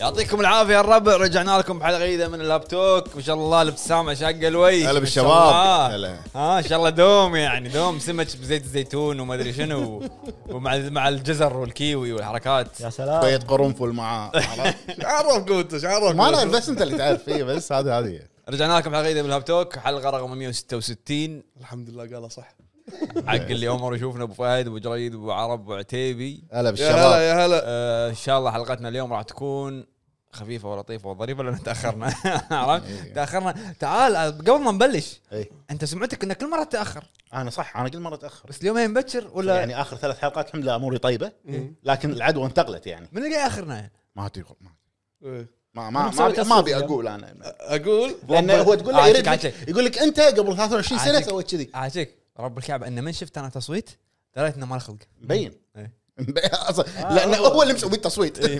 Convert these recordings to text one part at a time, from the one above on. يعطيكم العافيه الربع رجعنا لكم بحلقه جديده من الابتوك وان شاء الله الابتسامه شاقه الوي هلا ما شاء بالشباب. الله. هلا. ها ان شاء الله دوم يعني دوم سمك بزيت الزيتون وما ادري شنو ومع مع الجزر والكيوي والحركات يا سلام شويه قرنفل معاه عرفت؟ عرف قوتش عرف ما انا بس انت اللي تعرف فيه بس هذه هذه هي. رجعنا لكم حلقه جديده من الابتوك حلقه رقم 166 الحمد لله قالها صح عقل اللي عمر يشوفنا ابو فهد ابو جريد ابو عرب ابو عتيبي هلا يا هلا بالشباب يا هلا آه، ان شاء الله حلقتنا اليوم راح تكون خفيفه ولطيفه وظريفه لان تاخرنا عرفت إيه. تاخرنا تعال قبل ما نبلش إيه. انت سمعتك انك كل مره تتاخر انا صح انا كل مره اتاخر بس اليومين مبكر ولا يعني يعني اخر ثلاث حلقات الحمد لله اموري طيبه لكن العدوى انتقلت يعني من اللي قاعد ياخرنا ما ادري ما إيه. ما ما مسوي ما- ما تصويت ابي اليوم. اقول انا أه، اقول لان هو تقول له عاتق- يرد عاتق. لك- يقول لك انت قبل 23 سنه عاتق. سويت كذي عاشق رب الكعبه انه من شفت انا تصويت دريت انه مال خلق مبين إيه. مبين اصلا لان هو اللي مسوي التصويت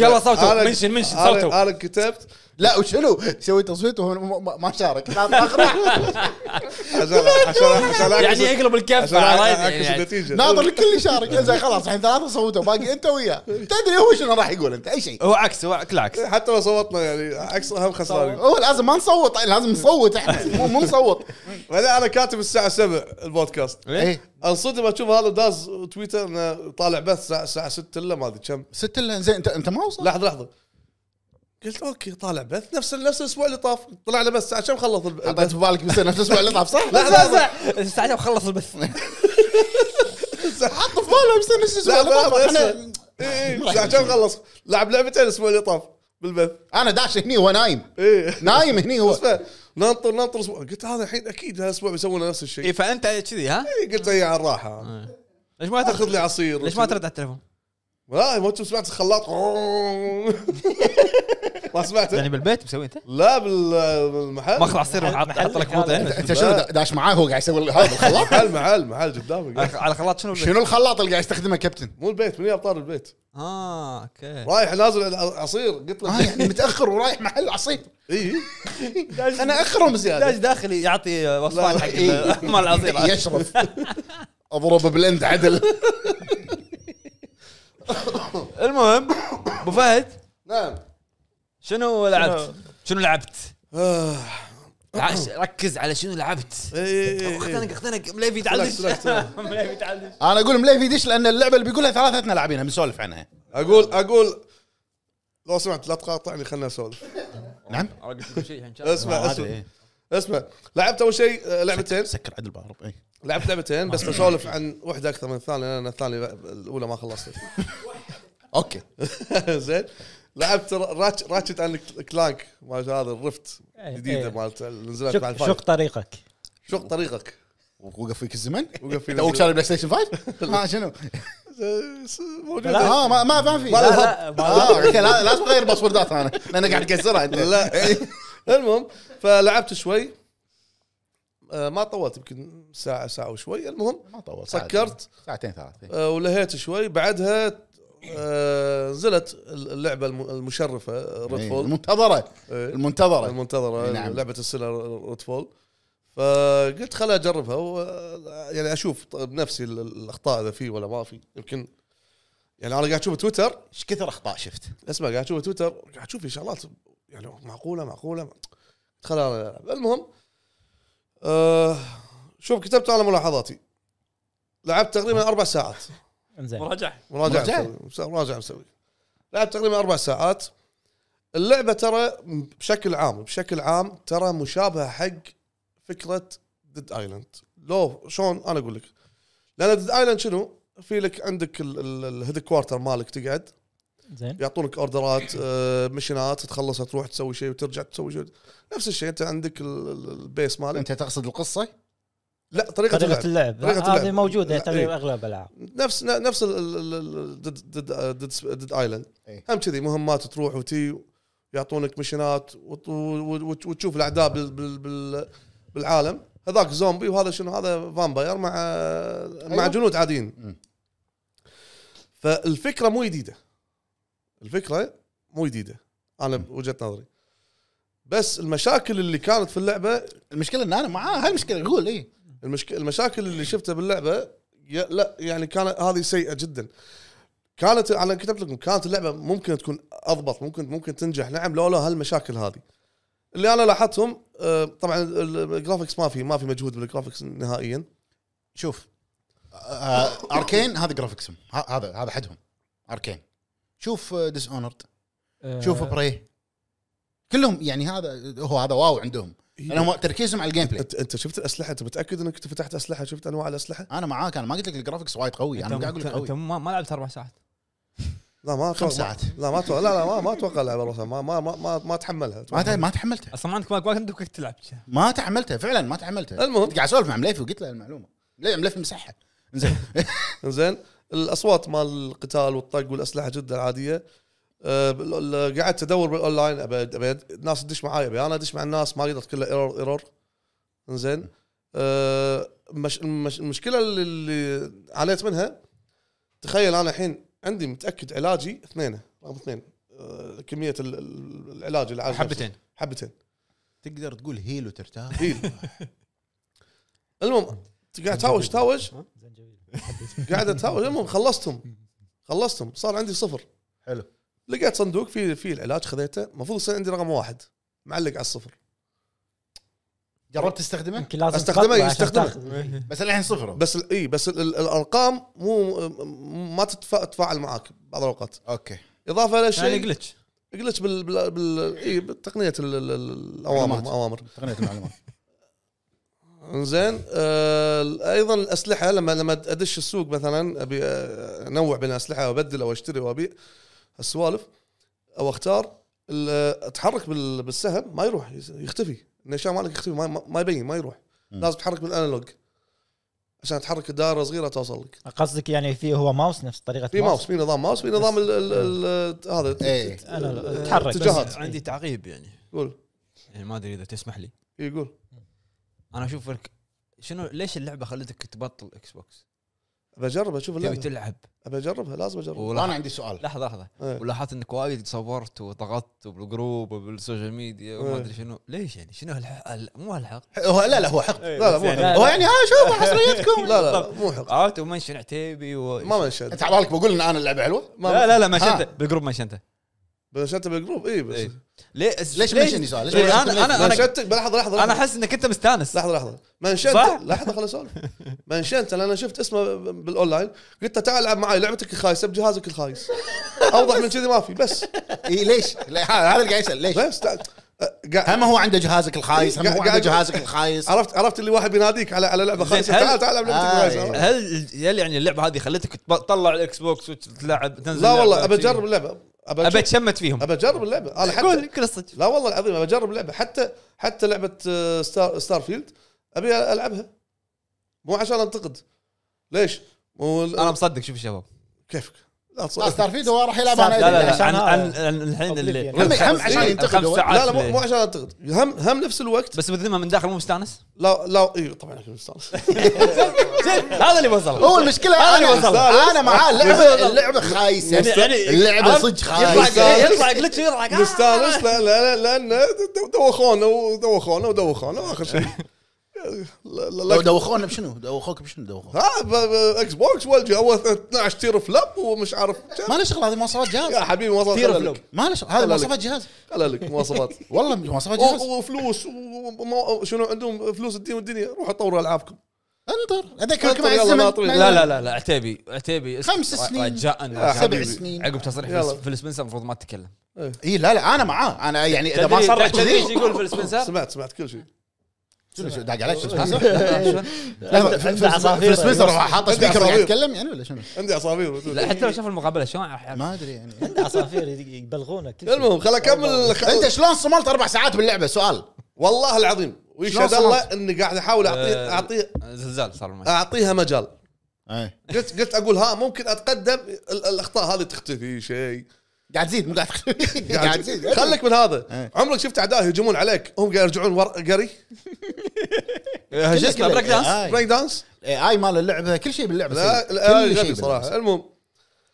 يلا صوتوا أنا- منشن منشن أنا- صوتوا انا كتبت لا وشنو يسوي تصويت وهو ما- ما- ما شارك لا تأخره. عشان عشان عشان يعني يقلب الكف عشان عرفت؟ اعكس يعني- النتيجه ناظر الكل يشارك إيه، زين خلاص الحين ثلاثه صوتوا باقي انت وياه تدري هو شنو راح يقول انت اي شيء هو عكس هو كل عكس حتى لو صوتنا يعني عكس هم خسرانين هو لازم ما نصوت طيب لازم نصوت احنا مو مو نصوت بعدين انا كاتب الساعه 7 البودكاست ايه إيه؟ انصدم اشوف هذا داز تويتر انه طالع بث الساعه الساعه 6 الا ما ادري كم ست الا زين انت انت ما وصل لحظه لحظه قلت اوكي طالع بث نفس نفس الاسبوع اللي طاف طلع له بث الساعه كم خلص الب- حطيت البث في بالك بس نفس الاسبوع اللي طاف صح؟ لا لا استعجل خلص البث حط في بالك بس نفس الاسبوع اللي لا، لا، طاف اسمع. احنا- إيه، ما إيه، راح الساعه كم خلص لعب لعبتين الاسبوع اللي طاف بالبث انا داش هني وهو نايم ايه نايم هني هو اسمع ننطر ننطر اسبوع قلت هذا الحين اكيد هالاسبوع بيسوون نفس الشيء اي فانت إيه، كذي ها إيه، قلت هي على الراحه ليش ما تاخذ تاخذ لي عصير ليش ما ترد على التليفون لا ما تشوف سمعت الخلاط ما سمعته يعني بالبيت مسوي انت لا بال- بالمحل ماخذ عصير وحاط حاط لك يعني. موطه هنا انت شنو دا- داش معاه هو قاعد يسوي هذا الخلاط محل محل محل قدامي على على خلاط شنو شنو الخلاط اللي قاعد يستخدمه كابتن؟ مو البيت من ابطال البيت اه اوكي رايح نازل على عصير قلت اه آه. له إيه. يعني متاخر ورايح محل عصير اي انا اخرهم زياده داش داخلي يعطي وصفات لا، حق إيه. مال العصير يشرف اضربه بالند عدل المهم ابو فهد نعم شنو لعبت؟ شنو لعبت؟ آه، عش- ركز على شنو لعبت إيه، إيه، اختنق إيه. اختنق مليفي ركز، تعلش ركز، ركز. مليفي تعلش انا اقول مليفي دش لان اللعبه اللي بيقولها ثلاثتنا لاعبينها بنسولف عنها اقول اقول لو سمعت لا تقاطعني خلنا نسولف نعم آه، اسمع هذا اسمع إيه. اسمع لعبت اول شيء آه، لعبتين سكر عدل بعرب اي لعبت لعبتين بس بسولف عن واحده اكثر من الثانيه لان الثانيه الاولى ما خلصت اوكي زين لعبت راتش راتشت اند كلانك مال هذا الرفت إيه، جديده إيه. مالت اللي نزلت مع شق شق الفايف طريقك شق طريقك وقف فيك الزمن وقف فينا توك الزمن. شاري بلاي ستيشن 5 ها شنو؟ موجوده اه ما ما ما في لا، لا، ما- آه، أوكي، لا لازم اغير باسوردات انا لان قاعد اكسرها انت لا إيه. المهم فلعبت شوي آه، ما طولت يمكن ساعه ساعه وشوي المهم ما طول ساعة. سكرت ساعتين ثلاث آه، ولهيت شوي بعدها آه، نزلت اللعبه الم- إيه، المشرفه ريد فول المنتظره إيه. المنتظره المنتظره نعم. نعم. لعبه السنه ريد فول فقلت خليني اجربها و... يعني اشوف ط- بنفسي ال- الاخطاء اذا في ولا ما في يمكن يعني انا قاعد اشوف تويتر ايش كثر اخطاء شفت؟ اسمع قاعد اشوف تويتر قاعد اشوف في شغلات يعني معقوله معقوله خليني أنا العب المهم آه شوف كتبت انا ملاحظاتي لعبت تقريبا اربع ساعات انزين مراجع مراجعه مراجعة. مسوي مس- مراجعه مسوي لعب تقريبا اربع ساعات اللعبه ترى بشكل عام بشكل عام ترى مشابهه حق فكره ديد ايلاند لو شلون انا اقول لك لان ديد ايلاند شنو؟ في لك عندك ال- ال- الهيد كوارتر مالك تقعد زين يعطونك اوردرات آه، مشينات تخلصها تروح تسوي شيء وترجع تسوي شيء نفس الشيء انت عندك ال- ال- البيس مالك انت تقصد القصه؟ لا طريقه, طريقه اللعب طريقة لا، هذه اللعب. موجوده لا، إيه. تقريبا اغلب الالعاب نفس نفس ال- ال- ال- آه، ديد- ديد- ديد ديد ايلاند إيه. هم كذي مهمات تروح وتي يعطونك مشينات وت- وت- وتشوف الاعداء بال بال بال بالعالم هذاك زومبي وهذا شنو هذا فامباير مع مع أيوة. جنود عاديين مم. فالفكره مو جديده الفكره مو جديده انا بوجهه نظري بس المشاكل اللي كانت في اللعبه المشكله ان انا معاه هاي المشكله قول اي المشك... المشاكل اللي شفتها باللعبه ي... لا يعني كانت هذه سيئه جدا كانت انا كتبت لكم كانت اللعبه ممكن تكون اضبط ممكن ممكن تنجح نعم لولا هالمشاكل هذه اللي انا لاحظتهم آه، طبعا ال- الجرافكس ما في ما في مجهود بالجرافكس نهائيا شوف آه، اركين هذا جرافيكسهم ه- هذا هذا حدهم اركين شوف ديس اونرد آه، شوف براي كلهم يعني هذا هو هذا واو عندهم إيه. لانهم تركيزهم على الجيم بلاي انت انت شفت الاسلحه انت متاكد انك أنت فتحت اسلحه شفت انواع الاسلحه؟ انا معاك انا ما قلت لك الجرافكس وايد قوي انا قاعد اقول لك انت قوي ما ما لعبت اربع ساعات لا ما خمس أتوقع- ساعات. لا ما أتوقع- لا لا ما ما اتوقع اللعبه رسم ما ما ما, ما, ما اتحملها ما تع- ما تحملته اصلا ما عندك ما عندك وقت تلعب ما تحملته فعلا ما تحملته المهم. قاعد اسولف مع مليفي وقلت له المعلومه ليه مليفي مسحه زين زين الاصوات مال القتال والطق والاسلحه جدا عاديه أه، بال- ال- قعدت ادور بالاونلاين ابد ابد الناس تدش معاي ابي انا ادش مع الناس ما اقدر كلها ايرور ايرور زين أه، مش المش المشكله اللي- اللي عانيت منها تخيل انا الحين عندي متاكد علاجي اثنين رقم اثنين أه، كميه ال- ال- العلاج اللي عالج حبتين نفسه. حبتين تقدر تقول هيل وترتاح هيل المهم قاعد تاوج تاوج زنجبيل قاعد اتاوج المهم خلصتهم خلصتهم صار عندي صفر حلو لقيت صندوق فيه فيه العلاج خذيته المفروض يصير عندي رقم واحد معلق على الصفر جربت تستخدمه يمكن لازم أستخدمه- تخطبه عشان يستخدمه. تاخذ. بس الحين صفر بس ال- اي بس ال- ال- الارقام مو م- ما تتفا- تتفاعل معاك بعض الاوقات اوكي اضافه يعني للشيء جلتش جلتش بال بال, بال... اي بتقنيه ال- ال- ال- الاوامر معلومات. الاوامر تقنيه المعلومات زين آه ايضا الاسلحه لما لما ادش السوق مثلا ابي آه، انوع بين الاسلحه وابدل او اشتري وابيع السوالف او اختار ال- آه، اتحرك بال- بالسهم ما يروح يس- يختفي النشان مالك يختفي ما, ما- ما يبين ما يروح مم. لازم تتحرك بالانالوج عشان تحرك الدائره صغيره توصل لك قصدك يعني في هو ماوس نفس طريقه في ماوس في نظام ماوس في نظام ال ال ال هذا إيه. أنا لا- ال- تحرك. آه، اتجاهات بس- إيه. عندي تعقيب يعني قول إيه، يعني ما ادري اذا تسمح لي يقول انا اشوف لك شنو ليش اللعبه خلتك تبطل اكس بوكس؟ بجرب اشوف تبي اللعبه تلعب بجربها لازم اجربها ولا- انا عندي سؤال لحظه لحظه إيه. ولاحظت انك وايد صورت وضغطت بالجروب وبالسوشيال ميديا وما إيه. ادري شنو ليش يعني شنو هالح... هال- مو هالحق هو لا لا هو حق لا لا مو يعني- حق. هو يعني ها شوفوا حصريتكم لا لا مو حق عرفت ومنشن عتيبي و... ما منشنت انت على بالك بقول ان انا اللعبه حلوه ما لا لا لا ها. منشنته بالجروب منشنته منشنت بالجروب اي بس إيه. ليه ليش منشني سؤال؟ ليش إيه، منشني انا انا انا منشنتك لحظه لحظه انا لحظه احس انك انت مستانس لحظه لحظه منشنت صح؟ لحظه خليني اسولف منشنت انا شفت اسمه بالاونلاين قلت له تعال العب معي لعبتك الخايسه بجهازك الخايس اوضح من كذي ما في بس اي إيه، ليش؟ لا، هذا اللي قاعد يسال ليش؟ بس تع- أه، قاعد هم هو عنده جهازك الخايس هم قاعد- هو عنده قاعد- جهازك الخايس عرفت عرفت اللي واحد بيناديك على على لعبه خايسه هل- تعال تعال العب لعبتك آه، الخايسه هل هل يعني اللعبه هذه خلتك تب- تطلع الاكس بوكس وتلعب تنزل لا والله لعبة ابى شي؟ اجرب اللعبه ابى ابى أشوف- اتشمت فيهم ابى اجرب اللعبه انا حتى قول كل الصدق لا والله العظيم ابى اجرب اللعبه حتى حتى لعبه آه، ستار ستار فيلد ابي العبها مو عشان انتقد ليش؟ مو ال- انا مصدق شوف الشباب كيفك لا تص- آه، ستارفيلد هو راح يلعب انا لا لا عشان لا عن هذا. عن عن الحين اللي Oblivion. هم- هم عشان إيه، ينتقدوا. الخمس ساعات لا لا مو- مو اللي- عشان انتقد هم هم نفس الوقت بس بذمه من داخل مو مستانس لا لا اي طبعا أكيد مستانس. هذا اللي وصل هو المشكله انا انا معاه اللعبه اللعبه خايسه يعني- يعني- اللعبه عرفت؟ صدق يطلع خايسه يطلع جلتش يطلع مستانس لا لا لا لان دو- دوخونا ودوخونا ودوخونا اخر شيء لا- لا- لا. لو دوخونا بشنو؟ دوخوك بشنو دوخوك؟ ها ب- ب- اكس بوكس والجي اول 12 تير فلب ومش عارف كم. ما له شغل هذه مواصفات جهاز يا حبيبي مواصفات تير خلالك. فلوب. ما له شغل هذه خلالك. مواصفات جهاز خلالك مواصفات والله مواصفات جهاز و- وفلوس وشنو عندهم فلوس الدين والدنيا روحوا طوروا العابكم انطر اذكرك مع يلا الزمن ناطرين. مع طيب، لا لا الزمن. لا لا عتيبي عتيبي اس- خمس سنين. آه، رجاء سبع حبيبي. سنين عقب تصريح يلا. فيل سبنسر المفروض ما تتكلم اي إيه، لا لا انا معاه انا يعني اذا ما تدري- صرح تدري ايش كذي يقول فيل سبنسر؟ سمعت سمعت كل شيء شنو- شنو داق عليك شو إيه، عنده- عنده عصافير. في سبنسر هو حاطه عنده سبيكر وقاعد عصافير. يتكلم يعني ولا شنو؟ عندي عصافير لا حتى لو شاف المقابله شلون راح يعرف؟ ما ادري يعني عصافير يبلغونك كل شيء. المهم خل اكمل خل- انت شلون صملت اربع ساعات باللعبه سؤال والله العظيم ويشهد شلون الله صمت؟ اني قاعد احاول اعطيه آه. اعطيه زلزال صار آه، الماي. اعطيها مجال إيه. قلت قلت اقول ها ممكن اتقدم ال- الاخطاء هذه تختفي شيء قاعد تزيد مو قاعد تخ- إيه، قاعد تزيد خليك من هذا إيه. عمرك شفت اعداء يهجمون عليك هم قاعد يرجعون ورا قري آه، شو اسمه كله- بريك دانس؟ آه. بريك دانس إيه، اي مال اللعبه كل شيء باللعبه لا سيء. لا كل شيء غبي باللعبة صراحه سيء. المهم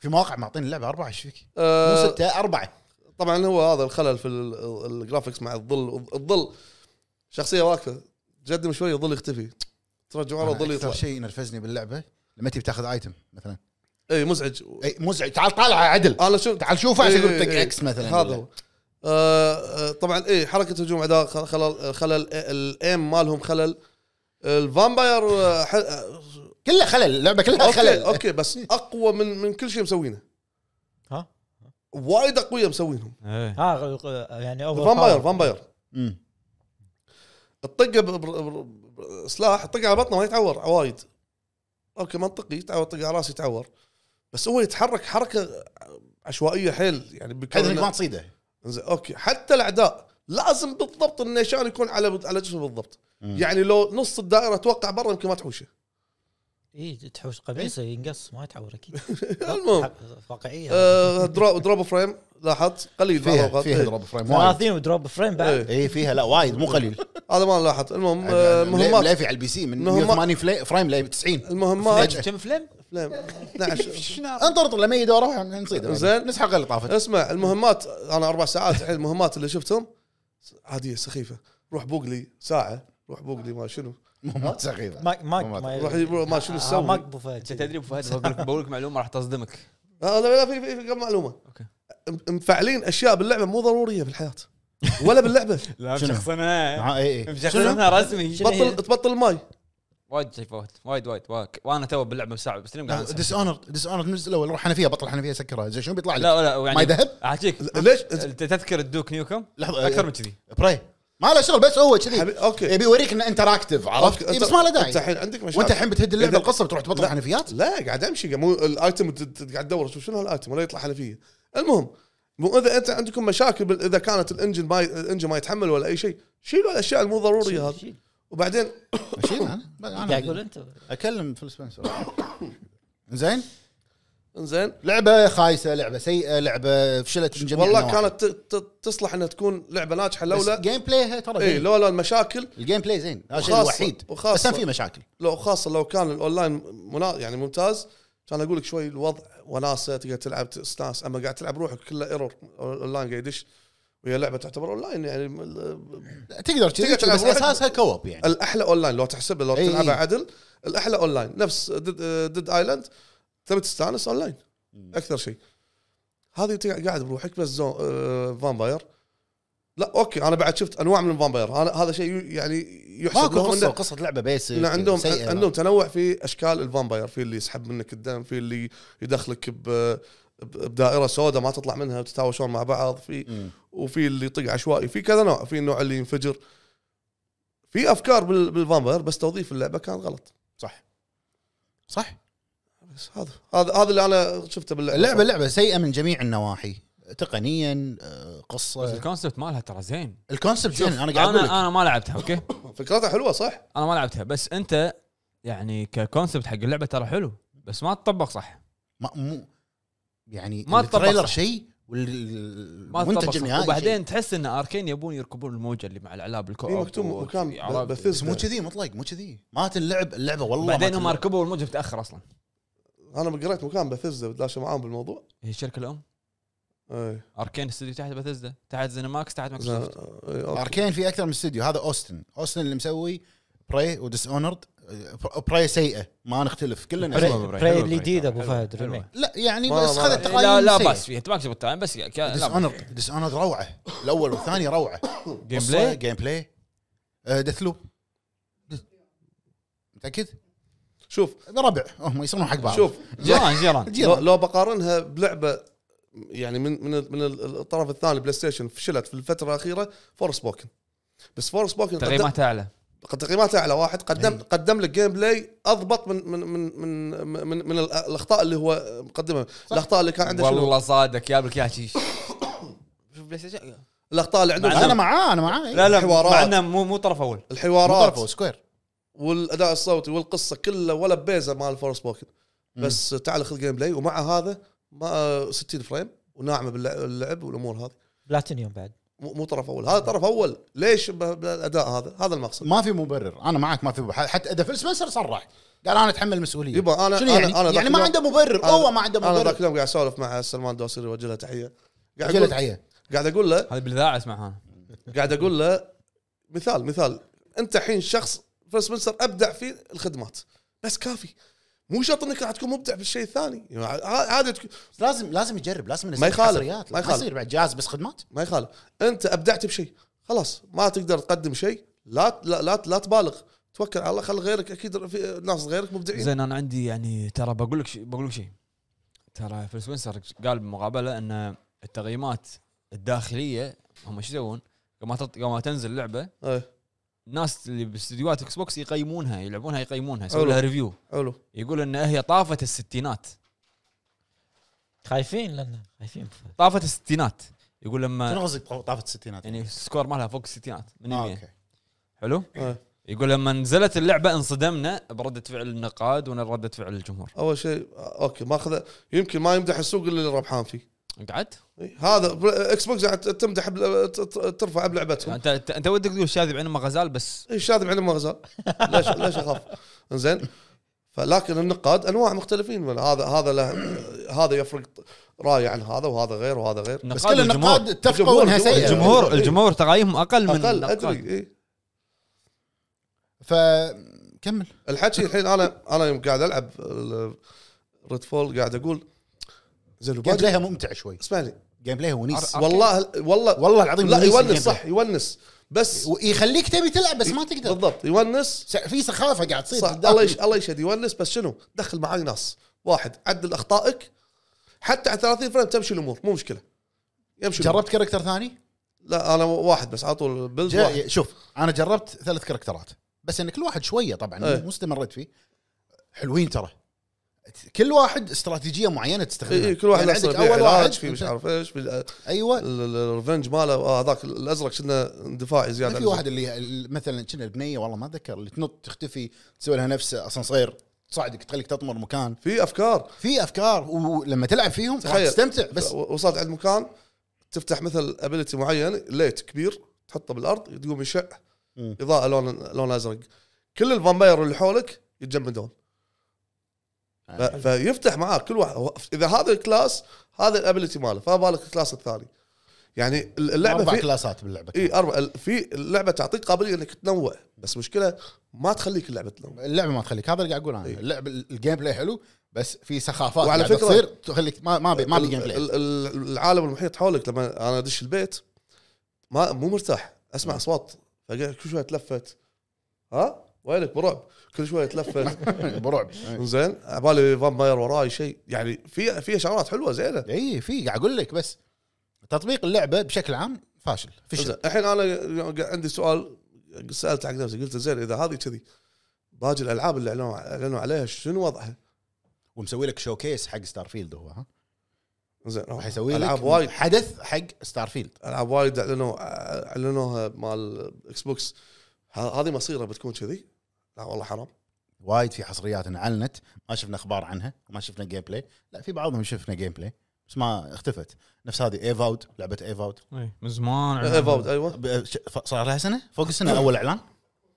في مواقع معطين اللعبه اربعه ايش فيك؟ آه، مو سته اربعه طبعا هو هذا الخلل في ال- ال- الجرافكس مع الظل الظل شخصيه واقفه تقدم شوي الظل يختفي ترجع ورا أنا الظل اكثر يطلع شيء نرفزني باللعبه لما تبي تاخذ ايتم مثلا اي إيه، مزعج اي مزعج إيه، تعال طالع يا عدل انا شو تعال شوفه عشان يقول إيه، طق إيه، اكس مثلا هذا هو آه، آه، طبعا ايه حركه هجوم عداء خل- خلل خلل الايم مالهم خلل الفامباير آه، ح- آه، كله خلل اللعبه كلها خلل اوكي اوكي بس اقوى من من كل شيء مسوينه ها؟ وايد اقوياء مسوينهم إيه. ها غ- يعني اوفر فامباير فامباير مم. الطقه ب- ب- ب- سلاح الطقه على بطنه ما يتعور وايد اوكي منطقي يتعور طقه على راسه يتعور بس هو يتحرك حركه عشوائيه حيل يعني بحيث بكون انك ما تصيده زين اوكي حتى الاعداء لازم بالضبط النيشان يكون على على جسمه بالضبط مم. يعني لو نص الدائره توقع برا يمكن ما تحوشه اي إيه، تحوش قميصه ينقص ما يتعور اكيد إيه. المهم حق- واقعيه آه دروب دروب فريم لاحظت قليل بعض فيها الاوقات فيها إيه. دروب فريم وايد 30 ودروب فريم بعد إيه. اي فيها لا وايد مو قليل هذا ما لاحظت المهم آه، مهمات المهمات لافي على البي سي من مهمات. 180 فلا- فريم ل 90 المهمات نعم، فلاج. كم فيلم؟ ليه؟ 12 انطر لما يجي دوره راح نصيده زين. نسحق اللي طافت اسمع المهمات انا اربع ساعات الحين المهمات اللي شفتهم عاديه سخيفه روح بوق لي ساعه روح بوق لي ما شنو مهمات سخيفه ماك ماك آه، روح يبرو- ما آه، شنو تسوي؟ ماك ابو فهد انت تدري ابو فهد بقول لك بقول لك معلومه راح تصدمك آه، لا لا في في, في كم معلومه أوكي. م- مفعلين اشياء باللعبه مو ضروريه بالحياه ولا باللعبه لا شنو؟ مشخصنها آه، اي اي مشخصنها رسمي شنو؟ تبطل تبطل الماي وايد شيء فوت وايد وايد وايد وانا تو باللعبه بساعه بس اليوم قاعد أنسى. ديس اونرد ديس اونرد من الجزء الاول روح حنفيه بطل حنفيه سكرها زين شنو بيطلع لك؟ لا لا يعني ما يذهب؟ احكيك ليش؟ انت تذكر الدوك نيوكم لحظه اكثر من كذي براي أه، ما له شغل بس هو كذي حبيبي اوكي يبي يوريك انه انتراكتيف عرفت؟ أوكي، إي أنت- إيه، بس ما له انت داعي الحين عندك مشاكل وانت الحين بتهد اللعبه إذا- القصه بتروح تبطل لا. حنفيات؟ لا قاعد امشي قاعد مو الايتم ت- قاعد تدور شوف شنو هالايتم ولا يطلع حلفيه المهم مو اذا انت عندكم مشاكل بال- اذا كانت الانجن ما ي- الانجن ما يتحمل ولا اي شيء شيلوا الاشياء المو ضروريه هذه شيل. وبعدين شيل انا قاعد اقول انا انت اكلم فيل سبنسر زين انزين لعبه خايسه لعبه سيئه لعبه فشلت من جميع والله النواحي. كانت ت- ت- تصلح انها تكون لعبه ناجحه بس لولا جيم بلاي ترى اي زين. لولا المشاكل الجيم بلاي زين هذا الشيء إيه، وخاصة- الوحيد وخاصة- بس كان في مشاكل لو خاصه لو كان الاونلاين منا يعني ممتاز كان اقول لك شوي الوضع وناسه تقدر تلعب تستانس اما قاعد تلعب روحك كله ايرور اونلاين قاعد يدش وهي لعبه تعتبر اونلاين يعني ال- تقدر كذي، تلعب بس واحد. اساسها كوب يعني الاحلى اونلاين لو تحسب لو إي تلعبها إي. عدل الاحلى اونلاين نفس آه، ديد, ديد ايلاند تبي تستانس اونلاين اكثر شيء هذه تقعد- قاعد بروحك بس زون آه، فامباير لا اوكي انا بعد شفت انواع من الفامباير هذا هذا شيء ي- يعني يحسب ماكو لهم قصه انه قصه لعبه بيسك إن عندهم سيئة. عندهم تنوع في اشكال الفامباير في اللي يسحب منك الدم في اللي يدخلك ب ب- بدائره سوداء ما تطلع منها تتهاوشون مع بعض في مم. وفي اللي يطق عشوائي في كذا نوع في النوع اللي ينفجر في افكار بال- بالفامباير بس توظيف اللعبه كان غلط صح صح بس هذا هذا هذا اللي انا شفته باللعبه اللعبه لعبه سيئه من جميع النواحي تقنيا آه، بس قصه الكونسبت مالها ترى زين الكونسبت زين انا قاعد اقول لك انا انا ما لعبتها اوكي فكرتها حلوه صح؟ انا ما لعبتها بس انت يعني ككونسبت حق اللعبه ترى حلو بس ما تطبق صح ما مو يعني ما ما تطبق التريلر صح. شيء ما تطبق والمنتج صح. النهائي وبعدين تحس ان اركين يبون يركبون الموجه اللي مع الالعاب الكو إيه، مكتوب مكان بث بس مو بثيسدا كذي مطلق مو كذي مات اللعب اللعبه والله بعدين مات هم اللعب. ركبوا الموجه متاخر اصلا انا قريت مكان بثيسدا تلاشى معاهم بالموضوع هي الشركه الام اي اركين استوديو تحت بثزدا تحت زينماكس تحت زين. مايكروسوفت إي، أوكي. اركين في اكثر من استوديو هذا اوستن اوستن اللي مسوي براي وديس اونرد براي سيئه آه، ما نختلف حلوة كلنا بري، براي حلوة الجديد بري، أبو حلوة، فهد، حلوة. ريميك. لا يعني ما- بس ما- خذت إيه، تقايم لا لا سيئة. باس فيها انت ما كتبت التايم بس ك- لا ديس بأس. اونرد ديس اونرد روعه الاول والثاني روعه جيم قصة، بلاي جيم بلاي ديث لوب متاكد؟ شوف ربع هم يصيرون حق بعض شوف جيران جيران جيران. لو, لو بقارنها بلعبه يعني من من ال- من ال- الطرف الثاني بلاي ستيشن فشلت في الفتره الاخيره فور سبوكن بس فور سبوكن قدم- تقييماتها اعلى قد- تقييماته اعلى واحد قدم قدم لك جيم بلاي اضبط من من من من من, من ال- الاخطاء اللي هو مقدمها الاخطاء اللي كان عنده شنو والله صادق جاب لك اياها شي- شوف بلاي ستيشن الاخطاء اللي عنده انا شنو؟ معاه انا معاه لا لا حوارات. مع انه مو مو طرف اول الحوارات سكوير والاداء الصوتي والقصه كلها ولا بيزه مال فور سبوكن بس تعال خذ جيم بلاي ومع هذا ما 60 فريم وناعمه باللع- باللعب والامور هذه بلاتينيوم بعد مو مو طرف اول هذا طرف اول ليش ب- بالاداء هذا هذا المقصد ما في مبرر انا معك ما في مبرر. حتى اذا فيل سبنسر صرح قال انا اتحمل المسؤوليه يبا أنا- شنو أنا- يعني أنا ذاك يعني ما اليوم- عنده مبرر هو ما عنده انا ذاك مبرر اليوم قاعد اسولف مع سلمان دوسري وجه له تحيه قاعد جلت أقول- عيه قاعد اقول له هذه بالاذاعه اسمعها أنا. قاعد اقول له مثال مثال انت الحين شخص فيل سبنسر ابدع في الخدمات بس كافي مو شرط انك راح تكون مبدع بالشيء الثاني يعني ع- عادي تك- لازم لازم يجرب لازم ينزل ما يخالف، حصريات. ما ما يخالف. يصير بعد جهاز بس خدمات ما يخالف انت ابدعت بشيء خلاص ما تقدر تقدم شيء لا لا لا, لا تبالغ توكل على الله خل غيرك اكيد في ناس غيرك مبدعين زين انا عندي يعني ترى بقول لك شيء بقول لك شيء ترى فيل سبنسر قال بمقابله ان التقييمات الداخليه هم شو يسوون؟ يوم ما تط- يوم ما تنزل لعبه ايه الناس اللي باستديوهات اكس بوكس يقيمونها يلعبونها يقيمونها يسوون حلو. لها ريفيو حلو يقول ان هي طافت الستينات خايفين لان خايفين إيه، طافت الستينات يقول لما شنو قصدك طا- طافت الستينات؟ يعني السكور مالها فوق الستينات من آه، 100 اوكي حلو ايه يقول لما نزلت اللعبه انصدمنا برده فعل النقاد ورده فعل الجمهور اول شيء آه، اوكي ماخذ يمكن ما يمدح السوق الا اللي ربحان فيه قعدت إيه، هذا بل- اكس بوكس قاعد تمدح بل- ت- ت- ترفع بلعبتهم انت انت أنت ودك تقول شاذب عين ما غزال بس إيه، شاذب علم ما غزال ليش ليش اخاف زين فلكن النقاد انواع مختلفين من هذا هذا له هذا يفرق رايه عن هذا وهذا غير وهذا غير النقاد بس كل والجمهور. النقاد اتفقوا الجمهور- انها الجمهور- سيئه الجمهور إيه. الجمهور تقايمهم اقل من اقل النقاد. ادري إيه. فكمل الحكي الحين انا انا يوم قاعد العب ريد فول قاعد اقول زين جيم وباقي بلايها ممتع شوي اسمعني جيم بلايها ونيس والله والله والله العظيم لا ونيس الجيم يونس صح يونس بس ويخليك تبي تلعب بس ما تقدر بالضبط يونس س- في سخافه قاعد تصير صح قدامك. الله يش... الله يشهد يونس بس شنو دخل معاي ناس واحد عدل اخطائك حتى على 30 فريم تمشي الامور مو مشكله يمشي الأمور. جربت كاركتر ثاني؟ لا انا واحد بس على طول بلد واحد جا... شوف انا جربت ثلاث كاركترات بس ان كل واحد شويه طبعا إيه. مو استمريت فيه حلوين ترى كل واحد استراتيجيه معينه تستخدمها اي إي، إيه، كل واحد يعني له عندك علاج اول واحد في مش أنت- عارف ايش في ايوه الريفنج ماله آه، هذاك الازرق شنو دفاعي زياده في عن اللزوم. واحد اللي اللي مثلا كنا البنيه والله ما اتذكر اللي تنط تختفي تسوي لها نفس اسانسير تصعدك تخليك تطمر مكان في افكار في افكار ولما تلعب فيهم راح تخيل. تستمتع بس بس وصلت عند مكان تفتح مثل ابيلتي معين ليت كبير تحطه بالارض تقوم يشع مم. اضاءه لون لون ازرق كل الفامباير اللي حولك يتجمدون ف- فيفتح معاك كل واحد هو- اذا هذا الكلاس هذا الابيلتي ماله فما بالك الكلاس الثاني يعني ال- اللعبه اربع في كلاسات باللعبه اي اربع إيه، ال- في اللعبه تعطيك قابليه انك تنوع بس مشكله ما تخليك اللعبه تنوع اللعبه ما تخليك هذا اللي قاعد اقول انا اللعب الجيم بلاي حلو بس في سخافات وعلى إيه. وعلى فكره فكرة- تصير تخليك ما ما بي ما بي جيم ال- بلاي ال- ال- العالم المحيط حولك لما انا ادش البيت ما مو مرتاح نعم. اسمع اصوات فقاعد كل شويه اتلفت ها ويلك برعب كل شويه اتلفت برعب زين عبالي فامباير وراي شيء يعني في في شغلات حلوه زينه اي إيه، في قاعد اقول لك بس تطبيق اللعبه بشكل عام فاشل فشل زين، الحين انا قا- عندي سؤال سالت حق نفسي قلت زين اذا هذه كذي باقي الالعاب اللي اعلنوا اعلنوا عليها شنو وضعها؟ ومسوي لك شوكيس حق ستار فيلد هو ها زين راح يسوي العاب لك وايد حدث حق ستار فيلد العاب وايد اعلنوا اعلنوها مال اكس بوكس ه- هذه مصيره بتكون كذي؟ لا والله حرام وايد في حصريات انعلنت ما شفنا اخبار عنها وما شفنا جيم بلاي لا في بعضهم شفنا جيم بلاي بس ما اختفت نفس هذه ايفاود لعبه ايفاود إيه، من زمان ايفاود ايوه ب- ش- ف- صار لها سنه فوق السنه اول اعلان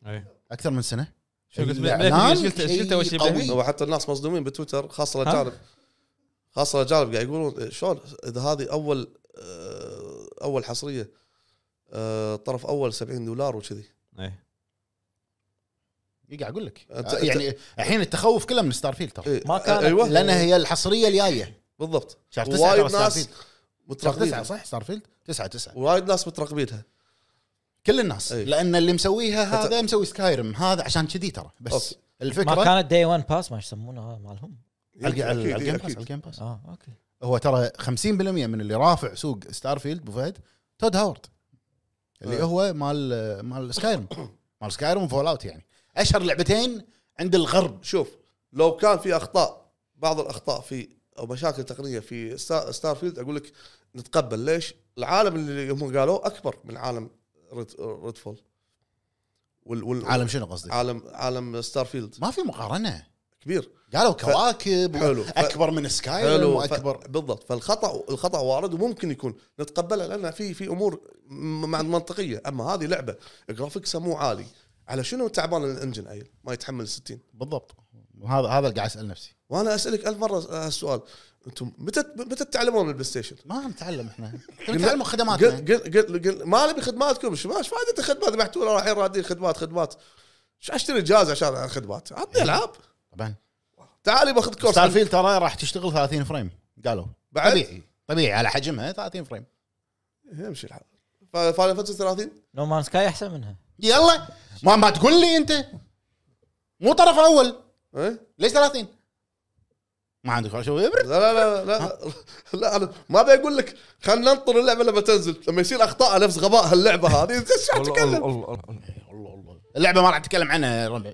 إيه. اكثر من سنه شو قلت؟ الإعلان شلت- شلت شيء أول شي قوي. باليمين. هو حتى الناس مصدومين بتويتر خاصه ها؟ الاجانب خاصه الاجانب قاعد يقولون إيه، شلون اذا هذه اول آه، اول حصريه آه، طرف اول 70 دولار وكذي إيه. إي قاعد اقول لك أنت- يعني الحين التخوف كله من ستار فيلد ترى إيه، ما كانت ايوه لانها هي الحصريه الجايه بالضبط شهر تسعه وايد ترى ستار ناس فيلد شهر تسعه متراقبينها صح ستار فيلد 9 9 وايد ناس متراقبينها كل الناس إيه. لان اللي مسويها حتى- هذا مسوي سكايرم هذا عشان كذي ترى بس أوكي. ما الفكره كانت دي 1 باس ما يسمونها مالهم على- على- على الجيم أكيد، أكيد. باس على الجيم باس اه اوكي هو ترى 50% من اللي رافع سوق ستار فيلد ابو فهد تود هاورد اللي آه. هو مال مال سكايرم مال سكايرم وفول اوت يعني اشهر لعبتين عند الغرب شوف لو كان في اخطاء بعض الاخطاء في او مشاكل تقنيه في ستا- ستار فيلد اقول لك نتقبل ليش؟ العالم اللي هم قالوه اكبر من عالم ريد- ريد فول وال وال عالم شنو قصدك؟ عالم عالم ستار فيلد ما في مقارنه كبير قالوا كواكب حلو. حلو ف- اكبر من سكايرم حلو، واكبر ف... بالضبط فالخطا الخطا وارد وممكن يكون نتقبله لان في في امور م- مع- منطقيه اما هذه لعبه جرافيكسها مو عالي على شنو تعبان الانجن عيل ما يتحمل 60 بالضبط هذا هذا اللي قاعد اسال نفسي وانا اسالك ألف مره هالسؤال انتم متى متى تتعلمون البلاي ستيشن؟ ما نتعلم احنا قلنا- نتعلم قل خدماتنا قل قل قل ما نبي خدماتكم ايش ما- إيش فائده الخدمات ذبحتونا رايحين رادين خدمات خدمات ايش اشتري جهاز عشان خدمات؟ عطني العاب طبعا تعالي باخذ كورس ستار فيلد ترى راح تشتغل 30 فريم قالوا بعد طبيعي طبيعي على حجمها 30 فريم يمشي الحال فاينل فانتسي 30 نو مان سكاي احسن منها يلا ما ما تقول لي انت مو طرف اول إيه؟ ليش 30 ما عندك ولا شيء إيه، لا لا لا لا لا انا ما ابي اقول لك خلينا ننطر اللعبه لما تنزل لما يصير اخطاء نفس غباء هاللعبه هذه ايش راح تتكلم إيه، الله الله اللعبه ما راح نتكلم عنها يا ربع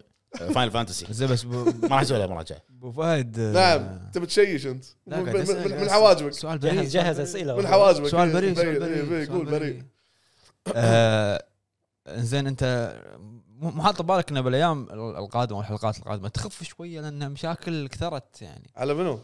فاينل فانتسي زين بس ب- ما راح اسوي لها مراجعه ابو فهد آه، نعم تبي تشيش انت لا، من- قاعد أسأل- من- قاعد من أسأل. حواجبك سؤال بريء جهز جهز سؤال اسئله من حواجبك سؤال بريء إيه، سؤال إيه، بريء إيه، قول سؤال بريء بريء آه، انزين انت مو مو حاط ببالك انه بالايام القادمه والحلقات القادمه تخف شويه لان مشاكل كثرت يعني على منو؟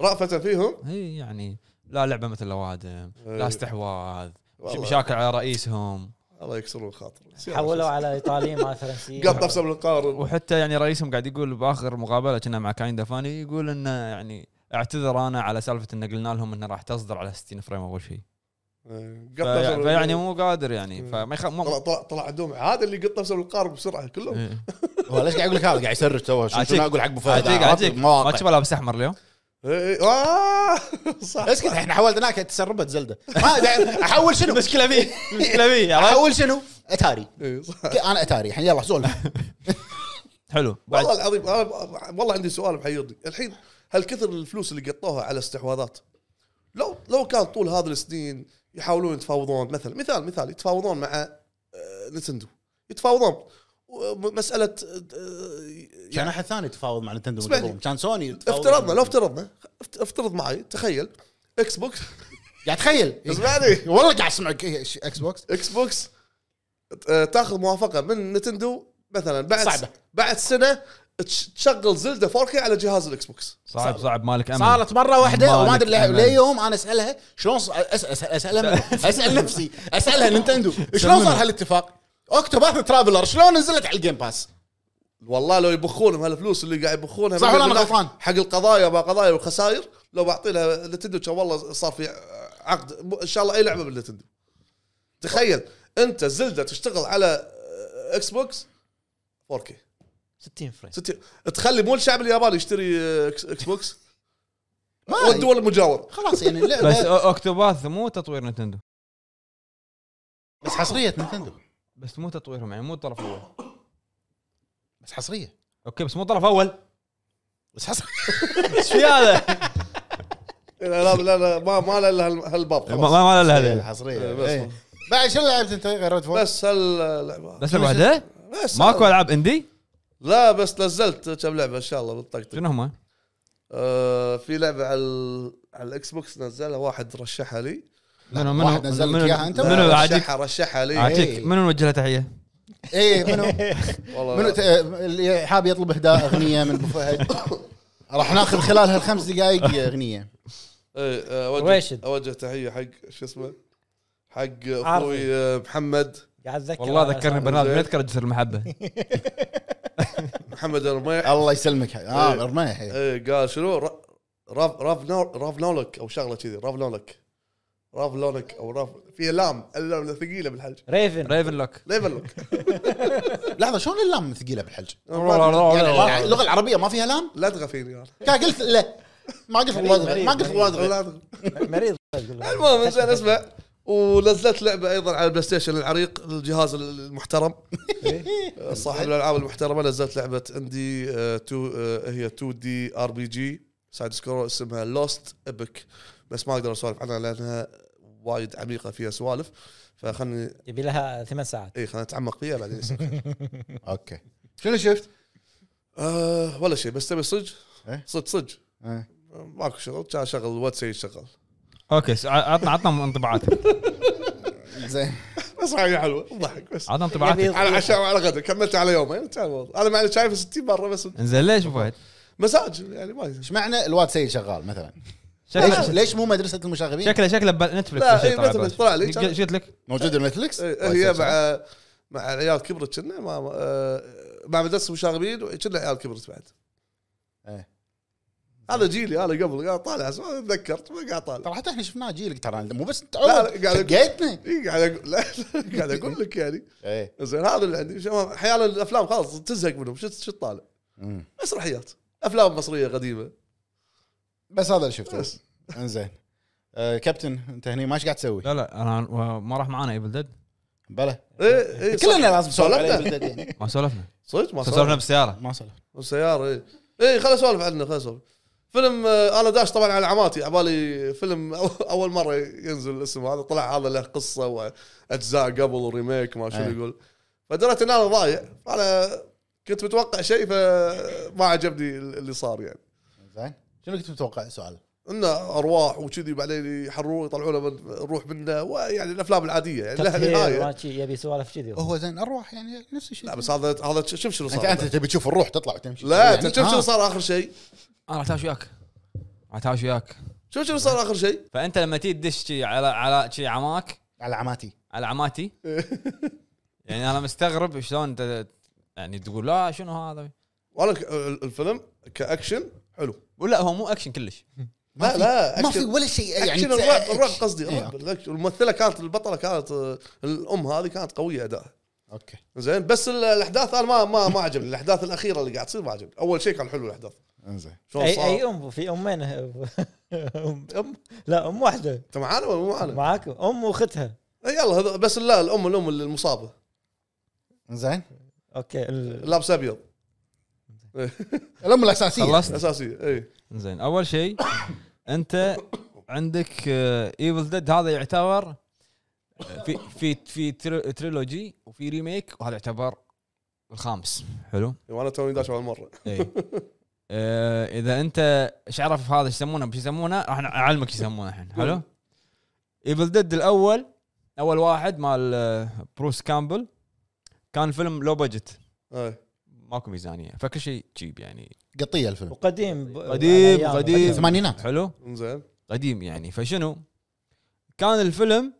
رأفة فيهم إيه، هي يعني لا لعبه مثل لوادم لا استحواذ والله. مشاكل على رئيسهم الله يكسرون خاطر حولوا على ايطاليين مع فرنسيين قط نفسه بالقارب وحتى يعني رئيسهم قاعد يقول باخر مقابله كنا مع كاين دفاني يقول انه يعني اعتذر انا على سالفه ان قلنا لهم انها راح تصدر على 60 فريم اول شيء إيه، قط نفسه في- بال- فيعني مو قادر يعني مم. فما يخاف طلع مو طلع طلع عندهم عاد اللي قط نفسه بالقارب بسرعه كلهم إيه. هو ليش قاعد يقول لك هذا قاعد يسرج تو شو شو عجيك. أنا اقول حق ابو فهد عجيك عرفت عجيك ما مواقع. تشوفه لابس احمر اليوم إيه، إيه، آه، صح اسكت احنا حولناك تسربت زلده ما دا- احول شنو المشكله فيه المشكله فيه احول شنو اتاري إيه، صح انا اتاري الحين يلا سولف حلو بعد والله العظيم انا ب- والله عندي سؤال محيرني الحين هل كثر الفلوس اللي قطوها على استحواذات لو لو كان طول هذه السنين يحاولون يتفاوضون مثلا مثال مثال يتفاوضون مع آه، نتندو يتفاوضون و- مساله آه، كان احد ثاني يتفاوض مع نتندو اسمعني. بالضبط. كان سوني تفاوض. افترضنا لو افترضنا افت- افترض معي تخيل اكس بوكس قاعد تخيل اسمعني والله قاعد اسمعك إيه، إيش، اكس بوكس اكس بوكس آه، تاخذ موافقه من نتندو مثلا بعد صعبة. بعد سنه تش- تشغل زلده 4K على جهاز الاكس بوكس صعب صعب مالك امل صارت مره واحده مالك وما ادري ليه- أمل. ليه يوم انا اسالها شلون ص- أس- أس- اسالها اسال نفسي اسالها نينتندو شلون صار هالاتفاق؟ اوكتوباث ترافلر شلون نزلت على الجيم باس؟ والله لو يبخونهم هالفلوس اللي قاعد يبخونها صح من- ولا أنا من- غلطان؟ حق القضايا وقضايا والخسائر لو بعطي لها نتندو كان والله صار في عقد م- ان شاء الله اي لعبه بالنتندو تخيل انت زلده تشتغل على آه، اكس بوكس 4K 60 فريم ستي... تخلي مو الشعب الياباني يشتري آه، اكس إكس بوكس ما والدول المجاوره خلاص يعني بس اللعبه أو- اوكتوباث مو تطوير نتندو بس حصريه نينتندو بس مو تطويرهم يعني مو طرف اول بس حصريه اوكي بس مو طرف اول بس حصريه ايش في هذا؟ لا لا لا ما ما له الا هال- هالباب ما خلاص ما له هذا حصريه إيه، بس إيه. بعد شنو لعبت انت غير ريد فول؟ بس هاللعبه بس اللي بعدها بس ماكو العاب اندي لا بس نزلت كم لعبه ان شاء الله بالطقطق شنو هم؟ آه، في لعبه على ال- على الاكس بوكس نزلها واحد رشحها لي منو واحد نزل لك إياها أنت ولا منو عاديك رشحها رشحها لي عاديك منو نوجه له تحيه؟ ايه منو منو والله ت- اللي حاب يطلب اهداء اغنيه من ابو فهد راح ناخذ خلال هالخمس دقائق اغنيه إيه، آه، اوجه رويشد. اوجه تحيه حق شو اسمه حق عارفي. اخوي آه، محمد قاعد اتذكر والله أنا ذكرني صار- بنادم يذكر جسر المحبه محمد الرميح الله يسلمك اه إيه. رميح إيه. إيه، قال شنو ر- راف راف نو- راف نولك او شغله كذي راف نولك راف لونك او راف في لام اللام ثقيله بالحج ريفن ريفن لوك ليفل لوك لحظه شلون اللام ثقيله بالحلج؟ والله يعني اللغه العربيه ما فيها لام؟ لا تغى فيني انا كان قلت لا ما قلت والله أدري، ما قلت والله أدري. لا تغى. مريض أقول لك. المهم زين اسمع ونزلت لعبه ايضا على البلاي ستيشن العريق الجهاز المحترم صاحب الالعاب المحترمه نزلت لعبه اندي آه، تو آه، هي 2 دي ار بي جي سايد سكرول اسمها لوست ابيك بس ما اقدر اسولف عنها لانها وايد عميقه فيها سوالف فخلني يبي لها ثمان ساعات اي خلينا إيه، نتعمق فيها بعدين يصير. اوكي شنو شفت؟ آه ولا شيء بس تبي صج إيه. صج صج إيه. ماكو شغل كان شغل الواد سيد شغل اوكي س- عطنا عطنا انطباعاتك زين بس حاجه حلوه ضحك بس عطنا انطباعاتك على عشاء وعلى غدا كملت على يومين تعال والله. انا مع شايف 60 مره بس انزين ليش أبو فهد؟ مزاج يعني ما ايش معنى الواد سيد شغال مثلا؟ ليش شكله ليش مو مدرسه المشاغبين؟ شكله شكله بنتفلكس لا، ولا شيء إيه، طلع مثلاً بعد. طلع لي. قلت- قلت لك موجود بالنتفلكس؟ إيه، وايد هي سيد شغال. مع مع عيال كبرت كنا مع آه، مع مدرسه مشاغبين وكنا عيال كبرت بعد إيه. هذا جيلي انا قبل قاعد طالع أسمع، تذكرت ما قاعد طالع ترى حتى احنا شفناه جيلك ترى مو بس لا، لا، قاعد أقول- لقيتنا إيه، قاعد اقول لا، لا، قاعد اقول لك يعني ايه زين هذا اللي عندي شو- احيانا الافلام خلاص تزهق منهم شو شو تطالع مم. مسرحيات افلام مصريه قديمه بس هذا اللي شفته بس انزين آه، كابتن انت هني ما ايش قاعد تسوي؟ لا لا انا ما راح معانا ايفل ديد بلا ايه ايه كلنا لازم سولفنا سولفنا يعني ما سولفنا صدق ما سولفنا سولفنا بالسياره ما سولف والسياره ايه ايه خليني اسولف عنه خليني اسولف فيلم آه، انا داش طبعا على عماتي عبالي فيلم أو- اول مره ينزل الاسم هذا طلع هذا له قصه واجزاء قبل وريميك ما شنو إيه. يقول فدرت ان انا ضايع انا كنت متوقع شيء فما عجبني اللي صار يعني زين شنو كنت متوقع سؤال؟ انه ارواح وكذي بعدين يحرروه يطلعوا له من- الروح منه ويعني الافلام العاديه يعني لها تطهير ما نهايه شي، يبي سوالف كذي هو زين ارواح يعني نفس الشيء لا بس هذا هذا شوف شنو انت صار انت تبي تشوف الروح تطلع وتمشي لا يعني- انت شوف شنو آه. صار اخر شيء انا راح اتهاوش وياك راح اتهاوش وياك شوف شنو صار اخر شيء فانت لما تيجي تدش شي على على شي عماك على عماتي على عماتي يعني انا مستغرب شلون انت يعني تقول لا شنو هذا وانا ك- الفيلم كاكشن حلو ولا هو مو اكشن كلش لا لا ما في أكشن- ولا شيء يعني اكشن الرعب الرعب أكشن. قصدي إيه، الرعب أوكي. الأكشن. الممثله كانت البطله كانت آه، الام هذه كانت قويه اداءها اوكي زين بس ال- الاحداث انا ما ما ما عجبني الاحداث الاخيره اللي قاعد تصير ما عجبني اول شيء كان حلو الاحداث انزين شلون اي صار أيوه. اي ام في امين ام أم- لا ام واحده انت معانا ولا مو معانا؟ معاك ام واختها إي يلا هذا بس لا الام الام اللي المصابه انزين اوكي ال- لابس ابيض الام الاساسيه خلصت اساسيه اي زين اول شيء انت عندك ايفل ديد هذا يعتبر آه، في في في تري- تريلوجي وفي ريميك وهذا يعتبر الخامس حلو وانا توني يعني داش اول مره اي آه، اذا انت ايش عرف هذا ايش يسمونه بش يسمونه راح اعلمك ايش يسمونه الحين حلو ايفل ديد الاول اول واحد مال آه، بروس كامبل كان فيلم لو بجت إي. ماكو ميزانيه فكل شيء تشيب يعني قطيه الفيلم وقديم ب- قديم، أيام. قديم. الثمانينات حلو زين قديم يعني فشنو كان الفيلم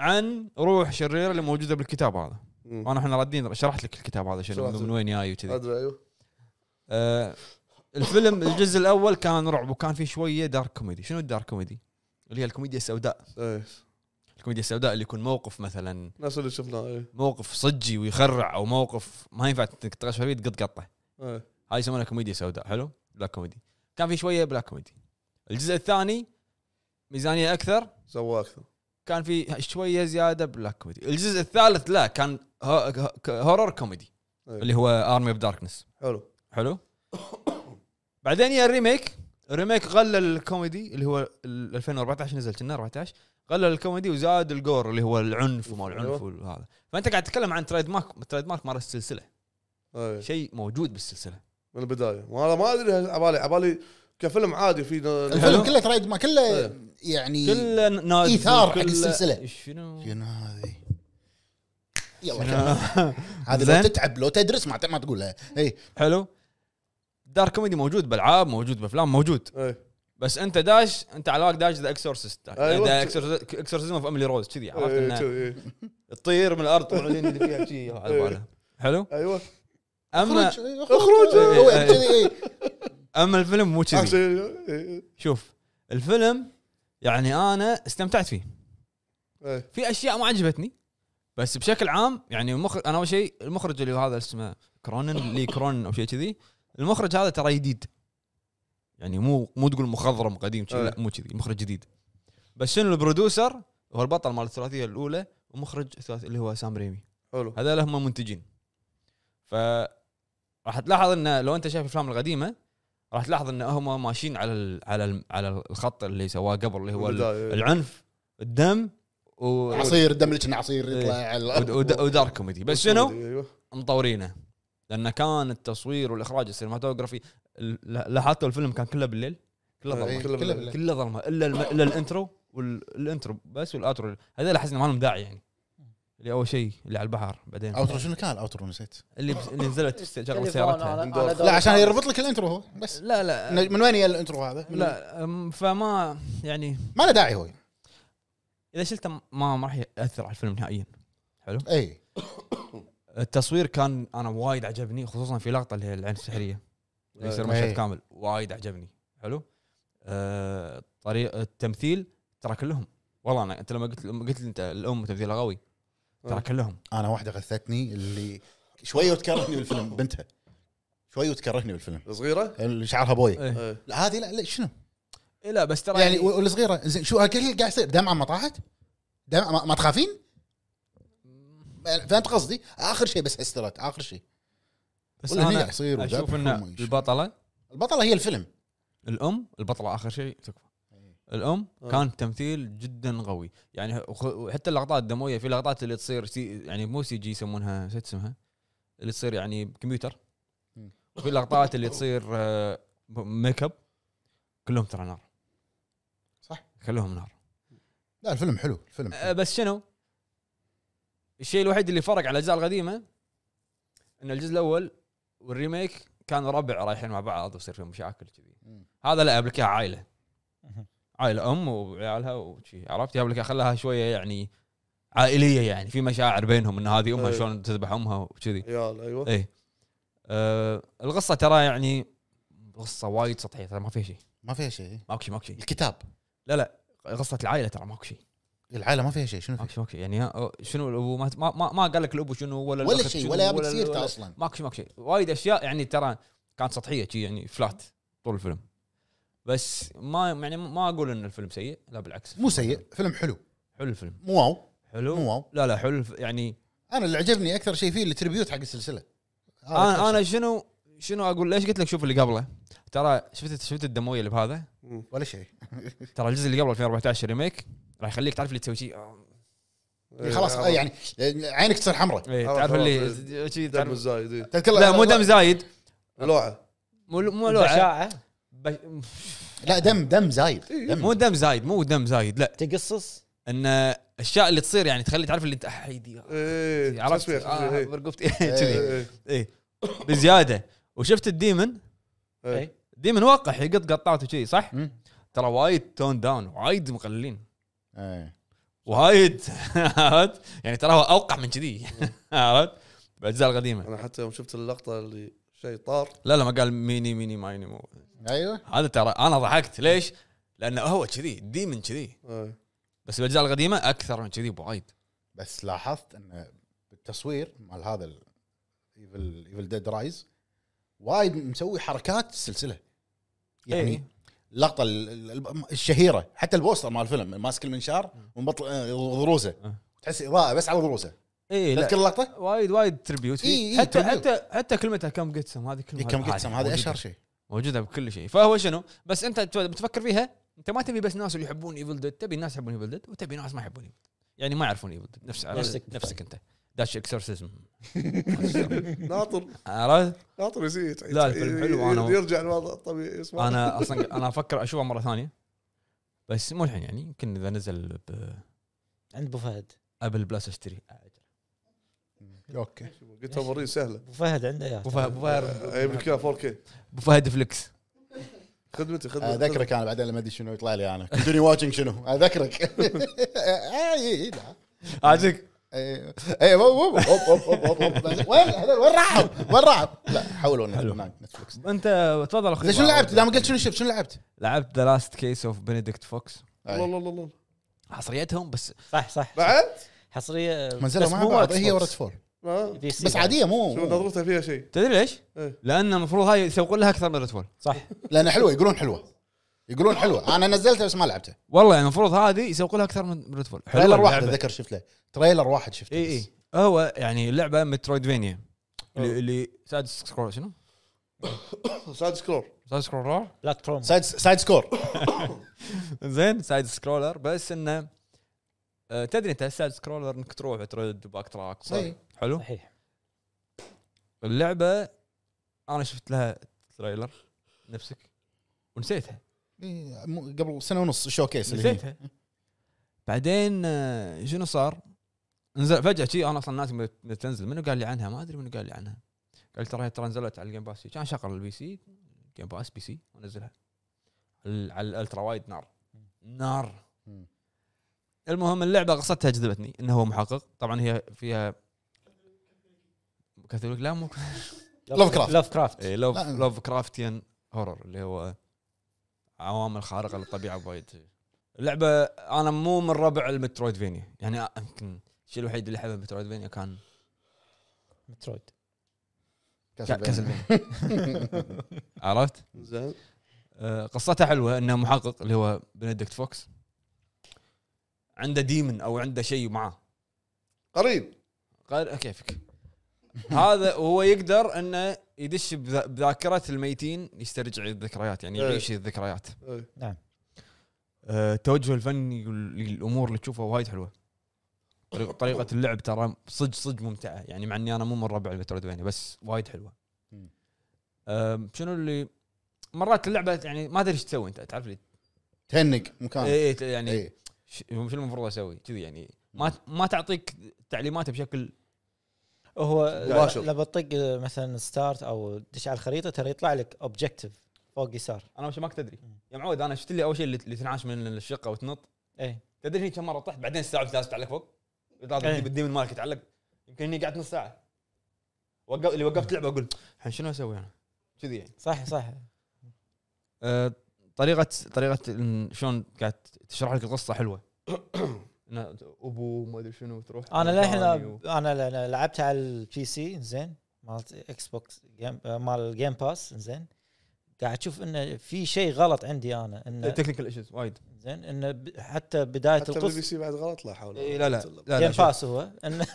عن روح شريره اللي موجوده بالكتاب هذا مم. وانا احنا رادين شرحت لك الكتاب هذا شنو شرحت من لك. وين جاي وكذي ادري ايوه آه، الفيلم الجزء الاول كان رعب وكان فيه شويه دارك كوميدي شنو الدارك كوميدي اللي هي الكوميديا السوداء إي. الكوميديا السوداء اللي يكون موقف مثلا نفس اللي شفناه اي موقف صجي ويخرع او موقف ما ينفع انك تغش فيه تقط قطه إي. هاي يسمونها كوميديا سوداء حلو بلاك كوميدي كان في شويه بلاك كوميدي الجزء الثاني ميزانيه اكثر سواه اكثر كان في شويه زياده بلاك كوميدي الجزء الثالث لا كان هو- ك- هورر كوميدي أي. اللي هو ارمي اوف داركنس حلو حلو بعدين يا الريميك الريميك غلل الكوميدي اللي هو ال- 2014 نزل كنا 14 غلل الكوميدي وزاد الجور اللي هو العنف وما العنف وهذا فانت قاعد تتكلم عن تريد مارك تريد مارك مال السلسله اي شيء موجود بالسلسله من البدايه وانا ما ادري عبالي عبالي كفيلم عادي في الفيلم حلو. كله ترايد ما كله إيه. يعني كله نازل إيثار حق كله- السلسلة. شنو شنو هذه؟ يلا كمل. شنو؟ هذه زين. لو تتعب لو تدرس ما ما تقولها اي حلو دار كوميدي موجود بالعاب موجود بافلام موجود اي بس انت داش انت على بالك داش ذا اكسورسيست أيوة. ذا اكسورسيزم اوف املي روز كذي عرفت إيه، إي، انه إي. تطير من الارض والعيون اللي فيها شي إيه. على باله حلو ايوه اما اخرج إيه، هو إيه. كذي، إيه. اما الفيلم مو أحسن. كذي إي، شوف الفيلم يعني انا استمتعت فيه إي. في اشياء ما عجبتني بس بشكل عام يعني المخرج انا اول شيء المخرج اللي هذا اسمه كرونن لي كرونن او شيء كذي المخرج هذا ترى جديد يعني مو مو تقول مخضرم قديم شي، لا أي. مو كذي مخرج جديد بس شنو البرودوسر هو البطل مال الثلاثيه الاولى ومخرج الثلاثي اللي هو سام ريمي حلو هذول هم منتجين ف راح تلاحظ انه لو انت شايف الافلام القديمه راح تلاحظ ان هم ماشيين على ال على ال على الخط اللي سواه قبل اللي هو ال- البداية. العنف الدم و... عصير دم اللي كنا عصير يطلع إيه. على ود- الارض ود- ودارك كوميدي بس شنو ايوه مطورينه لانه كان التصوير والاخراج السينماتوجرافي ال- لا- لاحظتوا الفيلم كان كله بالليل كله إي، ظلمه كله كله بالله. بالله. كله ظلمه الا الم... الا الانترو والانترو بس والاترو هذول احس إنه ما لهم داعي يعني اللي اول شيء اللي على البحر بعدين اوترو شنو كان الاوترو نسيت اللي بس- اللي نزلت بس- شغله تليفون سيارتها على- على لا عشان يربط لك الانترو هو بس لا لا من وين يا الانترو هذا؟ من آه. لا أم، فما يعني ما له داعي هو اذا شلته ما ما راح ياثر على الفيلم نهائيا اي التصوير كان انا وايد عجبني خصوصا في لقطه اللي هي العين السحريه اللي يصير إيه. مشهد كامل وايد عجبني حلو أه طريق التمثيل ترى كلهم والله انا انت لما قلت لما قلت لي انت الام تمثيلها قوي ترى أه. كلهم انا واحده غثتني اللي شويه وتكرهتني بالفيلم بنتها شوي وتكرهني بالفيلم صغيره اللي شعرها بوي إيه. إيه. لا هذه لا لا شنو إيه لا بس ترى يعني وال- والصغيره زين شو هالكل اللي قاعد يصير دمعه ما طاحت دمعه ما, ما تخافين فهمت قصدي اخر شيء بس استرت اخر شيء بس واللي هنا انا يصير اشوف ان وذبح وما يش- البطله البطله هي الفيلم الام البطله اخر شيء تكفى إيه. الام آه. كان تمثيل جدا قوي يعني وخ- وحتى اللقطات الدمويه في لقطات اللي تصير سي يعني مو سي جي يسمونها شو اسمها اللي تصير يعني كمبيوتر مم. وفي لقطات اللي تصير آه، ميك اب كلهم ترى نار صح. كلهم نار لا الفيلم حلو الفيلم آه، حلو. بس شنو الشيء الوحيد اللي فرق على الاجزاء القديمه ان الجزء الاول والريميك كانوا ربع رايحين مع بعض ويصير فيهم مشاكل كذي مم. هذا لا يبلك إياها عائله مهم. عائله ام وعيالها وشي عرفت يبلك إياها خلاها شويه يعني عائليه يعني في مشاعر بينهم ان هذه امها أي. شلون تذبح امها وكذي عيال ايوه ايه أه القصه ترى يعني قصه وايد سطحيه ترى ما فيها شيء ما فيها شيء ماكو شيء ماكو شيء الكتاب لا لا قصه العائله ترى ماكو شيء العائله ما فيها شيء شنو فيها ماكو شيء ماكو شيء يعني ها- شنو الابو ما ما, ما, ما قال لك الابو شنو ولا ولا الأخت شيء شنو ولا جابت ال- سيرته ولا- اصلا ماكو شيء ماكو شيء وايد اشياء يعني ترى كانت سطحيه شي يعني فلات طول الفيلم بس ما يعني ما اقول ان الفيلم سيء لا بالعكس مو سيء فيلم حلو حلو الفيلم مو واو حلو مو واو لا لا حلو الف- يعني انا اللي عجبني اكثر شيء فيه التريبيوت حق السلسله هذا أكثر انا انا شيء. شنو شنو اقول ليش قلت لك شوف اللي قبله ترى شفت شفت الدمويه اللي بهذا مم. ولا شيء ترى الجزء اللي قبله 2014 ريميك راح يخليك تعرف اللي تسوي شيء آه، إيه، خلاص عرفت. يعني عينك تصير حمراء إيه، خلاص، تعرف خلاص، اللي شي دم تعرف- الزايد إيه. تذكر لا مو دم زايد لوعه مو مو لوعه بشاعه بش- لا دم دم زايد دم إيه، مو دم زايد مو دم زايد لا تقصص ان الاشياء اللي تصير يعني تخلي تعرف اللي انت حيدي ايه عرفت تسويق، آه، إيه. برقبتي إيه. كذي إيه. اي بزياده وشفت الديمن إيه. الديمن واقع يقط قطات وكذي صح؟ مم. ترى وايد تون داون وايد مقللين إيه. وايد عرفت؟ يعني ترى هو اوقع من كذي عرفت؟ بالاجزاء القديمه انا حتى يوم شفت اللقطه اللي شيء طار لا لا ما قال ميني ميني مايني مو ايوه هذا ترى انا ضحكت ليش؟ لانه هو كذي الديمن كذي إيه. بس بالاجزاء القديمه اكثر من كذي بوايد بس لاحظت ان بالتصوير مال هذا ايفل ايفل ديد رايز وايد مسوي حركات السلسله يعني إيه. اللقطه ال- ال- الشهيره حتى البوستر مال الفيلم ماسك المنشار ومبطل آه، آه. ضروسه تحس اضاءه بس على ضروسه اي لا تذكر اللقطه؟ وايد وايد تريبيوت إي إي فيه حتى tribute. حتى حتى كلمتها كم قسم هذه كلمه إيه، كم عادي، قسم هذا موجودة- اشهر شيء موجوده بكل شيء فهو شنو بس انت تو- بتفكر فيها انت ما تبي بس ناس اللي يحبون ايفل ديد تبي ناس يحبون ايفل ديد وتبي ناس ما يحبون ايفل يعني ما يعرفون ايفل ديد نفس نفسك نفسك. نفسك انت داش اكسورسيزم ناطر عرفت ناطر يزيد لا، الفيلم حلو، وأنا- إيه، يرجع الوضع الطبيعي اسمع انا اصلا انا افكر اشوفه مره ثانيه بس مو الحين يعني يمكن اذا نزل عند ابو فهد بابل بلس اشتري اوكي قلت موريه سهله ابو فهد عنده اياه ابو فهد- أبو فهد- اجيب لك اياها 4K أبو فهد فليكس خدمتي خدمتي اذكرك انا بعدين لما ادري شنو يطلع لي انا كنتوني واتشنج شنو اذكرك اي اي إيه، لا عاجبك اي اي هوب هوب هوب هوب هوب هوب وين هذول وين راحوا؟ وين راحوا؟ لا حولوا حلو. لنا نتفلكس انت تفضل اخوي زين شنو لعبت؟ دام قلت شنو شفت شنو لعبت؟ لعبت ذا لاست كيس اوف بنديكت فوكس الله الله الله الله حصريتهم بس صح صح بعد حصريه منزلها بس مع مو بعض Xbox. هي ورد فور ما- بي سي بس بعد. عاديه مو شوف مو- نظرته فيها شيء تدري ليش؟ إيه. لان المفروض هاي يسوقون لها اكثر من ريتول صح لان حلوه يقولون حلوه يقولون حلوه انا نزلتها بس ما لعبتها والله يعني المفروض هذه يسوقون لها اكثر من ريتفول تريلر واحد اتذكر شفت له تريلر واحد شفته اي إيه، بس. اي إيه، هو يعني لعبه مترويدفينيا أوه. اللي اللي سايد سكرول شنو؟ ساد سكرول سايد سكرولر بلاتفورم سايد سايد سكور زين سايد سكرولر بس انه آه، تدري انت سايد سكرولر انك تروح ترد باك تراك صح؟ إي. حلو صحيح اللعبه انا شفت لها تريلر نفسك ونسيتها إي، مو- إيه، قبل سنه ونص الشو كيس اللي هي. نسيتها بعدين آه، شنو صار؟ نزل فجاه شي انا اصلا ناسي متى- متى تنزل منو قال لي عنها ما ادري منو قال لي عنها قال ترى هي ترى نزلت على الجيم باس كان شغل البي سي جيم باس بي سي ونزلها ال- على الالترا وايد نار نار مم. المهم اللعبه قصتها جذبتني انه هو محقق طبعا هي فيها كاثوليك لا مو Love Craft. لوف كرافت إيه، لوف لا. لوف كرافتيان هورر اللي هو عوامل خارقه للطبيعه وايد اللعبه انا مو من ربع المترويدفينيا يعني أ- يمكن الشيء الوحيد اللي حبه مترويدفينيا كان مترويد كاسلفينيا عرفت؟ زين آه، قصتها حلوه انه محقق اللي هو بنديكت فوكس عنده ديمن او عنده شيء معاه قريب قال آه، كيفك هذا وهو يقدر انه يدش بذا- بذاكره الميتين يسترجع الذكريات يعني إيه. يعيش الذكريات إيه. آه، التوجه الفني الامور اللي تشوفها وايد حلوه طريقة- طريقه اللعب ترى صدق صدق ممتعه يعني مع اني انا مو من ربع المترويدفانيا بس وايد حلوه مم. آم، شنو اللي مرات اللعبه يعني ما ادري ايش تسوي انت تعرف لي تهنق مكان إيه يعني اي ش- شنو المفروض اسوي كذي يعني ما ما تعطيك تعليمات بشكل هو مباشر. لما تطق مثلا ستارت او دش على الخريطه ترى يطلع لك اوبجيكتيف فوق يسار انا وش ماك تدري يا معود انا شفت لي اول شيء اللي, اللي تنعاش من الشقه وتنط ايه تدري هني كم مره طحت بعدين الساعه لازم تعلق فوق لازم إيه. تجيب الديمن مالك تعلق يمكن اني قعدت نص ساعه وقف اللي وقفت لعبه اقول الحين شنو اسوي انا؟ كذي يعني صح صح أه طريقه طريقه إن شلون قاعد تشرح لك القصه حلوه إنه ابو ما ادري شنو تروح انا للحين ثاني و- انا ل- ل- لعبت على البي سي زين مالت اكس بوكس جيم- مال الجيم باس زين قاعد اشوف انه في شيء غلط عندي انا انه تكنيكال ايشوز وايد زين انه ب- حتى بدايه حتى بالبي القصه سي بعد غلط لا حول ولا إيه، لا لا قوة إلا لا, لا جيم شوف. باس هو انه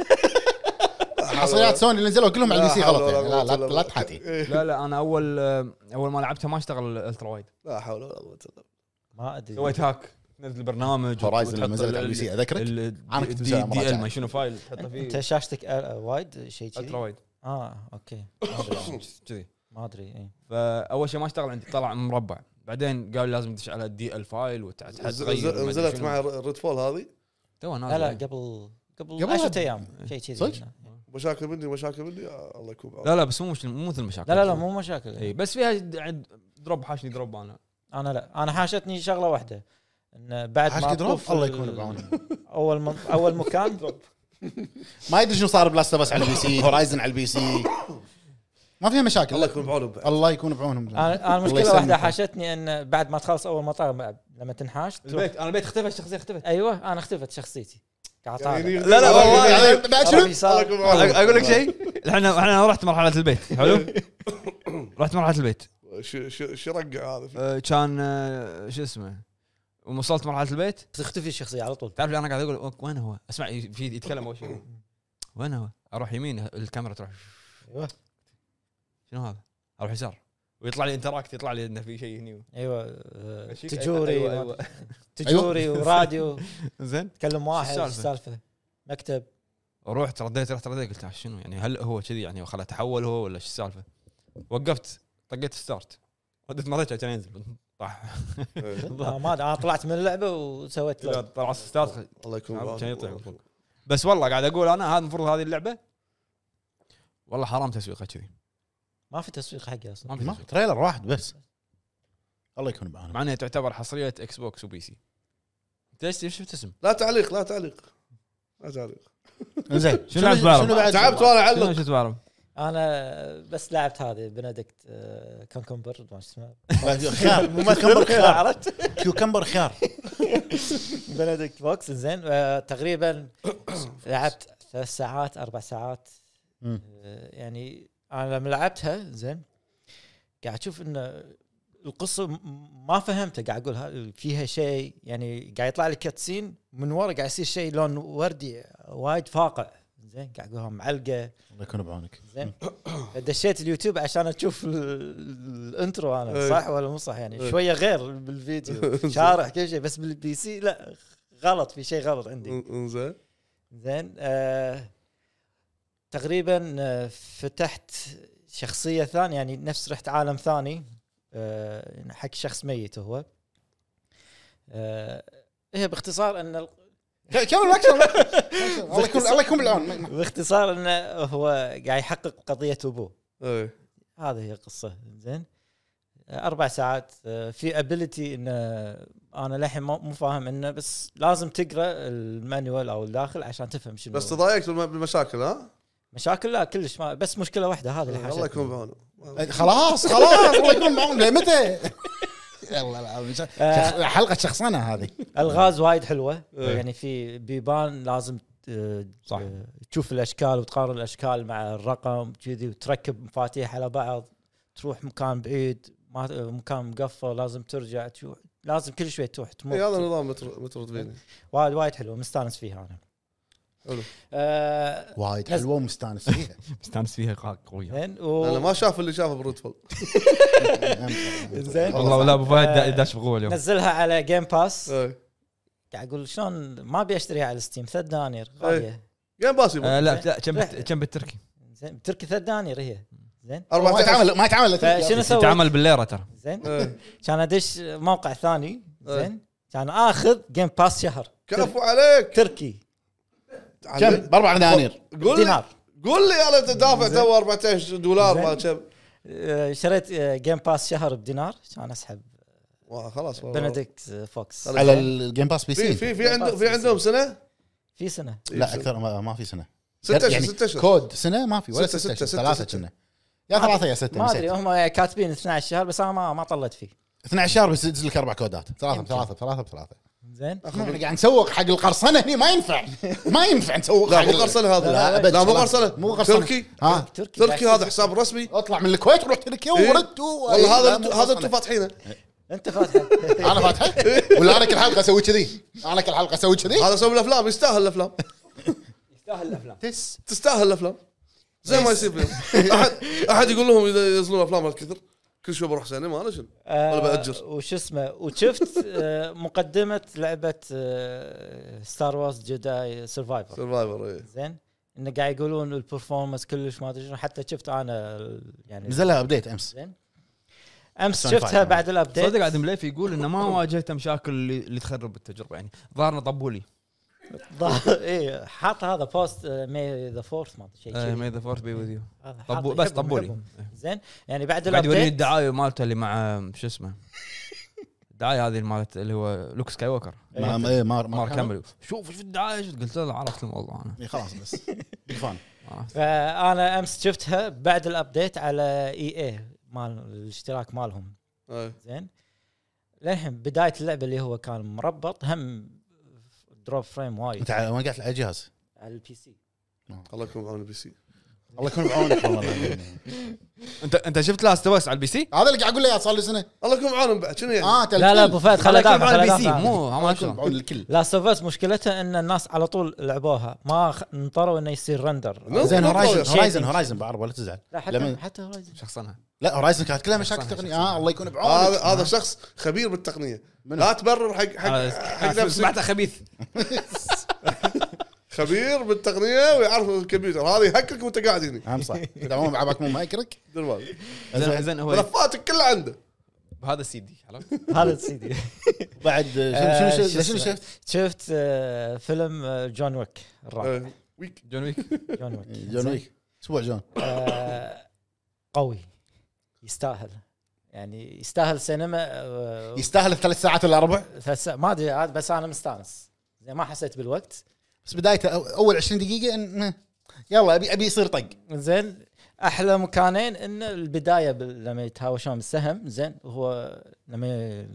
حصريات سوني اللي نزلوا كلهم على البي سي لا حول غلط يعني لا لا ولا قوة إلا لا تحاتي بالله. إيه. لا لا انا اول آه، اول ما لعبتها ما اشتغل الترا وايد لا حول ولا قوه الا ما ادري سويت هاك تنزل برنامج هورايزن لما وتحط نزلت على البي سي اذكرك ال- أنا كنت مسوي الدي دي ال مراجعة. ما شنو فايل تحطه انت فيه شاشتك آه، وايد شيء الترا كذي وايد اه اوكي كذي ما ادري اي فاول شيء ما اشتغل عندي طلع مربع بعدين قال لازم تدش على الدي ال فايل والله. طيب، نزلت- نزلت مع ريد فول هذه تو لا لا نازل قبل قبل قبل 10 هذا. ايام شيء كذي صدق؟ مشاكل مني مشاكل مني آه، الله يكون بعونك. لا لا بس مو مش- مو مثل المشاكل لا لا لا مو مشاكل اي بس فيها د- عد- دروب حاشني دروب انا انا لا انا حاشتني شغله واحده انه بعد ما حاشك دروب تطوف الله ال- يكون بعونه اول من اول مكان ما يدري شنو صار بلاست بس على البي سي هورايزن على البي سي ما فيها مشاكل الله يكون بعونهم بعد. الله يكون بعونهم انا انا مشكله يسلمك. واحده حاشتني ان بعد ما تخلص اول مطار لما تنحاش تروح- البيت انا البيت اختفى الشخصيه اختفت ايوه انا اختفت شخصيتي قاعد يعني طالع لا لا والله العظيم. بعد أروح شنو؟ الله يسار. يكون بعونهم. اقول لك شيء احنا احنا رحت مرحله البيت حلو رحت مرحله البيت شو- شو شو رقع هذا أه، كان أه، شو اسمه وصلت مرحله البيت تختفي الشخصيه على طول تعرف اللي انا قاعد اقول أوك، وين هو؟ اسمع ي- في يتكلم اول شيء وين هو؟ اروح يمين الكاميرا تروح ايوه شنو هذا؟ اروح يسار ويطلع لي انتراكت يطلع لي انه في شيء هني ايوه آه، أشيك- تجوري أيوة، أيوة. تجوري وراديو زين تكلم واحد شو شو السالفة؟ السالفه مكتب رحت رديت رحت رديت قلت آه، شنو يعني هل هو كذي يعني خله تحول هو ولا شو السالفه؟ وقفت طقيت ستارت رديت مريت عشان ينزل طاح إيه. آه، ما أدري، انا طلعت من اللعبه وسويت إذا لود. طلع ستارت الله يكون عرفت كان يطيح بعونهم بالفوق. بس والله قاعد اقول انا هذا المفروض هذه اللعبه والله حرام تسويقها كذي ما في تسويق حقها ما اصلا في ما تسويق. تريلر واحد بس الله يكون بعونهم مع انها تعتبر حصريه اكس بوكس وبي سي انت ليش ليش شفت اسم؟ لا تعليق لا تعليق لا تعليق زين شنو لعبت بعرف؟ تعبت وانا اعلق شو تعرف؟ انا بس لعبت هذه بندكت كونكمبر ما شو اسمه خيار كيوكمبر خيار عرفت كيوكمبر خيار بنديكت فوكس زين آه، تقريبا لعبت ثلاث ساعات اربع ساعات مم. آه، يعني انا لما لعبتها زين قاعد اشوف ان القصه م- ما فهمتها قاعد اقول ها- فيها شيء يعني قاع يطلع لي كاتسين من ورا قاعد يصير شيء لون وردي وايد فاقع زين قاعد اقولها معلقه الله يكون بعونك زين دشيت اليوتيوب عشان اشوف ال- الانترو انا إيه. صح ولا مو صح يعني إيه. شويه غير بالفيديو شارح كل شيء بس بالبي سي لا غلط في شيء غلط عندي انزين زين آه تقريبا آه فتحت شخصيه ثانيه يعني نفس رحت عالم ثاني آه حق شخص ميت هو آه هي باختصار ان ال- كمل الاكشن الله يكون الله يكون بالعون باختصار انه هو قاعد يحقق قضيه ابوه إيه. هذه هي القصه زين اربع ساعات آه، في ابيلتي ان آه، انا للحين مو مو فاهم انه بس لازم تقرا المانيوال او الداخل عشان تفهم شنو بس تضايقت بالم- بالمشاكل ها مشاكل لا كلش ما بس مشكله واحده هذه اللي إيه، الله يكون حاشتني بعونهم خلاص خلاص الله يكون بعون متى؟ آه. يلا العظيم شخ- حلقه شخصنه هذه الغاز وايد حلوه إيه. يعني في بيبان لازم آه، صح. آه، تشوف الاشكال وتقارن الاشكال مع الرقم كذي وتركب مفاتيح على بعض تروح مكان بعيد ما آه، مكان مقفل لازم ترجع تشوف لازم كل شوي تروح إي، إيه، هذا تمر نظام متروفينيا وايد وايد حلو مستانس فيها انا حلو. آه، وايد بس- حلوه ومستانس فيها مستانس فيها قويه زين انا و ما شاف اللي شافه بروتفول زين. والله ولا ابو فهد دا- آه، داش بقوه اليوم نزلها على جيم باس إي. قاعد اقول شلون ما ابي اشتريها على ستيم ثلاث دنانير إيه. غاليه جيم باس يبا آه، لا لا كم بت- رح- كم بالتركي زين بتركي ثلاث دنانير هي زين ما 14 يتعامل ما يتعامل فشنو تركي. سويت؟ تعمل بالليره ترى زين إي. كان ادش موقع ثاني إيه. زين كان اخذ جيم باس شهر كفو عليك تركي كم ب 4 دنانير قول لي دينار قول لي انا تدافع زين. تو 14 دولار ما زين. كم آه، شريت آه، جيم باس شهر بدينار كان اسحب واه، خلاص بناديكت آه، فوكس خلاص. على الجيم باس بي في سي في في عندهم في عندهم سنه في سنه لا اكثر ما, ما في سنه ستة يعني اشهر ستة اشهر كود سنه ما في ولا ستة- ستة ستة- اشهر ستة- ثلاثه ستة. كنا يا ثلاثه يا سته ما ادري نسيت. هم كاتبين 12 شهر بس انا ما ما طلت فيه 12 شهر بس يدز لك اربع كودات ثلاثه يمكن. بثلاثه بثلاثه بثلاثه زين احنا قاعد نسوق حق القرصنه هني ما ينفع ما ينفع نسوق لا حق مو ال- قرصنه هذا يعني لا، أبد. لا مو خلاص. قرصنه مو قرصنة. تركي ها تركي تركي هذا قاعد- حساب رسمي اطلع من الكويت وروح تركيا إيه. ورد والله هذا هذا انتم فاتحينه انت فاتحه انا فاتحه ولا انا كل حلقه اسوي كذي انا كل حلقه اسوي كذي هذا سوي الافلام يستاهل الافلام يستاهل الافلام تس تستاهل الافلام زي ما يصير فيهم احد احد يقول لهم اذا ينزلون افلام هالكثر كل شوي بروح سينما انا شنو؟ ولا بأجر. آه، وش اسمه وشفت آه، مقدمه لعبه ستار وارز جداي سرفايفر سرفايفر اي زين انه قاعد يقولون البرفورمانس كلش ما ادري شنو حتى شفت انا ال- يعني نزلها ابديت امس زين امس Sun شفتها Fighter. بعد الابديت صدق عاد مليفي يقول انه ما واجهت مشاكل اللي, اللي تخرب التجربه يعني ظهرنا طبولي ظهر- اي إيه، حاط هذا آه، بوست مي ذا فورث ما ادري شيء كذي. ماي ذا آه، فورث بي وذ يو هذا حاط- طبو بس يحبهم- طبولي يحبهم. زين يعني بعد قاعد يوريني الابديت الدعايه مالته اللي مع شو اسمه الدعايه هذه مالت اللي هو لوك سكاي ووكر ما ما إيه، ما مار ما كامل شوف شوف الدعايه شو قلت له عرفت لهم والله انا إيه، خلاص بس فان عرفت. فانا امس شفتها بعد الابديت على اي اي مال الاشتراك مالهم إيه. زين للحين بدايه اللعبه اللي هو كان مربط هم دروب فريم وايد انت على- وين قاعد على الجهاز على البي سي الله يكون بعون البي سي الله يكون بعونك والله انت انت شفت لاست بس على البي سي؟ هذا اللي قاعد اقول له يا صار لي سنه الله يكون بعونهم بعد شنو يعني؟ اه لا لا ابو فهد خله خليك دافع على خله البي سي دافع. مو ما شلون بعون الكل لا سيرفرز مشكلتها ان الناس على طول لعبوها ما خ- انطروا انه يصير رندر نو- زين نو هورايزن بروبلم. هورايزن هورايزن بعرب ولا تزعل لا حتى لما- حتى هورايزن شخصنها لا هورايزن كانت كلها مشاكل صح، تقنيه صح، اه الله يكون بعونك هذا هذا شخص خبير بالتقنيه لا تبرر حق حق حق آه، نفسك سمعتها خبيث خبير بالتقنيه ويعرف الكمبيوتر هذا يهكك وانت قاعد هنا هم صح اذا مو معباك مو مايكرك دير بالك. زين زين هو ملفاتك كلها عنده هذا السي دي عرفت؟ هذا سيدي بعد شنو شنو شنو شنو شفت؟ شفت آه، فيلم آه، جون ويك الرابع إيه. ويك جون ويك جون ويك جون ويك اسبوع جون آه، قوي يستاهل يعني يستاهل سينما آه، يستاهل الثلاث ساعات ولا ربع فس- ما ادري عاد بس انا مستانس زين ما حسيت بالوقت بس بدايته أو- اول 20 دقيقه إن مه. يلا ابي ابي يصير طق زين احلى مكانين ان البدايه بال- لما يتهاوشون بالسهم زين هو لما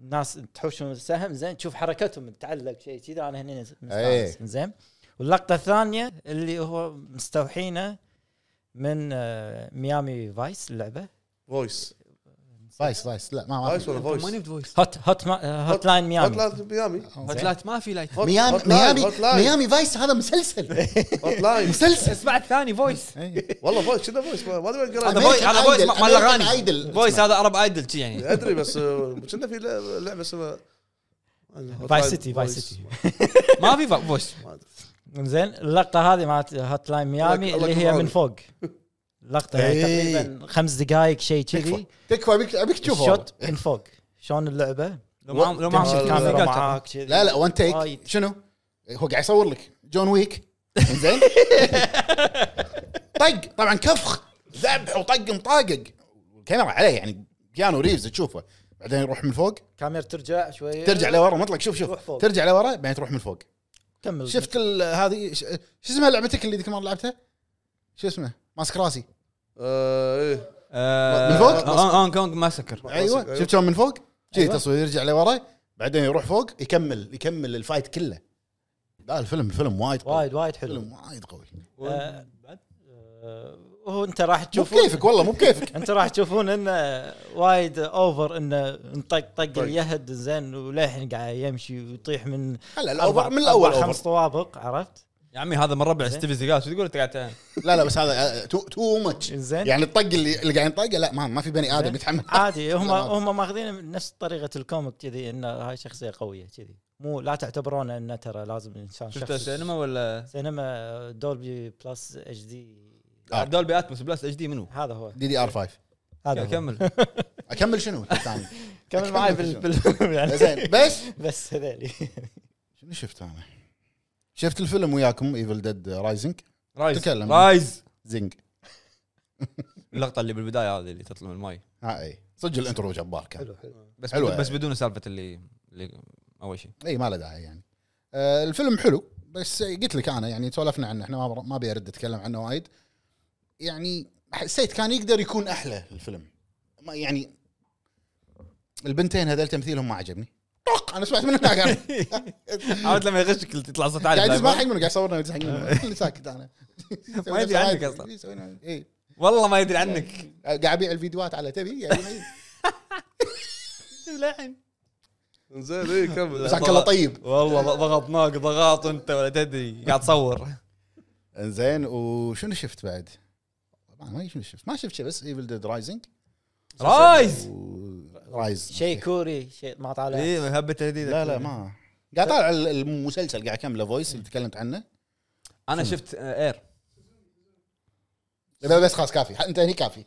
الناس تحوشهم بالسهم زين تشوف حركتهم تعلق شيء كذا انا هنا مستانس أي. زين واللقطه الثانيه اللي هو مستوحينه من آه، ميامي فايس اللعبه فويس فايس فايس لا ما ما فويس في. ولا ما فويس نبت فويس هوت هوت ما- هوت لاين ميامي هوت لاين ميامي Oh. زين. هوتلات ما في لايت هوت- ميامي هوت لاين، ميامي هوت لاين. ميامي فايس هذا مسلسل هوت لاين مسلسل اسمع الثاني فويس إيه. والله فويس كنا فويس ما ما ادري وين هذا قرأت. فويس هذا فويس Idol. مال American الاغاني Idol. فويس هذا ارب ايدل شي يعني ادري بس آه، كنا في لعبة- لعبه اسمها فايس سيتي، فايس سيتي. ما في فويس زين اللقطه هذه مالت هوت لاين ميامي الله- الله اللي هي يكون من بعونك. فوق لقطه يعني إيه. تقريبا خمس دقائق شيء كذي تكفى تكفى ابيك ابيك تشوفه الشوت من فوق شلون اللعبه لو ما لو ما تمشي الكاميرا عم- معاك كذي. لا لا وان تيك وايد. شنو؟ هو قاعد يصور لك جون ويك زين طق طبعا كفخ ذبح وطق مطاقق الكاميرا عليه يعني كيانو ريفز تشوفه بعدين يروح من فوق كاميرا ترجع شويه ترجع لورا مطلق شوف تروح شوف فوق. ترجع لورا بعدين تروح من فوق كمل شفت ال- هذه ش- شو اسمها لعبتك اللي ذيك المره لعبتها؟ شو اسمه؟ ماسك راسي آه، ايه آه، من فوق؟ آه، هونغ كونغ ماسكر راسك، ايوه أيوة. شفت شلون من فوق؟ كذي أيوة. تصوير يرجع لورا بعدين يروح فوق يكمل يكمل الفايت كله لا الفيلم الفيلم وايد قوي وايد وايد حلو الفيلم وايد قوي آه، آه، هو انت راح مو تشوفون بكيفك والله مو بكيفك انت راح تشوفون انه وايد اوفر انه نطق طيب. طق اليهد زين وللحين قاعد يمشي ويطيح من هلا أربع- الاوفر من الاول أربع أوفر. خمس طوابق عرفت؟ يا عمي هذا من ربع زين. ستيف زيجال شو تقول انت قاعد لا لا بس هذا آه، تو, تو ماتش زين يعني الطق اللي اللي قاعد ينطقه لا ما, ما في بني ادم زين. يتحمل عادي هم لا، عادي. هم ماخذين من نفس طريقه الكوميك كذي انه هاي شخصيه قويه كذي مو لا تعتبرونه انه ترى لازم انسان شفته شخص سينما ولا سينما دولبي بلس اتش دي آه. دولبي اتموس بلس اتش دي منو؟ هذا هو دي دي ار 5 هذا هو. كمل اكمل شنو الثاني كمل معي بال- بالفيلم يعني زين بس بس هذيلي شنو شفت انا؟ شفت الفيلم وياكم ايفل ديد رايزنج رايز تكلم. رايز زنج اللقطه اللي بالبدايه هذه اللي تطلع من الماي ها اي صدق الانترو جبار كان حلو حلو بس حلوة بدون- بس يعني. بدون سالفه اللي اللي اول شيء اي ما له داعي يعني آه الفيلم حلو بس قلت لك انا يعني سولفنا عنه احنا ما ما ابي ارد اتكلم عنه وايد يعني حسيت كان يقدر يكون احلى الفيلم ما يعني البنتين هذول تمثيلهم ما عجبني طق انا سمعت من هناك أنا. عاد لما يغشك تطلع صوت عالي قاعد يسمع بالآيفون. حق منه قاعد يصورنا ويضحك منه اللي ساكت انا ما يدري عنك أصلاً. اي والله ما يدري عنك إيه. قاعد ابيع الفيديوهات على تبي يعني زين اي كمل جزاك الله طيب والله ضغطناك ضغط انت ولا تدري قاعد تصور انزين وشنو شفت بعد؟ ما ما شنو شفت ما شفت شيء بس ايفل ديد رايزنج رايز رايز شيء كوري شيء ما طالع ايه هبه تهديد لا لا ما قاعد طالع ال- المسلسل قاعد اكمله فويس اللي تكلمت عنه انا شفت آه، اير لا، لا، بس خلاص كافي انت هني كافي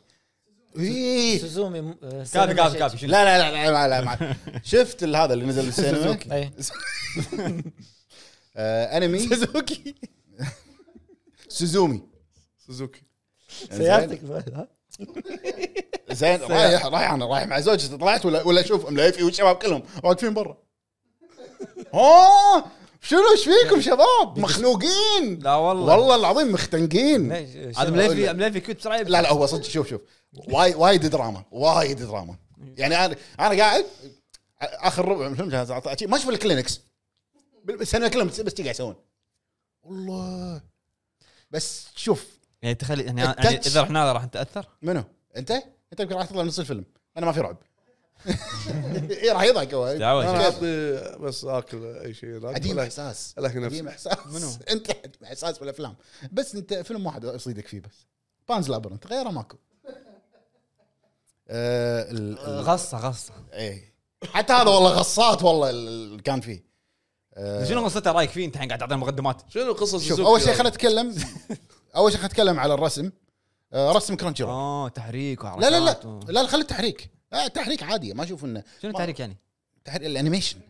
إيه. سوزومي م- كافي سينما كافي شيء. كافي شنو لا لا لا لا, لا, لا. شفت ال- هذا اللي نزل بالسينما إيه. آه انمي سوزوكي سوزومي سوزوكي سيارتك بعد، ها؟ زين رايح رايح انا رايح مع زوجتي طلعت ولا ولا اشوف مليفي والشباب كلهم واقفين برا ها شنو ايش فيكم شباب مخنوقين لا والله والله العظيم مختنقين ليش- عاد شنو؟ مليفي مليفي كيوت بسرعه لا لا هو صدق شوف شوف وايد وايد دراما وايد دراما يعني انا انا قاعد اخر ربع من الفيلم جهاز أعطى- ما اشوف الكلينكس السنه كلهم بس بس قاعد يسوون والله بس شوف يعني تخلي يعني يعني التاتش. اذا رحنا له راح نتاثر منو انت انت يمكن راح تطلع نص الفيلم انا ما في رعب إيه، راح يضحك هو دعوه انا اعطي بس اكل اي شيء هناك عديم ولا- احساس لك نفسي. عديم احساس منو؟ انت عديم احساس بالافلام بس انت فيلم واحد يصيدك فيه بس بانز لابرنت غيره ماكو آه، ال- ال- غصه غصه ايه حتى هذا والله غصات والله ال- اللي كان فيه آه، شنو قصته رايك فيه انت الحين قاعد تعطينا مقدمات شنو قصص شوف سوزوكي اول شيء خلينا هذه؟ نتكلم اول شيء خلينا نتكلم على الرسم آه، رسم كرانشي رول اه تحريك وحركات لا لا لا و- لا لا خلي التحريك آه، تحريك عادي ما اشوف انه شنو تحريك يعني؟ تحريك الانيميشن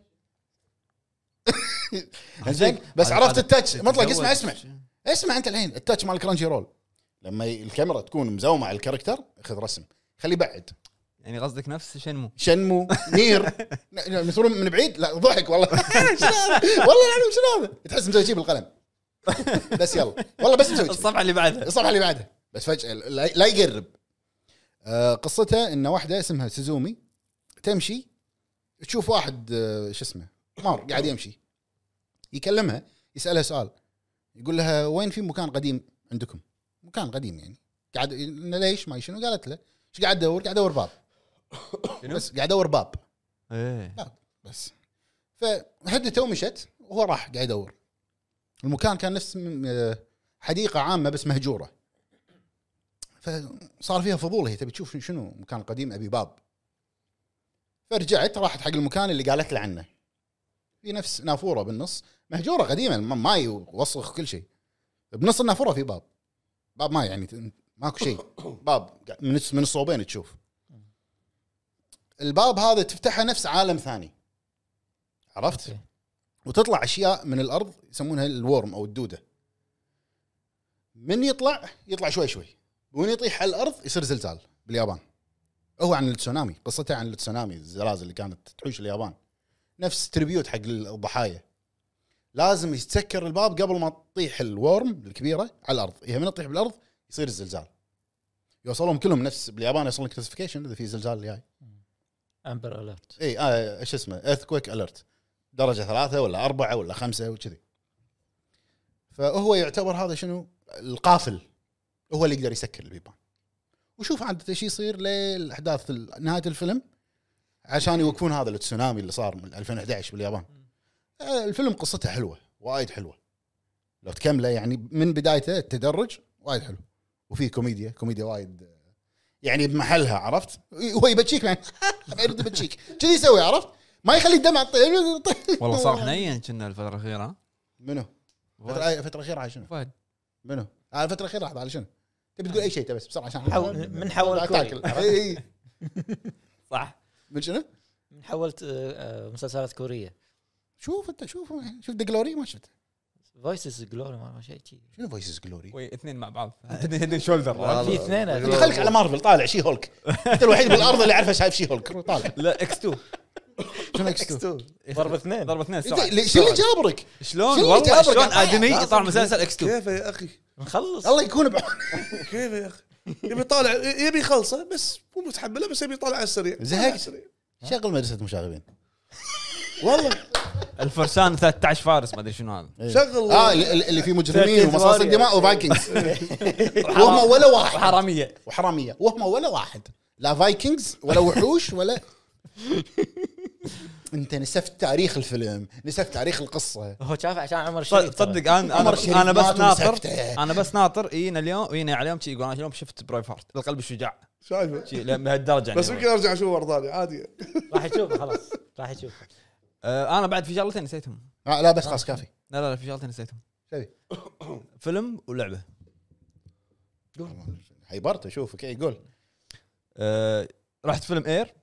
زين زين بس عرفت التاتش مطلق اسمع اسمع اسمع انت الحين التاتش مال كرانشي رول لما ي- الكاميرا تكون مزومه على الكاركتر خذ رسم خليه بعد يعني قصدك نفس شنمو شنمو نير ن- ن- يصورون من بعيد لا ضحك والله شنو هذا؟ والله العظيم شنو هذا تحس مسوي شي بالقلم بس يلا والله بس مسوي شي. الصفحه اللي بعدها الصفحه اللي بعدها بس فجاه لا لا يقرب آه، قصته ان واحده اسمها سوزومي تمشي تشوف واحد آه، شو اسمه مار قاعد يمشي يكلمها يسالها سؤال يقول لها وين في مكان قديم عندكم؟ مكان قديم يعني قاعد إنه ليش ما شنو قالت له ايش قاعد ادور؟ قاعد ادور باب شنو؟ بس قاعد ادور باب ايه بس فهدته ومشت وهو راح قاعد يدور المكان كان نفس م- م- حديقه عامه بس مهجوره فصار فيها فضول هي تبي تشوف شنو مكان قديم ابي باب فرجعت راحت حق المكان اللي قالت له عنه في نفس نافوره بالنص مهجوره قديمه م- ماي ووسخ كل شيء بنص النافوره في باب باب ماي يعني ت- ماكو شيء باب من من الصوبين تشوف الباب هذا تفتحه نفس عالم ثاني عرفت؟ أوكي. وتطلع اشياء من الارض يسمونها الورم او الدوده من يطلع يطلع شوي شوي ومن يطيح على الارض يصير زلزال باليابان هو عن التسونامي قصته عن التسونامي الزلازل اللي كانت تحوش اليابان نفس ترibute حق الضحايا لازم يتسكر الباب قبل ما تطيح الورم الكبيره على الارض هي من تطيح بالارض يصير الزلزال يوصلون كلهم نفس باليابان يوصل لك نوتيفيكيشن اذا في زلزال يعني. جاي امبر الرت اي آه، ايش اسمه ايرث كويك الرت درجه ثلاثه ولا اربعه ولا خمسه وكذي فهو يعتبر هذا شنو القافل هو اللي يقدر يسكر البيبان وشوف عاده ايش يصير للاحداث ال- نهايه الفيلم عشان يوقفون هذا التسونامي اللي صار من 2011 باليابان آه، الفيلم قصته حلوه وايد حلوه لو تكمله يعني من بدايته التدرج وايد حلو وفيه كوميديا كوميديا وايد آه، يعني بمحلها عرفت هو يبتشيك يعني يرد يبتشيك كذي يسوي عرفت ما يخلي الدمع يطير والله صار حنين كنا الفتره الاخيره ها؟ منو؟ فهد. فترة فترة أخيرة على شنو؟ فهد منو؟ على الفترة الأخيرة هذا على شنو؟ تبي تقول أي شيء تبي بس بسرعة عشان حول- من حول تاكل. كوري. إي، إي. صح من شنو؟ من حولت آه، آه، مسلسلات كوريه شوف أنت شوف شوف ذا جلوري ما شفته فويسز جلوري ما شيء شي. شنو فويسز جلوري؟ وي اثنين مع بعض هيد شولدر في اثنين لا، لا. خليك على مارفل طالع شي هولك أنت الوحيد بالأرض اللي أعرفه شايف شي هولك طالع لا اكس 2 شنو إكس تو؟ ضرب اثنين ضرب اثنين سرعة. أنت ليش- شو اللي جابرك؟ شلون شنو والله يتعبرك؟ شلون ادمي لازم يطلع مسلسل اكس 2 كيف يا اخي نخلص الله يكون بعون كيف يا اخي يبي يطالع يبي يخلصه بس مو متحمله بس يبي يطالع على السريع زهقت. على السريع. شغل مدرسة مشاغبين والله الفرسان 13 فارس ما ادري شنو هذا شغل اه اللي- اللي اللي فيه مجرمين ومصاص دماء وفايكنجز وهم ولا واحد حراميه وحراميه وهم ولا واحد لا فايكنجز ولا وحوش ولا انت نسفت تاريخ الفيلم نسفت تاريخ القصه هو شاف عشان عمر الشريف صد- ترى. طيب، صدق انا انا عمر بس الشريف انا مات بس ناطر ومسحبته. انا بس ناطر يجينا اليوم يجينا على اليوم شي يقول انا اليوم شفت برايف هارت القلب الشجاع شايفه شي لهالدرجه بس يعني يمكن ارجع اشوف مره ثانيه عادي راح يشوف خلاص راح يشوف آه، انا بعد في شغلتين نسيتهم آه لا بس خلاص كافي لا لا لا في شغلتين نسيتهم شبي. فيلم ولعبه هيبرت اشوف اوكي قول آه، رحت فيلم اير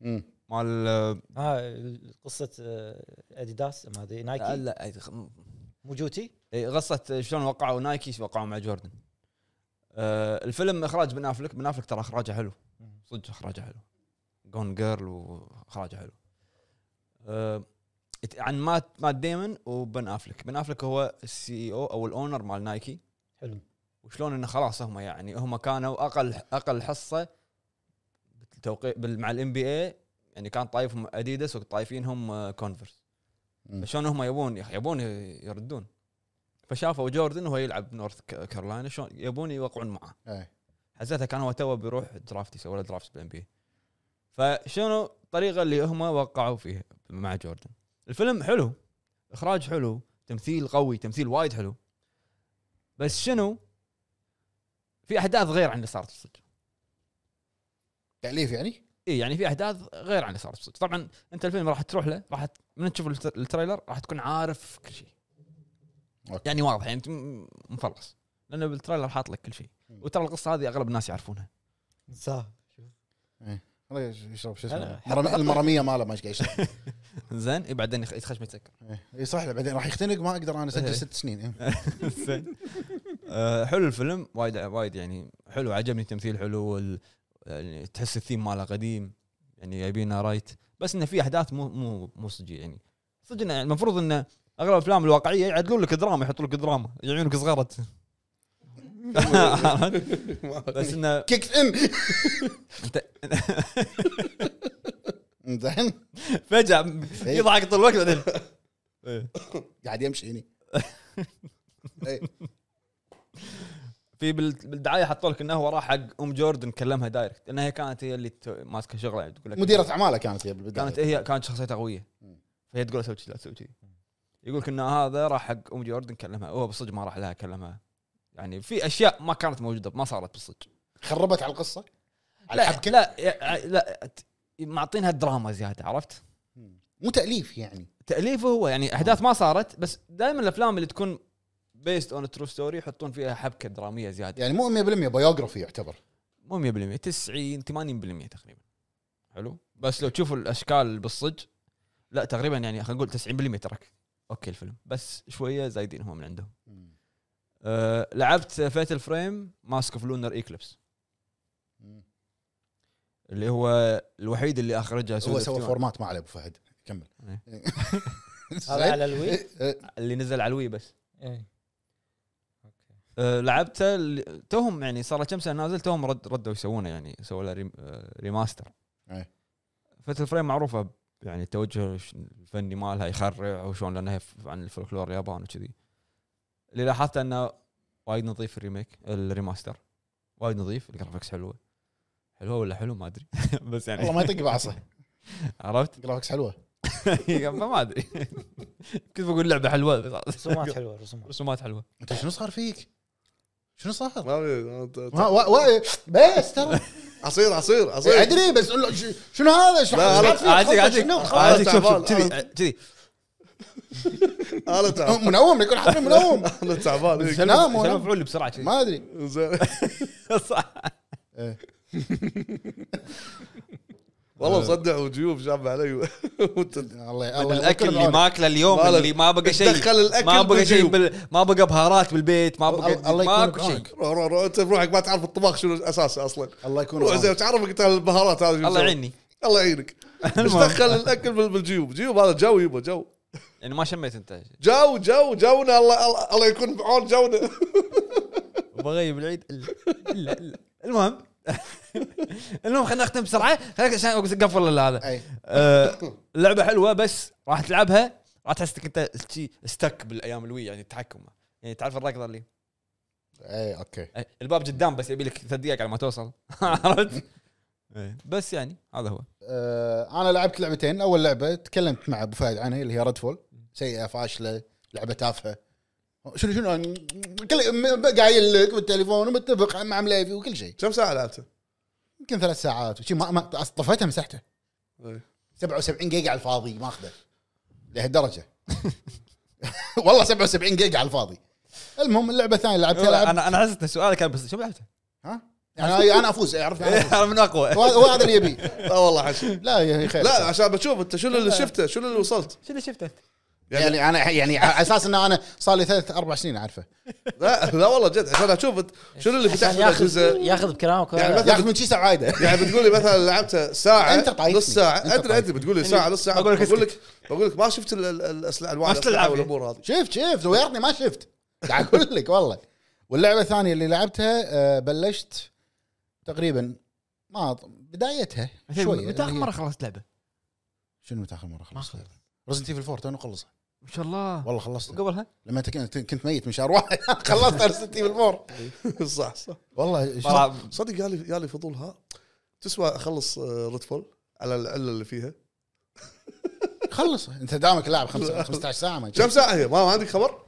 مم. مال آه، ها قصه آه، اديداس ما ادري لا نايكي لا، أي- خ- مو جوتي إيه، قصه شلون وقعوا نايكي وقعوا مع جوردن آه، الفيلم اخراج بن افلك بن افلك ترى اخراجه حلو صدق اخراجه حلو جون جيرل واخراجه حلو آه، ات- عن مات مات ديمون وبن افلك بن افلك هو السي او او الاونر مال نايكي حلو وشلون انه خلاص هم يعني هم كانوا اقل اقل حصه بالتوقيع بال- مع الام بي اي يعني كان طايفهم اديداس وطايفينهم آه، كونفرس مم. فشلون هم يبون يبون يردون فشافوا جوردن وهو يلعب نورث ك- كارولاينا شلون يبون يوقعون معاه إيه. حزتها كان هو تو بيروح درافت يسوي له درافت بالان بي فشنو الطريقه اللي هم وقعوا فيها مع جوردن الفيلم حلو اخراج حلو تمثيل قوي تمثيل وايد حلو بس شنو في احداث غير عن اللي صارت بالصدق تاليف يعني اي يعني في احداث غير عن اللي صارت بالصدق طبعا انت الفيلم راح تروح له راح ت- من تشوف الت- التريلر راح تكون عارف كل شيء أوكي. يعني واضح يعني أنت م- مفلص لانه بالتريلر حاط لك كل شيء وترى القصه هذه اغلب الناس يعرفونها زاه والله يشرب شو أنا- اسمه مرمي- المرميه ماله ما ايش قاعد يشرب زين إيه بعدين يخ- يتخشم يتسكر إيه. إيه، صح لا، بعدين راح يختنق ما اقدر انا إيه. اسجل ست سنين إيه. زين آه، حلو الفيلم وايد وايد يعني حلو عجبني التمثيل حلو وال- يعني تحس الثيم ماله قديم يعني جايبينه رايت بس انه في احداث مو مو مو صجيه يعني صدق إنه المفروض انه اغلب الافلام الواقعيه يعدلون لك دراما يحطوا لك دراما عيونك صغيره بس انه كيك ان انت زين فجاه يضحك طول الوقت بعدين إيه. قاعد يمشي هني إيه. في بال- بالدعايه حطوا لك انه هو راح حق ام جوردن كلمها دايركت انها هي كانت هي اللي تو- ماسكه شغله يعني تقول لك مديره اعماله كانت هي بالبدايه كانت هي كانت شخصيتها قويه يعني. مم. فهي تقول له سوي كذي لا تسوي كذي يقول لك ان هذا راح حق ام جوردن كلمها هو بالصدق ما راح لها كلمها يعني في اشياء ما كانت موجوده ما صارت بالصدق خربت على القصه على لا الحبكه لا يا- لا ت- معطينها دراما زياده عرفت؟ مو تاليف يعني تاليفه هو يعني احداث ما صارت بس دائما الافلام اللي تكون بيست اون ترو ستوري يحطون فيها حبكه دراميه زياده يعني مو 100% بايوغرافي يعتبر مو 100% 90 80% تقريبا حلو بس لو تشوفوا الاشكال بالصج لا تقريبا يعني خلينا نقول 90% ترك اوكي الفيلم بس شويه زايدين هم من عندهم أه لعبت فيتل فريم ماسك اوف لونر ايكليبس اللي هو الوحيد اللي اخرجها هو سودا سوى فتيون. فورمات ما عليه ابو فهد كمل إيه. هذا زين؟ على الوي إيه. اللي نزل على الوي بس إيه. أه لعبته ال- توهم يعني صار له كم سنه نازل توهم رد ردوا يسوونه يعني سووا له ريم- آه، ريماستر إيه. فيتل فريم معروفه ب- يعني التوجه الش- الفني مالها يخرع وشلون لانها ف- عن الفولكلور الياباني وكذي اللي لاحظته انه وايد نظيف الريميك الريماستر وايد نظيف الجرافكس حلوه حلوه ولا حلو ما ادري بس والله يعني ما يطق بعصه عرفت جرافكس حلوه فما ادري كنت بقول لعبه حلوه بس رسومات حلوه رسومات رسومات حلوه انت شنو صار فيك؟ شنو صار؟ ما أبي- ها- وا- وا- بس ترى عصير عصير عصير ادري بس قول له ش- شنو هذا؟ شنو لا، صار لا، فيك؟ عاديك خلطة عاديك شنو؟ خلطة. عاديك شوف شوف تعبان. كذي كذي انا تعبان منوم يكون حاطين منوم انا تعبان إيه، إيه، سلام سلم ونام. مفعول بسرعه كذي ما ادري زين صح إيه. والله مصدع وجيوب جاب علي وأنت- الله من الله الاكل يذكر اللي بعونك. ماكله اليوم مالك. اللي ما بقى شيء دخل الأكل ما بقى شيء بالجيوب. بال- ما بقى بهارات بالبيت ما الله- الله بقى ماكو يكون بعونك. شيء روح روح روح انت بروحك ما تعرف الطباخ شنو اساسه اصلا الله يكون روح زين بعونك. تعرفك انت البهارات هذه شو الله مسوي. يعيني الله يعينك ايش دخل الاكل بال- بالجيوب جيوب هذا جو يبا جو يعني ما شميت انت جو جو جونا الله الله- الله يكون بعون جونا وبغيب العيد الا الا الا المهم المهم خلينا نختم بسرعه خلينا عشان اقفل ال- هذا أي. آه، اللعبه حلوه بس راح تلعبها راح تحس انك انت شي استك بالايام الوي يعني التحكم يعني تعرف الركضه اللي اي اوكي آه، الباب قدام بس يبي لك ثلاث دقائق على ما توصل عرفت؟ إيه، بس يعني هذا هو آه، انا لعبت لعبتين اول لعبه تكلمت مع ابو فهد عنها اللي هي ريد فول سيئه فاشله لعبه تافهه شنو شنو كل م- قايل لك بالتليفون ومتفق مع مليفي وكل شيء كم ساعه لعبته؟ يمكن ثلاث ساعات وشي ما, ما طفيتها مسحتها إيه. 77 جيجا على الفاضي ماخذه لهالدرجه والله 77 جيجا على الفاضي المهم اللعبه الثانيه لعبتها لعب انا انا حسيت إن سؤالك كان بس شو لعبته؟ ها يعني انا افوز عرفت أنا أفوز. انا من اقوى هو- هو هذا اللي يبي لا والله حشي لا يا خير لا عشان بتشوف انت شنو اللي شفته شنو اللي وصلت شو اللي شفته؟ يعني انا يعني على اساس ان انا صار لي ثلاث اربع سنين اعرفه لا لا والله جد عشان اشوف أنت شنو اللي فتحت عشان من ياخذ الاجهزه ياخذ بكلامك يعني ولا مثلاً- لا. ياخذ من شي ساعه عايده يعني بتقول لي مثلا لعبتها ساعه أنت طايفني. نص ساعه أنت ادري ادري طايفني. بتقول لي ساعه نص ساعه بقول لك بقول لك بقول لك ما شفت ال- ال- الاسلحه الواعي ما شفت الألعاب. والامور هذه شفت شفت ويرني ما شفت قاعد اقول لك والله واللعبه الثانيه اللي لعبتها آه، بلشت تقريبا ما أط- بدايتها شويه متى اخر اللي هي- مره يعني خلصت لعبه؟ شنو متى اخر مره ما خلصت؟ خلصت رزنت ايفل 4 تو خلصها ما شاء الله والله خلصت قبلها؟ لما أنت كنت كنت ميت من شهر واحد خلصت رزنت ايفل 4 صح صح والله شو- ما- صدق يالي يالي فضول ها تسوى اخلص ريد فول على العله اللي فيها خلص انت دامك لاعب خمس- 15 ساعه ما كم ساعه هي ما, ما عندك خبر؟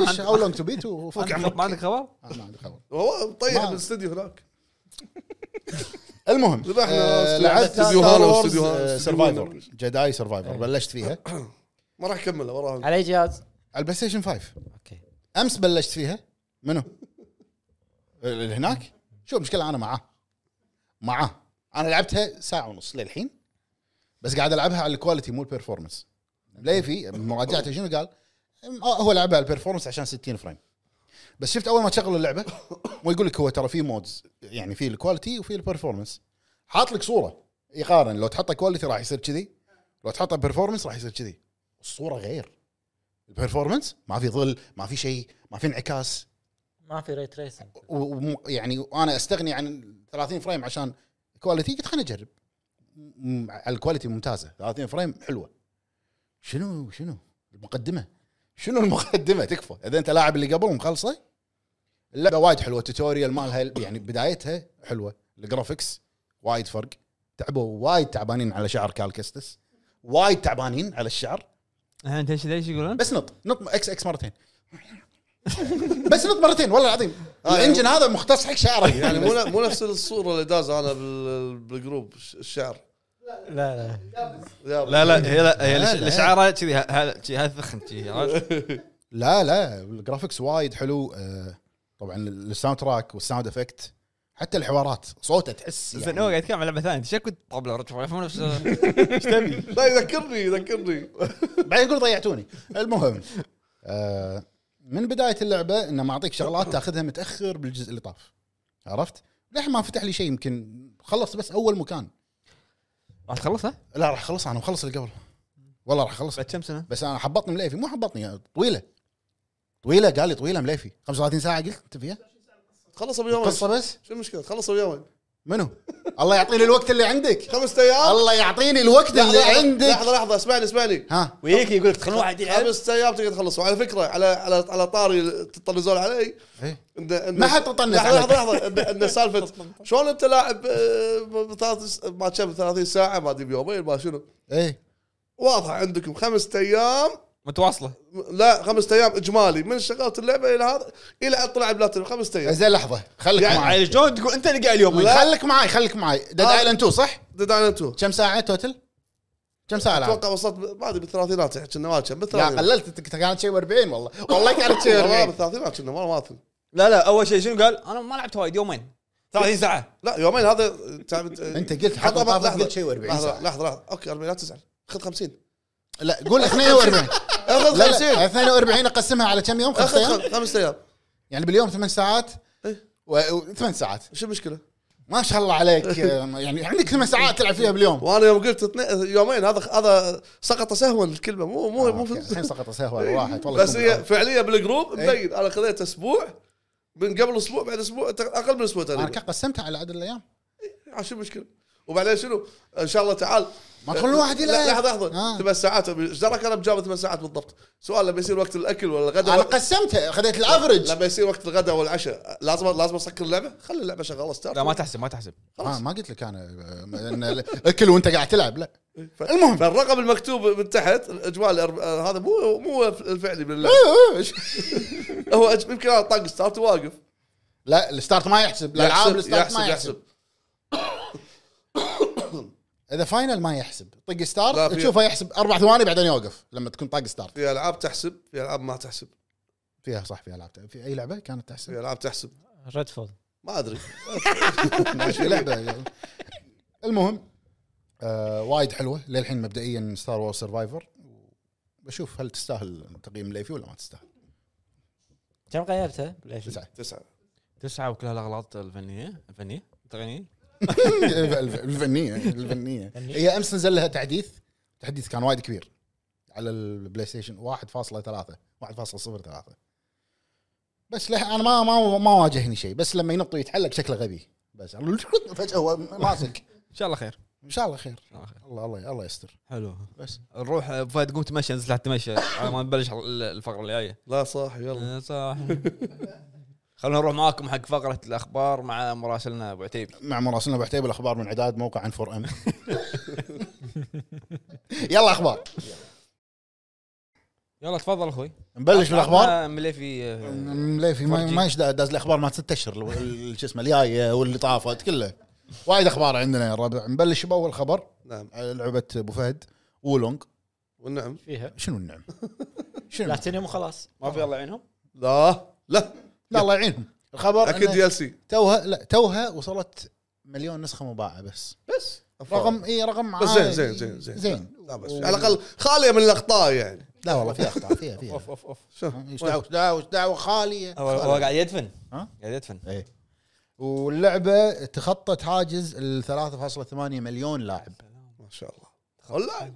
ليش هاو لونج تو بيت وفك ما عمرك عندك- ما عندك خبر؟ آه، ما عندي خبر هو مطيح ما- بالاستديو هناك المهم ذبحنا آه، استوديو- لعبت آه، استوديو ستار هالو وورز واستوديو هالو، استوديو سرفايفر وينر. جداي سرفايفر بلشت فيها على ما راح اكملها وراها على اي جهاز؟ البلاي ستيشن 5 اوكي امس بلشت فيها منو؟ اللي هناك؟ شو المشكله انا معاه معاه انا لعبتها ساعه ونص للحين بس قاعد العبها على الكواليتي مو البرفورمانس ليفي مراجعته شنو قال؟ أم- آه، هو لعبها على البرفورمانس عشان 60 فريم بس شفت اول ما تشغل اللعبه مو يقول لك هو ترى في مودز يعني في الكواليتي وفي البرفورمانس حاط لك صوره يقارن لو تحطها كواليتي راح يصير كذي لو تحطها برفورمانس راح يصير كذي الصوره غير البرفورمانس ما في ظل ما في شيء ما في انعكاس ما في ري تريسنج ويعني وانا استغني يعني عن 30 فريم عشان كواليتي قلت خليني اجرب م- على الكواليتي ممتازه 30 فريم حلوه شنو شنو المقدمه شنو المقدمه تكفى اذا انت لاعب اللي قبل مخلصه اللعبه وايد حلوه التوتوريال مالها يعني بدايتها حلوه الجرافكس وايد فرق تعبوا وايد تعبانين على شعر كالكستس وايد تعبانين على الشعر ها، انت ايش ليش يقولون؟ بس نط نط اكس اكس مرتين بس نط مرتين والله العظيم الانجن هذا مختص حق شعره يعني يعني مو بس. ن- مو نفس الصوره اللي داز انا بال- بالجروب ش- الشعر لا لا يا لا لا هي لا يعني هي لا، الش- لا. الشعاره كذي ه- هذا شي- هذا فخم شي، عرفت؟ لا لا الجرافكس وايد حلو آه، طبعا الساوند تراك والساوند افكت حتى الحوارات صوته تحس زين هو يعني قاعد يتكلم عن لعبه ثانيه انت شكو طبله رجع مو نفس لا يذكرني يذكرني بعدين يقول ضيعتوني المهم آه، من بدايه اللعبه انه معطيك شغلات تاخذها متاخر بالجزء اللي طاف عرفت؟ للحين ما فتح لي شيء يمكن خلصت بس اول مكان راح تخلصها؟ لا راح اخلص انا مخلص اللي قبل والله راح اخلص بعد كم سنه؟ بس انا حبطني مليفي مو حبطني طويله طويله قال لي طويله مليفي 35 ساعه قلت انت فيها تخلصها بيومين قصه بس شو المشكله تخلصها بيومين منو؟ الله يعطيني الوقت اللي عندك خمس ايام الله يعطيني الوقت اللي لحظة- عندك لحظه لحظه اسمعني اسمعني ها ويجيك يقول لك تخلون واحد يلعب خمس ايام تقدر تخلص وعلى فكره على على على طاري تطنزون علي إيه. إن- إن- ما حد تطنز لحظه عليك. لحظه لحظه إن- ان سالفه شلون انت لاعب آه، ب- ثلاث- ما كم 30 ساعه ما ادري بيومين ما شنو ايه واضحه عندكم خمسة ايام متواصله لا خمسة ايام اجمالي من شغلت اللعبه الى هذا الى ان طلع بلاتينيوم خمسة ايام زين لحظه خليك يعني معي شلون تقول انت اللي قاعد اليوم خليك معي خليك معي ديد آه. ايلاند 2 صح؟ ديد ايلاند 2 كم ساعه توتل؟ كم ساعه لعبت؟ اتوقع وصلت ب- ما ادري بالثلاثينات يعني كنا ما كم نعم. لا بالثلاثينات قللت كانت شيء 40 والله والله كانت شيء والله 40 بالثلاثينات كنا ما ما أذكر. لا لا اول شيء شنو قال؟ انا ما لعبت وايد يومين 30 ساعه لا يومين هذا تعب- انت قلت حط حطها طافك لحظة. قلت شيء 40 لحظه ساعه لحظه لحظه اوكي 40 لا تزعل خذ 50 لا قول 42 اخذ لا 50 لا 42 اقسمها على كم يوم؟ خمس ايام؟ اخذ خمس ايام يعني باليوم ثمان ساعات إيه. وثمان ساعات شو المشكله؟ ما شاء الله عليك يعني عندك ثمان ساعات تلعب فيها باليوم وانا يوم قلت اثنين يومين هذا هذا سقط سهوا الكلمه مو مو مو آه، الحين سقط سهوة الواحد والله بس يكون إيه. هي بالعون. فعليا بالجروب مبين انا خذيت اسبوع من قبل اسبوع بعد اسبوع تق- اقل من اسبوع انا تقريبا كان قسمتها على عدد الايام عاد شو المشكله؟ وبعدين شنو؟ ان شاء الله تعال ما تخلون واحد يلعب. لا، لحظه لحظه آه. ثمان ساعات ايش دراك انا بجاب ثمان ساعات بالضبط؟ سؤال لما يصير وقت الاكل ولا الغداء انا ولا- قسمتها خذيت الافرج لما يصير وقت الغداء والعشاء لازم لازم اسكر اللعبه خلي اللعبه شغاله ستارت لا ما تحسب ما تحسب آه ما قلت لك انا آه، إن اكل وانت قاعد تلعب لا المهم. فالرقم المكتوب من تحت الاجوال الأرب- آه، هذا مو مو الفعلي إيه، بالله أيوه. هو أج- يمكن هذا طاق ستارت واقف لا الستارت ما يحسب الالعاب الستارت ما يحسب اذا فاينل ما يحسب طق لا، ستارت في- تشوفه يحسب اربع ثواني بعدين يوقف لما تكون طاق ستارت في العاب تحسب في العاب ما تحسب فيها صح في العاب في اي لعبه كانت في تحسب العاب تحسب ريد فول ما ادري في لعبه المهم آه وايد حلوه للحين مبدئيا ستار وورز سرفايفر بشوف هل تستاهل تقييم ليفي ولا ما تستاهل كم غيرته؟ ليش؟ تسعة. تسعه تسعه وكلها الاغلاط الفنيه الفنيه التقنيه الفنيه الفنيه هي امس نزل لها تحديث تحديث كان وايد كبير على البلاي ستيشن 1.3 1.03 بس لا انا ما ما ما واجهني شيء بس لما ينط ويتحلق شكله غبي بس فجاه هو ماسك ان شاء الله خير ان شاء الله خير ان شاء الله خير الله الله الله يستر حلو بس نروح أبو فهد قوم تمشى نزل تحت تمشى على ما نبلش ال- الفقره اللي جايه لا صح يلا آه، صح خلونا نروح معاكم حق فقره الاخبار مع مراسلنا ابو عتيبي مع مراسلنا ابو عتيبي الاخبار من عداد موقع عن 4 ام يلا اخبار يلا تفضل اخوي نبلش بالاخبار أنا مليفي آه، مليفي ما فرجي. ما ايش دا- داز الاخبار مال ست اشهر ال- ال- شو اسمه الجايه واللي طافت كله وايد اخبار عندنا يا الربع نبلش باول خبر نعم على لعبه ابو فهد وولونج والنعم فيها شنو النعم؟ شنو بلاتينيوم وخلاص ما في الله يعينهم لا لا لا الله يعينهم الخبر اكيد اكيد دي ال سي توها لا توها وصلت مليون نسخه مباعه بس بس رقم اي رقم بس عالي. زين زين زين زين زين لا بس على الاقل خاليه من الاخطاء يعني لا والله فيها اخطاء فيها فيها اوف اوف شوف ايش دعوه إيش دعوه إيش دعوه خاليه هو هو قاعد يدفن ها؟ قاعد يدفن ايه واللعبه تخطت حاجز ال 3.8 مليون لاعب ما شاء الله والله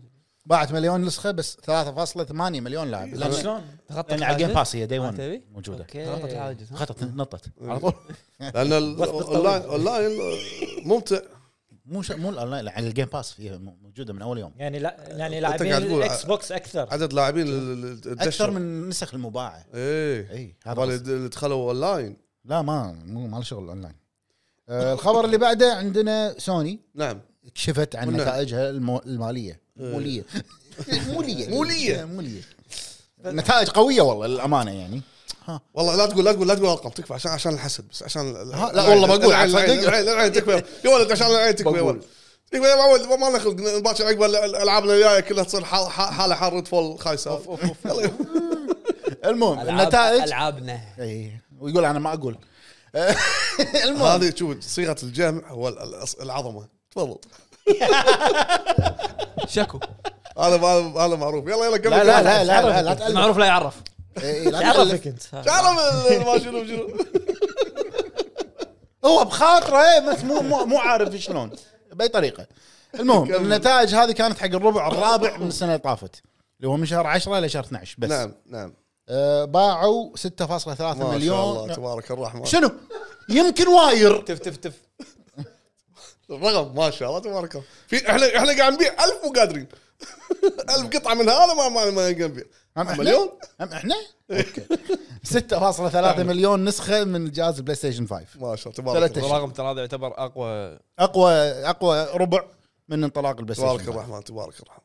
باعت مليون نسخه بس 3.8 مليون لاعب طب لان شلون؟ يعني تخطط لان على الجيم الحاجز؟ باس هي دي ما 1 تبي؟ موجوده اوكي تخطط الحاجز، خطت نطت على طول لان ال- اونلاين اونلاين ممتع مو ش... مو الاونلاين يعني الجيم باس فيها م- موجوده من اول يوم يعني لا يعني قاعد لاعبين تقول ع- الاكس بوكس اكثر عدد لاعبين ال- ال- الدشة. اكثر من النسخ المباعه ايه اي هذا هذول قصدي. اللي دخلوا اونلاين لا ما مو ما له شغل اونلاين آه الخبر اللي بعده عندنا سوني نعم كشفت عن والنعم. نتائجها المو... الماليه موليه موليه إيه. مولية. موليه نتائج قويه والله للامانه يعني والله لا تقول لا تقول لا تقول ارقام تكفى عشان عشان الحسد بس عشان ال- ها، لا والله بقول، العين- صدق. العين- العين العين تكفى يا ولد عشان العين تكفى يا بقول. ولد تكفى يا معود ما لنا خلق باكر عقب ال- الالعاب اللي جايه كلها تصير حال- حال- حاله حال ريد فول خايسه يلا المهم النتائج العابنا اي ويقول انا ما اقول المهم هذه شوف صيغه الجمع هو ال- ال- العظمه تفضل شكو هذا ما- هذا معروف يلا يلا كمل لا لا لا لا لا, لا تألف. المعروف لا يعرف إي، لا تألف تعرفك انت تعرف ال- ما شنو شنو هو بخاطره إيه، بس مو مو, مو عارف شلون باي طريقه المهم كمل. النتائج هذه كانت حق الربع الرابع من السنه اللي طافت اللي هو من شهر 10 الى شهر 12 بس نعم نعم آه باعوا 6.3 ما شاء الله مليون تبارك الرحمن شنو يمكن واير تف تف تف الرقم ما شاء الله تبارك الله في احنا احنا قاعد نبيع 1000 مو قادرين 1000 قطعه من هذا ما ما ما نقدر نبيع هم احنا مليون؟ هم احنا اوكي 6.3 مليون نسخه من جهاز البلاي ستيشن 5 ما شاء الله تبارك ثلاثة الله رقم ترى هذا يعتبر اقوى اقوى اقوى ربع من انطلاق البلاي ستيشن تبارك 5. الرحمن تبارك الرحمن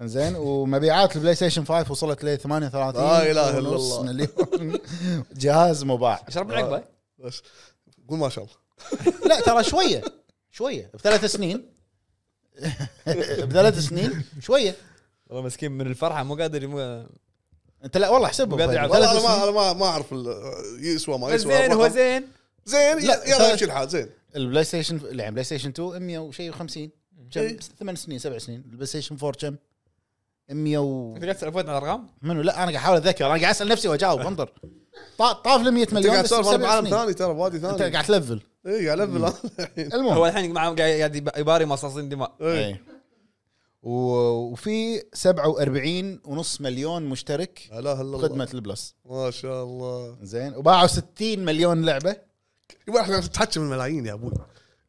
زين ومبيعات البلاي ستيشن 5 وصلت ل 38 لا إله إلا ونص الله. مليون جهاز مباع شرب العقبه بس قول ما شاء الله لا ترى شويه شويه بثلاث سنين بثلاث سنين شويه والله مسكين من الفرحه مو قادر يم... انت لا والله طيب، احسبها قاعد يلعب. فهد. والله ثلاث انا ما سنين انا ما ما اعرف ال- يسوى ما بس يسوى زين هو الرقم. زين زين لا، يلا ثلاث- يمشي الحال زين البلاي ستيشن يعني بلاي ستيشن 2 100 وشيء و50 كم إيه. ثمان سنين سبع سنين البلاي ستيشن 4 كم 100 و انت قاعد تسال فوت على الارقام منو لا انا قاعد احاول اتذكر انا قاعد اسال نفسي واجاوب انطر طا- طاف ال 100 انت مليون قاعد بس تسولف أنا سبع بعالم سنين ثاني ترى بوادي ثاني إيه، انت قاعد تلفل اي قاعد الفل أنا الحين. المهم هو الحين معاه قاعد يب- يباري مصاصين دماء إيه. إيه. و- وفي 47 ونص مليون مشترك لا اله الا الله خدمه البلس ما شاء الله زين وباعوا 60 مليون لعبه يبا احنا نتحكم الملايين يا ابوي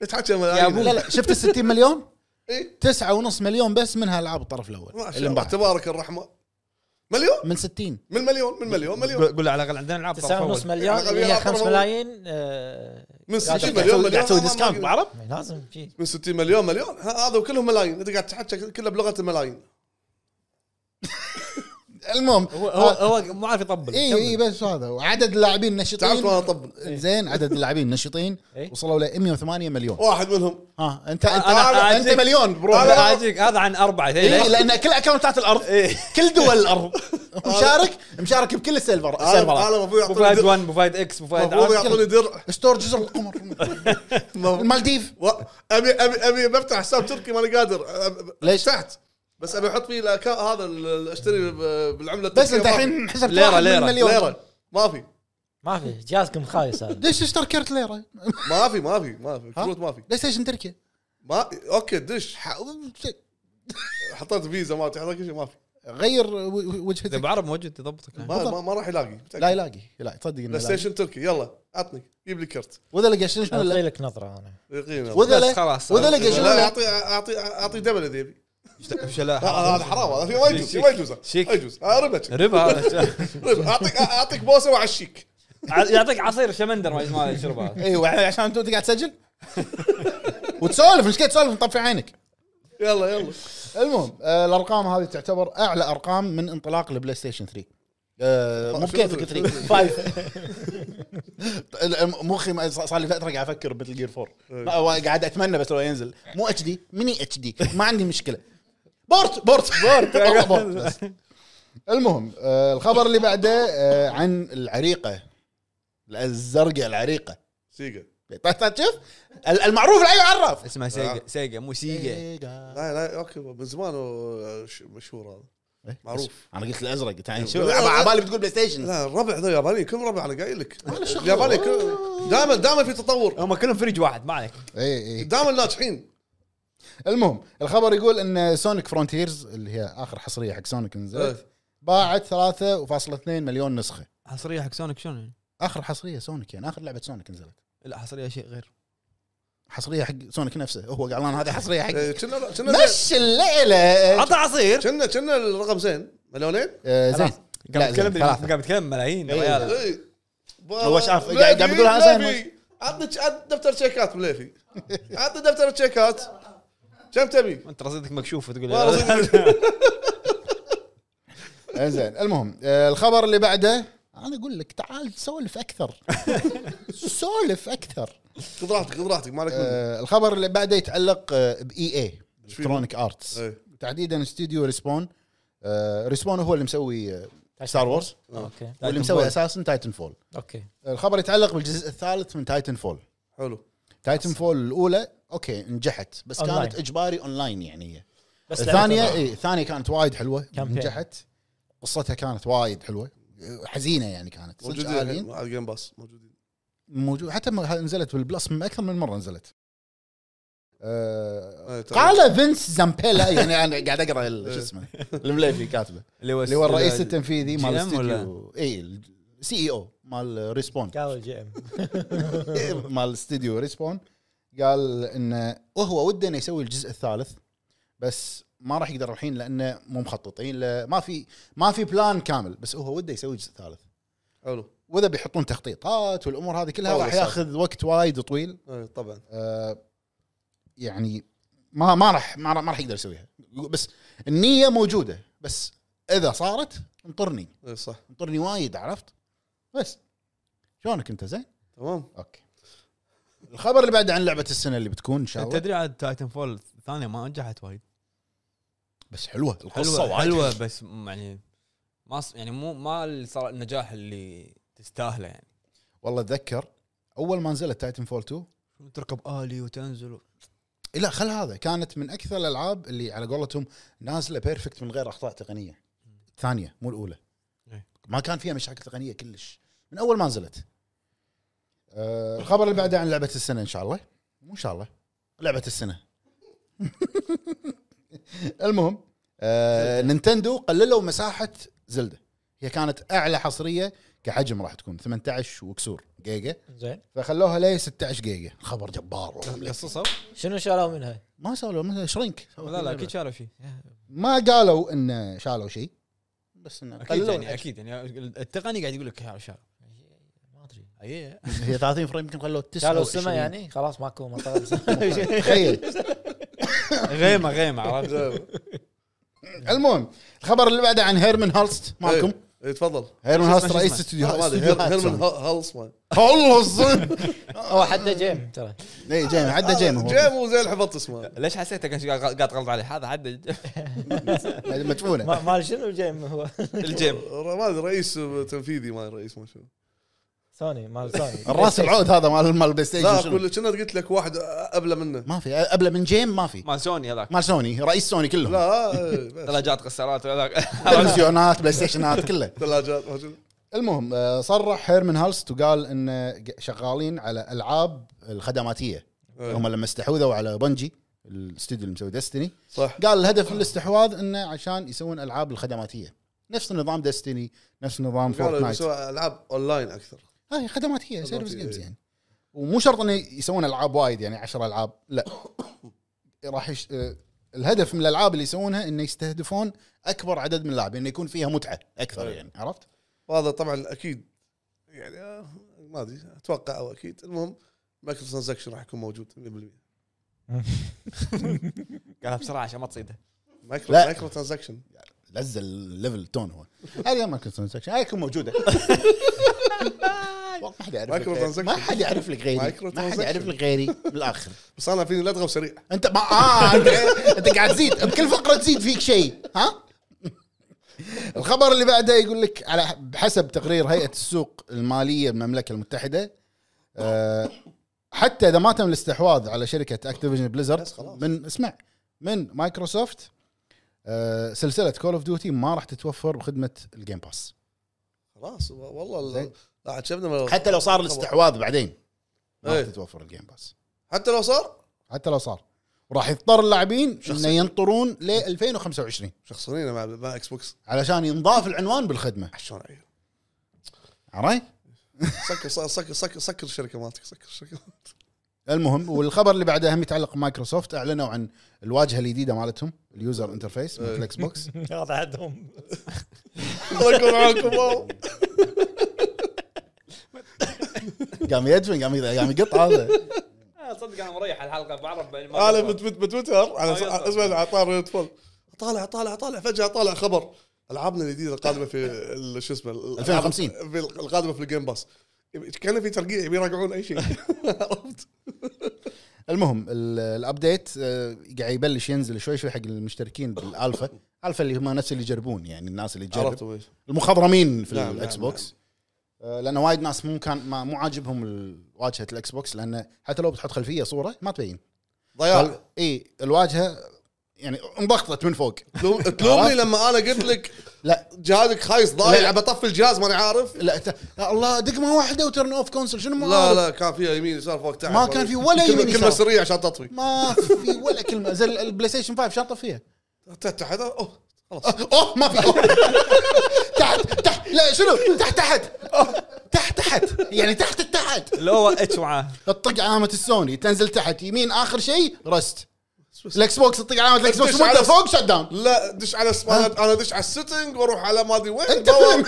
نتحكم يا الملايين أبوي. لا لا شفت ال 60 مليون؟ إيه. تسعة ونص مليون بس منها العاب الطرف الاول ما شاء اللي الله انباعت تبارك الرحمن مليون من 60 من مليون من مليون مليون قول قول على الاقل عندنا العاب تسعة ونص طرف مليون أغلبية هي الأطراف 5 أول. ملايين آه، من قاعد 60 تسوي- مليون مليون تسوي ما- ما- ديسكاونت بعرب لازم في من 60 مليون مليون ها- هذا كلهم ملايين انت قاعد تحكي كله بلغه الملايين المهم هو هو, هو مو عارف يطبل اي كمل. اي بس هذا وعدد اللاعبين تعرف النشطين وانا اطبل زين عدد اللاعبين النشطين إيه. وصلوا ل 108 مليون واحد منهم ها انت انت أنا انت أعجيك. مليون بروح هذا عاجيك هذا عن اربعه آه. إيه، إيه ليش؟ لان كل اكونتات الارض كل دول الارض مشارك مشارك بكل آه. السيرفر انا السيرفرات أنا المفروض ابو فهد يعطوني 1 ابو فهد اكس ابو فهد المفروض R. يعطوني درع ستور جزر القمر المفروض- المالديف و- ابي ابي ابي بفتح حساب تركي ماني قادر أب- ليش؟ تحت بس ابي احط فيه الأكا- هذا ال- اشتري ب- بالعمله بس التركية انت ما في. الحين حسبت ليرة، واحد من ليرة، مليون. ليره ما في ما في جهازكم خايس هذا ليش اشتركت ليره؟ ما في ما في ما في ها؟ كروت ما في بلاي ستيشن تركيا ما اوكي دش ح- حطيت فيزا ما حطيت كل شيء ما في غير و- و- إذا وجهتك ابو عرب موجود يضبطك يعني. ما, ما, ما راح يلاقي لا يلاقي لا تصدق انه بلاي لا. ستيشن تركي يلا عطني جيب لي كرت واذا لقى شنو شنو اعطي لا. لك نظره انا يقينا واذا بس لا- خلاص. واذا لقى شنو لا لا. اعطي اعطي اعطي دبل اذا يبي إيش لا، لا، هذا حرام هذا ما يجوز ما يجوز شيك. ما يجوز آه، ربا آه. ربا هذا ربا اعطيك اعطيك بوسه وعشيك يعطيك عصير شمندر ما- ما يشربها ايوه عشان انت قاعد تسجل وتسولف ايش قاعد تسولف مطفي عينك يلا يلا المهم آه، الارقام هذه تعتبر اعلى ارقام من انطلاق البلاي ستيشن 3 آه، مو شو بكيفك تقول؟ 3 5 مخي ما- صار لي فتره قاعد افكر بمثل جير 4 ما- هو قاعد اتمنى بس لو ينزل مو اتش دي ميني اتش دي ما عندي مشكله بورت بورت بورت والله بورت بس. المهم آه، الخبر اللي بعده آه، عن العريقه الزرقاء العريقه سيجا شوف ال- المعروف لا يعرف اسمها سيجا سيجا مو سيجا لا لا اوكي من زمان هو ش- مشهور هذا معروف. انا إيه، قلت الازرق تعال شوف عبالي بتقول بلاي ستيشن لا الربع ذا ياباني كم ربع انا قايل لك الياباني دائما دائما في تطور هم كلهم فريج واحد ما عليك اي اي دائما ناجحين إيه، المهم الخبر يقول ان سونيك فرونتيرز اللي هي اخر حصريه حق سونيك إيه. نزلت باعت 3.2 مليون نسخه حصريه حق سونيك شلون يعني؟ اخر حصريه سونيك يعني اخر لعبه سونيك نزلت لا حصريه شيء غير حصريه حق سونيك نفسه هو قال انا هذه حصريه حق إيه، كنا كنا زين. مش الليله عطى عصير كنا كنا الرقم زين مليونين آه، زين خلاص. لا قاعد زين يتكلم ثلاثه قاعد يتكلم ملايين يا إيه. ريال إيه. هو شاف- قاعد- قاعد يقول هذا زين. بليفي. عطني عطني دفتر تشيكات بليفي عطني دفتر تشيكات كم تبي؟ انت رصيدك مكشوف وتقول والله لي- إيه، زين المهم آه، الخبر اللي بعده انا اقول لك تعال سولف اكثر سولف اكثر خذ راحتك خذ راحتك ما عليك منه. آه، الخبر اللي بعده يتعلق آه، باي اي فيه؟ الكترونيك ارتس إيه. تحديدا استوديو ريسبون آه، ريسبون هو اللي مسوي آه، ستار وورز اوكي واللي مسوي اساسا تايتن فول اوكي الخبر يتعلق بالجزء الثالث من تايتن فول حلو تايتن فول الاولى اوكي نجحت بس أونلاين. كانت اجباري اونلاين يعني هي بس الثانيه لعبة- اي الثانيه كانت وايد حلوه كامبين. نجحت قصتها كانت وايد حلوه حزينه يعني كانت صدق موجودين عاليين. الحين على الجيم باس موجودين موجود حتى م- نزلت بالبلس من اكثر من مره نزلت آه، إيه، تمام. قال فينس زامبيلا يعني انا قاعد اقرا ال- شو اسمه المليفي كاتبه هو اللي هو الرئيس ال- التنفيذي مال إيه، GM ولا؟ الاستديو اي السي اي او مال ريسبون قال جي ام مال الاستديو ريسبون قال انه وهو وده انه يسوي الجزء الثالث بس ما راح يقدر الحين لانه مو مخططين له ما في ما في بلان كامل بس هو وده يسوي الجزء الثالث حلو واذا بيحطون تخطيطات والامور هذه كلها طول راح السالفة. ياخذ وقت وايد طويل إيه، طبعا آه، يعني ما ما راح ما راح ما راح يقدر يسويها بس النيه موجوده بس اذا صارت انطرني إيه، صح انطرني وايد عرفت بس شلونك انت زين تمام اوكي الخبر اللي بعده عن لعبه السنه اللي بتكون ان شاء الله تدري عاد تايتن فول الثانيه ما نجحت وايد بس حلوه القصه حلوه وايد حلوه بس م- يعني ما ص- يعني مو ما اللي صار النجاح اللي تستاهله يعني والله اتذكر اول ما نزلت تايتن فول 2 تركب الي وتنزل و- لا خل هذا كانت من اكثر الالعاب اللي على قولتهم نازله بيرفكت من غير اخطاء تقنيه الثانيه مو الاولى إيه. ما كان فيها مشاكل تقنيه كلش من اول ما نزلت آه، الخبر اللي بعده عن لعبه السنه ان شاء الله مو ان شاء الله لعبه السنه المهم آه، نينتندو قللوا مساحه زلده هي كانت اعلى حصريه كحجم راح تكون 18 وكسور جيجا زين فخلوها لي 16 جيجا خبر جبار والله. قصصوا شنو شالوا منها؟ ما سووا مثلا شرينك لا لا اكيد شالوا شيء ما قالوا انه شالوا شيء بس انه اكيد قللوا يعني اكيد يعني التقني قاعد يقول لك شالوا شالوا ما ادري اي هي 30 فريم يمكن قللوا 9 شالوا السما يعني خلاص ماكو مطار تخيل غيمه غيمه عرفت إيه. المهم الخبر اللي بعده عن هيرمن هالست مالكم إيه، تفضل هيرمن هالست اسمه؟ رئيس شو آه، ما استديوهات أدري، استديوهات هيرمن سوني. ه- هلس ما والله الصدق إيه، هو حتى جيم ترى اي جيم عدى جيم هو جيم زين حفظت اسمه ليش حسيتك أنت قاعد قاعد تغلط علي هذا عدل ما- مدفونه مال شنو جيم هو الجيم ر- ما ادري رئيس تنفيذي ما رئيس ما شنو سوني مال سوني الراس العود هذا مال مال البلاي لا ستيشن إيه، شنو؟ اقول كنا قلت لك واحد ابله منه ما في قبل من جيم ما في مال سوني هذاك مال سوني رئيس سوني كلهم لا إيه، بس. ثلاجات غسالات هذاك تلفزيونات بلاي ستيشنات كله ثلاجات ما شنو. المهم آه، صرح هيرمن هالست وقال ان ق- شغالين على العاب الخدماتيه إيه. هم لما استحوذوا على بنجي الاستوديو اللي مسوي ديستني صح قال الهدف من الاستحواذ انه عشان يسوون العاب الخدماتيه نفس نظام ديستني نفس نظام قالوا فورتنايت يسوي العاب اونلاين اكثر هاي خدماتيه سيرفيس خدماتية. إيه. جيمز يعني ومو شرط انه يسوون العاب وايد يعني 10 العاب لا راح يش... آه، الهدف من الالعاب اللي يسوونها انه يستهدفون اكبر عدد من اللاعبين انه يكون فيها متعه اكثر إيه. يعني عرفت؟ وهذا طبعا اكيد يعني آه، ما ادري اتوقع او اكيد المهم مايكرو ترانزكشن راح يكون موجود 100% قالها بسرعه عشان ما تصيده مايكرو لا. مايكرو ترانزكشن لزل الليفل تون هو هذه ما كنت سكشن هاي تكون موجوده والله ما حد يعرف لك مايكرو غيري. ما حد ترانزكشن. يعرف لك غيري مايكرو ما حد يعرف ترانزكشن. لك غيري بالاخر بس انا فيني لا تغب سريع انت ما اه انت انت قاعد تزيد بكل فقره تزيد فيك شيء ها الخبر اللي بعده يقول لك على بحسب تقرير هيئه السوق الماليه بالمملكه المتحده آه، حتى اذا ما تم الاستحواذ على شركه اكتيفيجن بليزرد بس خلاص. من اسمع من مايكروسوفت آه، سلسله كول اوف ديوتي ما راح تتوفر بخدمه الجيم باس خلاص والله زين. ال- لا عجبنا من- حتى لو صار الاستحواذ بعدين ما راح إيه. تتوفر الجيم باس حتى لو صار حتى لو صار وراح يضطر اللاعبين شخصياً. انه ينطرون ل 2025 شخصنينا مع مع اكس بوكس علشان ينضاف العنوان بالخدمه شلون عيل عرفت؟ سكر سكر سكر سكر, سكر الشركه مالتك سكر الشركه المهم والخبر اللي بعده هم يتعلق بمايكروسوفت اعلنوا عن الواجهه الجديده مالتهم اليوزر انترفيس مثل إيه. اكس بوكس هذا عندهم الله يكون معاكم واو. قام يدفن قام قام يقط هذا آه، صدق انا مريح الحلقه بعرف انا بت- بت- بتويتر على ما يصير. اسمع على طار ريد فول طالع طالع طالع فجاه طالع خبر العابنا الجديده القادمه في ال- شو اسمه ال- 2050. في ال- القادمه في الجيم باس كان في ترقيع يبي يراجعون اي شيء عرفت المهم ال- الابديت آه، قاعد يبلش ينزل شوي شوي حق المشتركين بالالفا الفا اللي هم نفس اللي يجربون يعني الناس اللي تجرب عرفت ويش المخضرمين في نعم، الاكس نعم، بوكس آه، لان وايد ناس مو كان ما مو عاجبهم ال- واجهه الاكس بوكس لان حتى لو بتحط خلفيه صوره ما تبين ضياع اي الواجهه يعني انضغطت من فوق تلوم- تلومني لما انا قلت لك لا جهازك خايس لا. ضايع بطفي الجهاز ماني عارف لا ت... يا الله دقمه واحده وترن اوف كونسل شنو لا ما لا كان فيها يمين يسار فوق تحت ما كان في ولا كلمة- يمين يسار. كلمه سريه عشان تطفي ما في ولا كلمه زي البلاي ستيشن 5 شاطه فيها تحت تحت اوه خلاص اوه ما في تحت تحت لا شنو تحت تحت تحت تحت يعني تحت التحت لو اتش معاه تطق علامه السوني تنزل تحت يمين اخر شيء رست الاكس بوكس تطق علامه الاكس بوكس مده فوق شت داون لا دش على سب- انا أنا دش على السيتنج واروح على ما ادري وين انت فيلم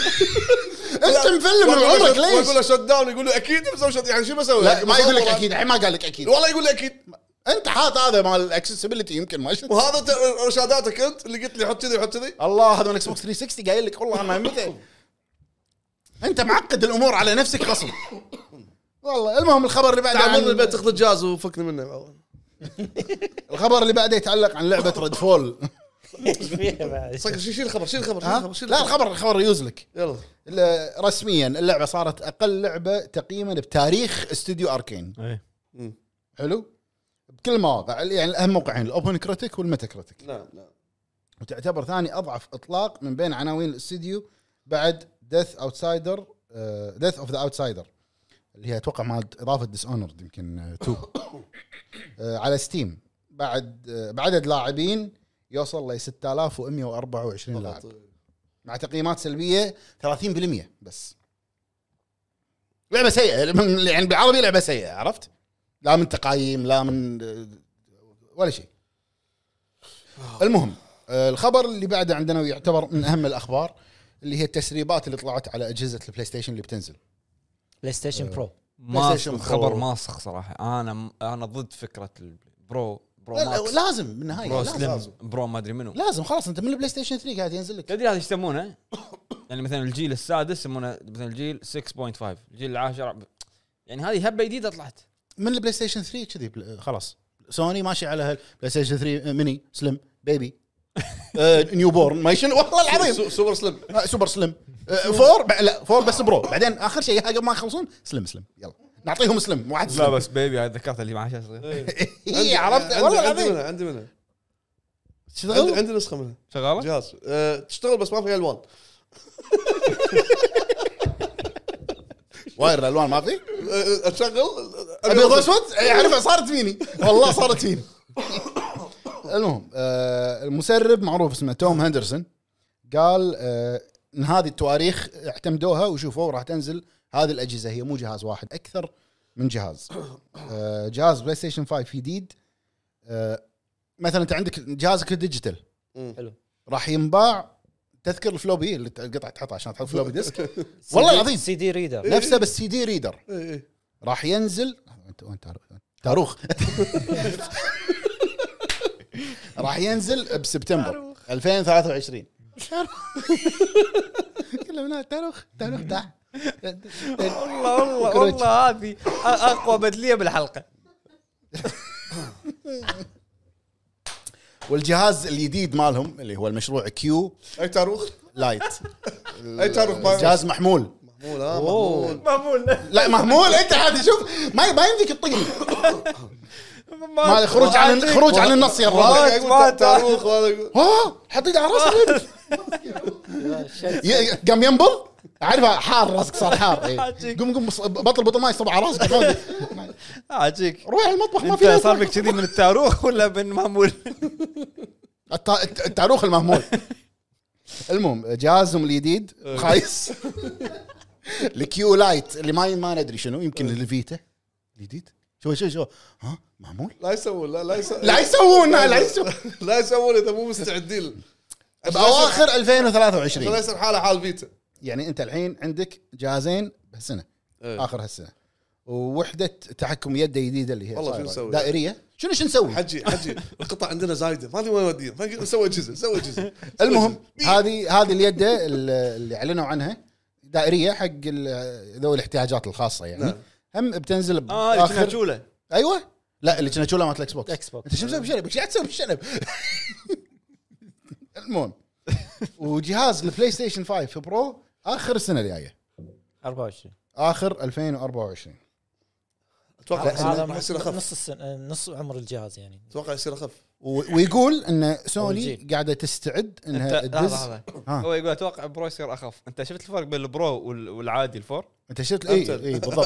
انت مفلم من عمرك يقول يعني له ليش؟ شت داون يقول له اكيد مسوي شت يعني شو بسوي؟ لا ما يقول لك بصور- اكيد الحين ما قال لك اكيد والله يقول لي اكيد انت حاط هذا مال الاكسسبيلتي يمكن ما شفت وهذا ت- ارشاداتك انت اللي قلت لي حط كذي وحط كذي الله هذا من اكس بوكس 360 قايل لك والله انا متى انت معقد الامور على نفسك غصب والله المهم الخبر اللي بعده تعال عن- مر البيت اخذ الجهاز وفكني منه الخبر اللي بعده يتعلق عن لعبه ريد فول صدق شيل شيل الخبر شيل الخبر شيل ها؟ الخبر شيل لا الخبر الخبر يوزلك يلا ال- رسميا اللعبه صارت اقل لعبه تقييما بتاريخ استوديو اركين حلو بكل مواقع يعني اهم موقعين الاوبن كريتيك والميتا كريتيك نعم نعم وتعتبر ثاني اضعف اطلاق من بين عناوين الاستديو بعد آه، ديث اوتسايدر ديث اوف ذا اوتسايدر اللي هي اتوقع مع اضافه ديس اونرد يمكن 2 على ستيم بعد آه، بعدد لاعبين يوصل ل 6124 لاعب مع تقييمات سلبيه 30% بس لعبه سيئه يعني بالعربي لعبه سيئه عرفت؟ لا من تقايم لا من آه، ولا شيء المهم آه، الخبر اللي بعده عندنا ويعتبر من اهم الاخبار اللي هي التسريبات اللي طلعت على اجهزه البلاي ستيشن اللي بتنزل بلاي ستيشن برو ماسخ PlayStation خبر Pro. ماسخ صراحه انا انا ضد فكره البرو برو لا لا ماكس لازم بالنهايه برو لازم, سليم برو ما ادري منو لازم خلاص انت من البلاي ستيشن 3 قاعد ينزل لك تدري هذا ايش يسمونه؟ يعني مثلا الجيل السادس يسمونه مثلا الجيل 6.5 الجيل العاشر يعني هذه هبه جديده طلعت من البلاي ستيشن 3 كذي بل- آه، خلاص سوني ماشي على هالبلاي ستيشن 3 ميني سليم بيبي آه، نيو بورن ما شنو والله العظيم سو- سوبر سليم آه، سوبر سليم آه، فور ب- لا فور بس برو بعدين اخر شيء قبل ما يخلصون سليم سليم يلا نعطيهم سليم واحد سليم بس بيبي هاي ذكرت اللي معاه شيء صغير إيه، عرفت عندي- والله عندي العظيم منها عندي منها عندي- تشتغل عندي نسخه منها شغاله؟ جهاز أه، تشتغل بس ما أه، فيها الوان واير الالوان ما في أه، اشغل ابيض واسود يعرفها إيه، صارت فيني والله صارت فيني المهم آه المسرب معروف اسمه توم هندرسون قال آه ان هذه التواريخ اعتمدوها وشوفوا راح تنزل هذه الاجهزه هي مو جهاز واحد اكثر من جهاز آه جهاز بلاي ستيشن 5 جديد آه مثلا انت عندك جهازك الديجيتال حلو. راح ينباع تذكر الفلوبي اللي القطعه تحطها عشان تحط فلوبي ديسك والله العظيم. سي دي ريدر نفسه بس سي دي ريدر إيه. راح ينزل انت وين تعرف صاروخ راح ينزل بسبتمبر 2023 كلها من التاروخ تاروخ تاع والله والله والله هذه اقوى بدليه بالحلقه والجهاز الجديد مالهم اللي هو المشروع كيو اي تاروخ لايت اي تاروخ ما- جهاز محمول محمول ها محمول مامول لا محمول انت عادي شوف ما ما يمديك تطقني ما خروج عن خروج عن النص يا الرابع أنا أقول تاروخ وأنا أقول- ها حط ايده على راسك ي- قام ينبض اعرفها حار راسك صار حار إيه. قم قم بص- بطل بطل ماي صب على راسك عاجيك روح المطبخ ما انت في ناس. آه، صار لك كذي من التاروخ ولا من مامول؟ الت- الت- التاروخ المهمول المهم جهازهم الجديد إيه. خايس الكيو لايت اللي ما ما ندري شنو يمكن إيه. الفيتا الجديد شو شو شو ها معمول لا يسوون لا لا إيه. يسوون لا يسوون لا يسوون لا يسوون اذا مو مستعدين باواخر عشان لا 2023 يصير حاله حال فيتا يعني انت الحين عندك جهازين بهالسنه إيه. اخر هالسنه ووحده تحكم يد جديده اللي هي والله شو صايرة نسوي؟ دائريه شنو شو نسوي؟ حجي حجي القطع عندنا زايده ما ادري وين نوديها ما أدري- نسوي اجهزه نسوي اجهزه المهم هذه هذه اليد اللي اعلنوا عنها دائريه حق ال- ذوي الاحتياجات الخاصه يعني نعم. آه، هم بتنزل اه اللي كنا باخر جوله ايوه لا اللي كنا تشوفها مالت الاكس بوكس اكس بوكس انت شو مسوي بشنب؟ ايش قاعد تسوي بالشنب؟ المهم وجهاز البلاي ستيشن 5 برو اخر السنه الجايه 24 اخر 2024 اتوقع هذا يصير- راح يصير اخف نص السنه نص عمر الجهاز يعني اتوقع يصير اخف و- ويقول ان سوني والجيل. قاعده تستعد انها انت تدز لحظه لحظة. ها. هو يقول اتوقع برو يصير اخف انت شفت الفرق بين البرو وال- والعادي الفور؟ انت شفت اي أمتن. اي بالضبط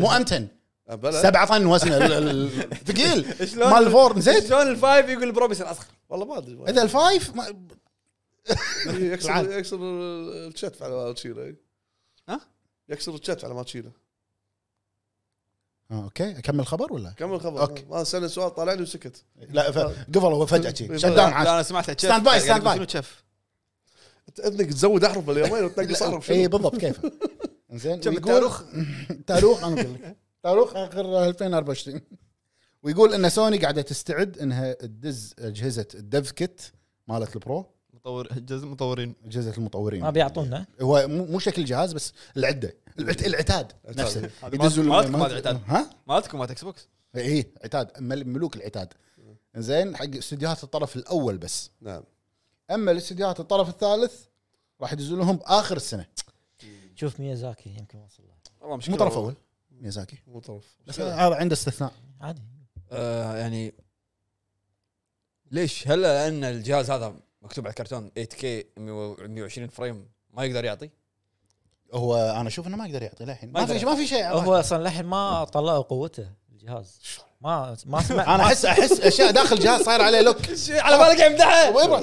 مو امتن آه، بلا سبعة طن وزنه ال- ال- ال- ثقيل شلون مال الفور نسيت شلون الفايف يقول البرو بيصير اصغر والله ما ادري اذا الفايف ما- يكسر العالم. يكسر الكتف على ما تشيله إي. ها؟ يكسر الكتف على ما تشيله آه، اوكي اكمل خبر ولا؟ كمل خبر أوكي. ما سالني سؤال طالع لي وسكت لا ف- قفل هو فجاه شي شت داون لا عاد انا سمعت تشف. Stand by, قاعد stand يقول by. شنو تشف؟ انت اذنك تزود احرف باليومين وتنقص احرف اي شنو؟ بالضبط كيف زين كم ويقول- التاريخ؟ تاروخ انا اقول لك تاروخ اخر 2024 ويقول ان سوني قاعده تستعد انها تدز اجهزه الدف كيت مالت البرو مطور جزء مطورين اجهزه المطورين ما بيعطونا هو مو مو شكل جهاز بس العده العت- العتاد نفسه هذا يدزوا مالتكم- ال- مالتكم هذا العتاد. ها مالتكم مالت اكس بوكس اي عتاد مل- ملوك العتاد زين حق استديوهات الطرف الاول بس نعم اما الاستديوهات الطرف الثالث راح يدزوا لهم اخر السنه شوف ميازاكي يمكن وصل له والله مشكله مو طرف اول ميازاكي مو طرف بس هذا عنده استثناء عادي آه يعني ليش؟ هل لان الجهاز هذا مكتوب على الكرتون 8K 120 فريم ما يقدر يعطي؟ هو انا اشوف انه ما يقدر يعطي للحين ما ما يقدر في ما في شيء هو اصلا للحين ما طلعوا قوته الجهاز ما ما سمعت انا احس احس اشياء داخل الجهاز صاير عليه لوك على بالك يمدحه ويبرا.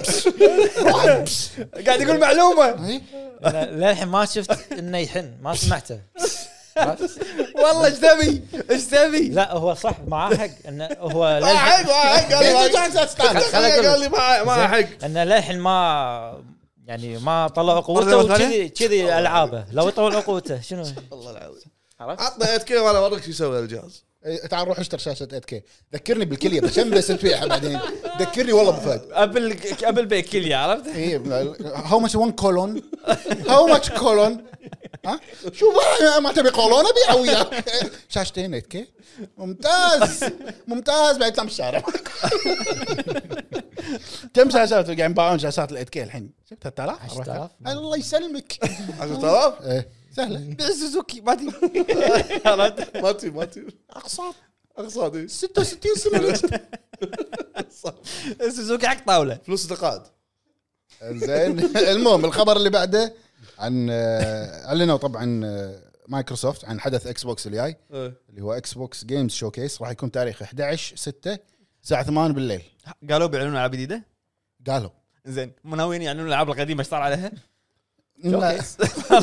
قاعد يقول معلومه إي. أنا للحين ما شفت انه يحن ما سمعته والله ايش تبي؟ ايش تبي؟ لا هو صح معاه حق انه هو ما للحين حق ما حق قال لي إنت ما جاي تستانس. حق. قال لي ما ما حق انه للحين ما يعني ما طلعوا قوته مرة ثانية؟ وكذي كذي العابه لو طلعوا قوته شنو والله العظيم عرفت؟ عطنا اتكلم وانا اوريك شو يسوي الجهاز إي، إيه، تعال روح اشتر شاشه 8 كي ذكرني بالكليه بشم بس فيها بعدين ذكرني والله ابو فهد إيه، ابل ابل بيكليا عرفت؟ اي هاو ماتش 1 كولون هاو ماتش كولون ها شوف أنا ما تبي كولون ابيع وياك شاشتين 8 إيه كي ممتاز ممتاز بعد تم الشارع كم شاشات قاعد يباعون شاشات ال 8 كي الحين شفت 10,000. 3000 الله يسلمك 10000 إيه، سهله سوزوكي ما أدري. ما تي ما تي اقساط اقصادي 66 سنه سوزوكي حق طاوله فلوس تقاعد زين المهم الخبر اللي بعده عن آه، اعلنوا طبعا آه، مايكروسوفت عن حدث اكس بوكس الجاي اللي هو اكس بوكس جيمز شوكيس راح يكون تاريخ 11 6 الساعه 8 بالليل قالوا بيعلنون العاب جديده؟ قالوا زين مو ناويين يعلنون الالعاب القديمه ايش صار عليها؟ لا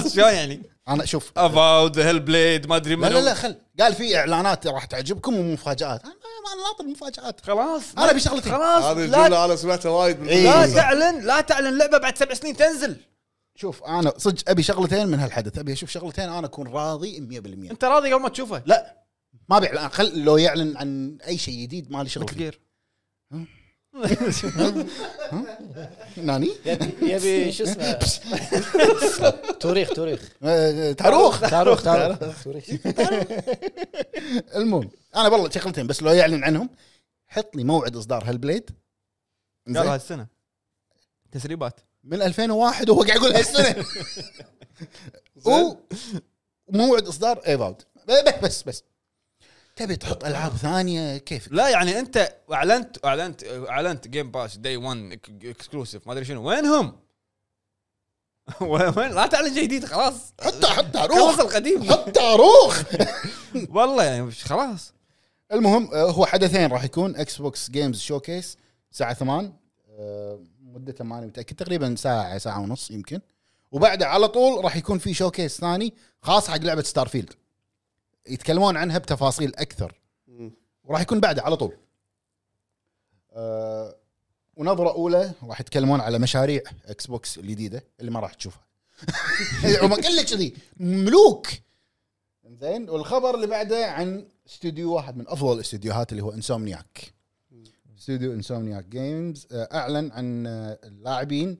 شلون يعني؟ انا شوف اباوت هيل بليد ما ادري لا لا لا خل قال في اعلانات راح تعجبكم ومفاجات انا ما أنا ناطر المفاجات خلاص انا ابي شغلتين خلاص هذه لا الجمله انا سمعتها وايد من- إيه. لا تعلن لا تعلن لعبه بعد سبع سنين تنزل شوف انا صدق ابي شغلتين من هالحدث ابي اشوف شغلتين انا اكون راضي 100% انت راضي قبل ما تشوفه لا ما ابي اعلان خل لو يعلن عن اي شيء جديد مالي شغل فيه جير ناني يبي يبي شو اسمه توريخ توريخ آه، تعروخ تعرف تعرف توريخ المهم انا والله شغلتين بس لو يعلن عنهم حط لي موعد اصدار هالبليد قالوا إنزين؟ هالسنه تسريبات من 2001 وهو قاعد يقول هالسنه و- وموعد اصدار ايف اوت بس بس بس تبي تحط العاب ثانيه كيف لا يعني انت اعلنت اعلنت اعلنت جيم باس داي 1 اكسكلوسيف ما ادري شنو وينهم؟ وين لا تعلن شيء جديد خلاص حتى حتى خلص روخ القديم حتى روخ والله يعني مش- خلاص المهم آه، هو حدثين راح يكون اكس بوكس جيمز شوكيس الساعه 8 آه، مدته ماني متاكد تقريبا ساعه ساعه ونص يمكن وبعده على طول راح يكون في شوكيس ثاني خاص حق لعبه ستار فيلد يتكلمون عنها بتفاصيل اكثر مم. وراح يكون بعده على طول آه، ونظره اولى راح يتكلمون على مشاريع اكس بوكس الجديده اللي ما راح تشوفها يعني هم كله كذي ملوك زين والخبر اللي بعده عن استوديو واحد من افضل الاستديوهات اللي هو انسومنياك استوديو انسومنياك جيمز اعلن عن آه، اللاعبين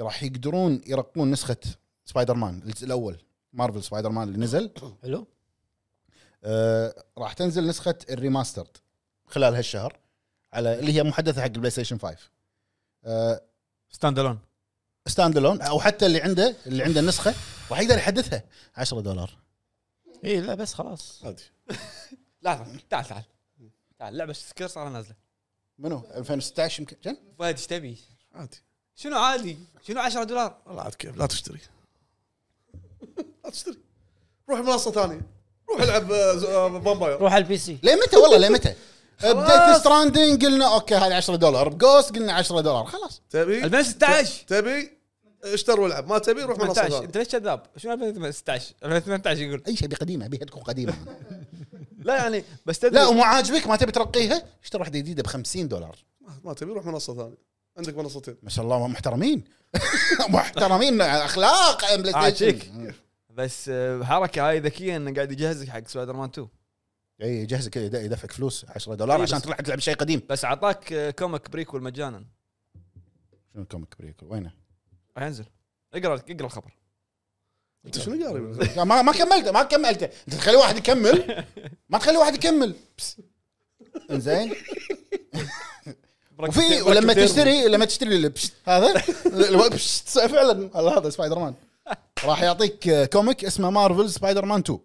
راح يقدرون يرقون نسخه سبايدر مان الجزء الاول مارفل سبايدر مان اللي نزل حلو آه، راح تنزل نسخه الريماسترد خلال هالشهر على اللي هي محدثه حق البلاي ستيشن 5 آه، ستاند الون ستاند الون او حتى اللي عنده اللي عنده النسخه راح يقدر يحدثها 10 دولار إيه، اي لا بس خلاص عادي لا تعال تعال تعال لعبه سكر صار نازله منو 2016 يمكن جن؟ فهد ايش تبي؟ عادي شنو عادي؟ شنو 10 دولار؟ والله عاد كيف لا تشتري لا تشتري روح منصه ثانيه روح العب آه، ز- آه، فامباير روح على البي سي ليه متى والله ليه متى؟ بديث ستراندنج قلنا اوكي هذه 10 دولار بجوست قلنا 10 دولار خلاص تبي 2016 تبي اشتر والعب ما تبي روح منصه 18 ثانيه انت ليش كذاب؟ شنو 2016 2018 يقول اي شيء قديمه ابيها تكون قديمه لا يعني بس تدري لا ومو عاجبك ما تبي ترقيها اشتري واحده جديده ب 50 دولار ما- ما تبي روح منصه ثانيه عندك منصتين ما شاء الله محترمين محترمين اخلاق بلاي عاجيك. ستيشن بس آه، حركه هاي ذكيه انه قاعد يجهزك حق سبايدر مان 2 اي يجهزك يد- يدفعك فلوس 10 إي دولار بس- عشان تروح تلعب شيء قديم بس اعطاك آه، كوميك بريكول مجانا شنو الكوميك بريك وينه؟ راح ينزل اقرا اقرا الخبر انت شنو قاري لا، ما ما كملته ما كملته انت تخلي واحد يكمل ما تخلي واحد يكمل بس. انزين وفي ولما تشتري لما تشتري ال- بشت هذا ال- بشت فعلا والله هذا سبايدر مان راح يعطيك آه، كوميك اسمه مارفل سبايدر مان 2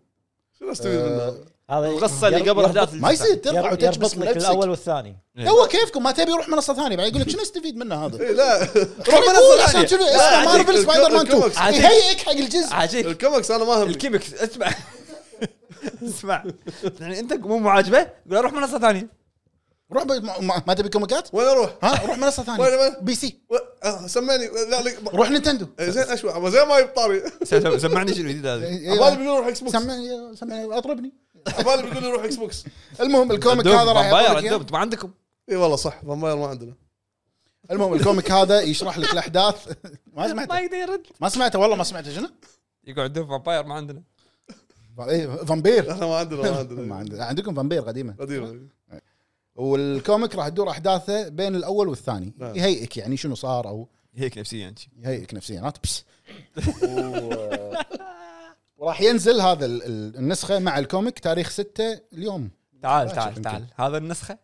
شنو استفيد منه؟ هذا القصه اللي قبل احداث ما يصير ترفع يربط وتكبس يربط من لك نفسك الاول والثاني هو كيفكم ما تبي روح منصه ثانيه بعد يقول لك شنو استفيد منه هذا إيه، لا روح منصه ثانيه ثانية. شنو لا، اسمه عجيب. مارفل سبايدر مان 2 الكوميكس. عجيب. يهيئك حق الجزء عاجيك الكوميكس انا ما همني الكيمكس اسمع اسمع يعني انت مو معاجبه قول روح منصه ثانيه روح ب- ما- ما ما تبي كوميكات وين اروح؟ ها روح منصه وين- ثانيه وين؟ بي سي و- آه، سمعني لا لا روح نينتندو إيه، زين اشوى زين ما يبطاري سم- سم- سمعني شنو الجديد هذا عبالي بيقول روح اكس بوكس سمعني سمعني اطربني عبالي بيقول روح اكس بوكس المهم الكوميك الدب، هذا راح فامباير، يعطيك إياه. الدب، ما عندكم اي إيه والله صح فامباير ما عندنا المهم الكوميك هذا يشرح لك الاحداث ما ما سمعته يقدر يرد ما سمعته والله ما سمعته شنو؟ يقول عندهم فامباير ما عندنا إيه، فامبير احنا ما عندنا ما ما عندنا عند- عندكم فامبير قديمه قديم والكوميك راح تدور احداثه بين الاول والثاني نعم. يهيئك يعني شنو صار او هيك نفسيا انت يهيئك نفسيا ها بس و- وراح ينزل هذا ال- ال- النسخه مع الكوميك تاريخ 6 اليوم تعال ماشي، تعال يمكن. تعال هذا النسخه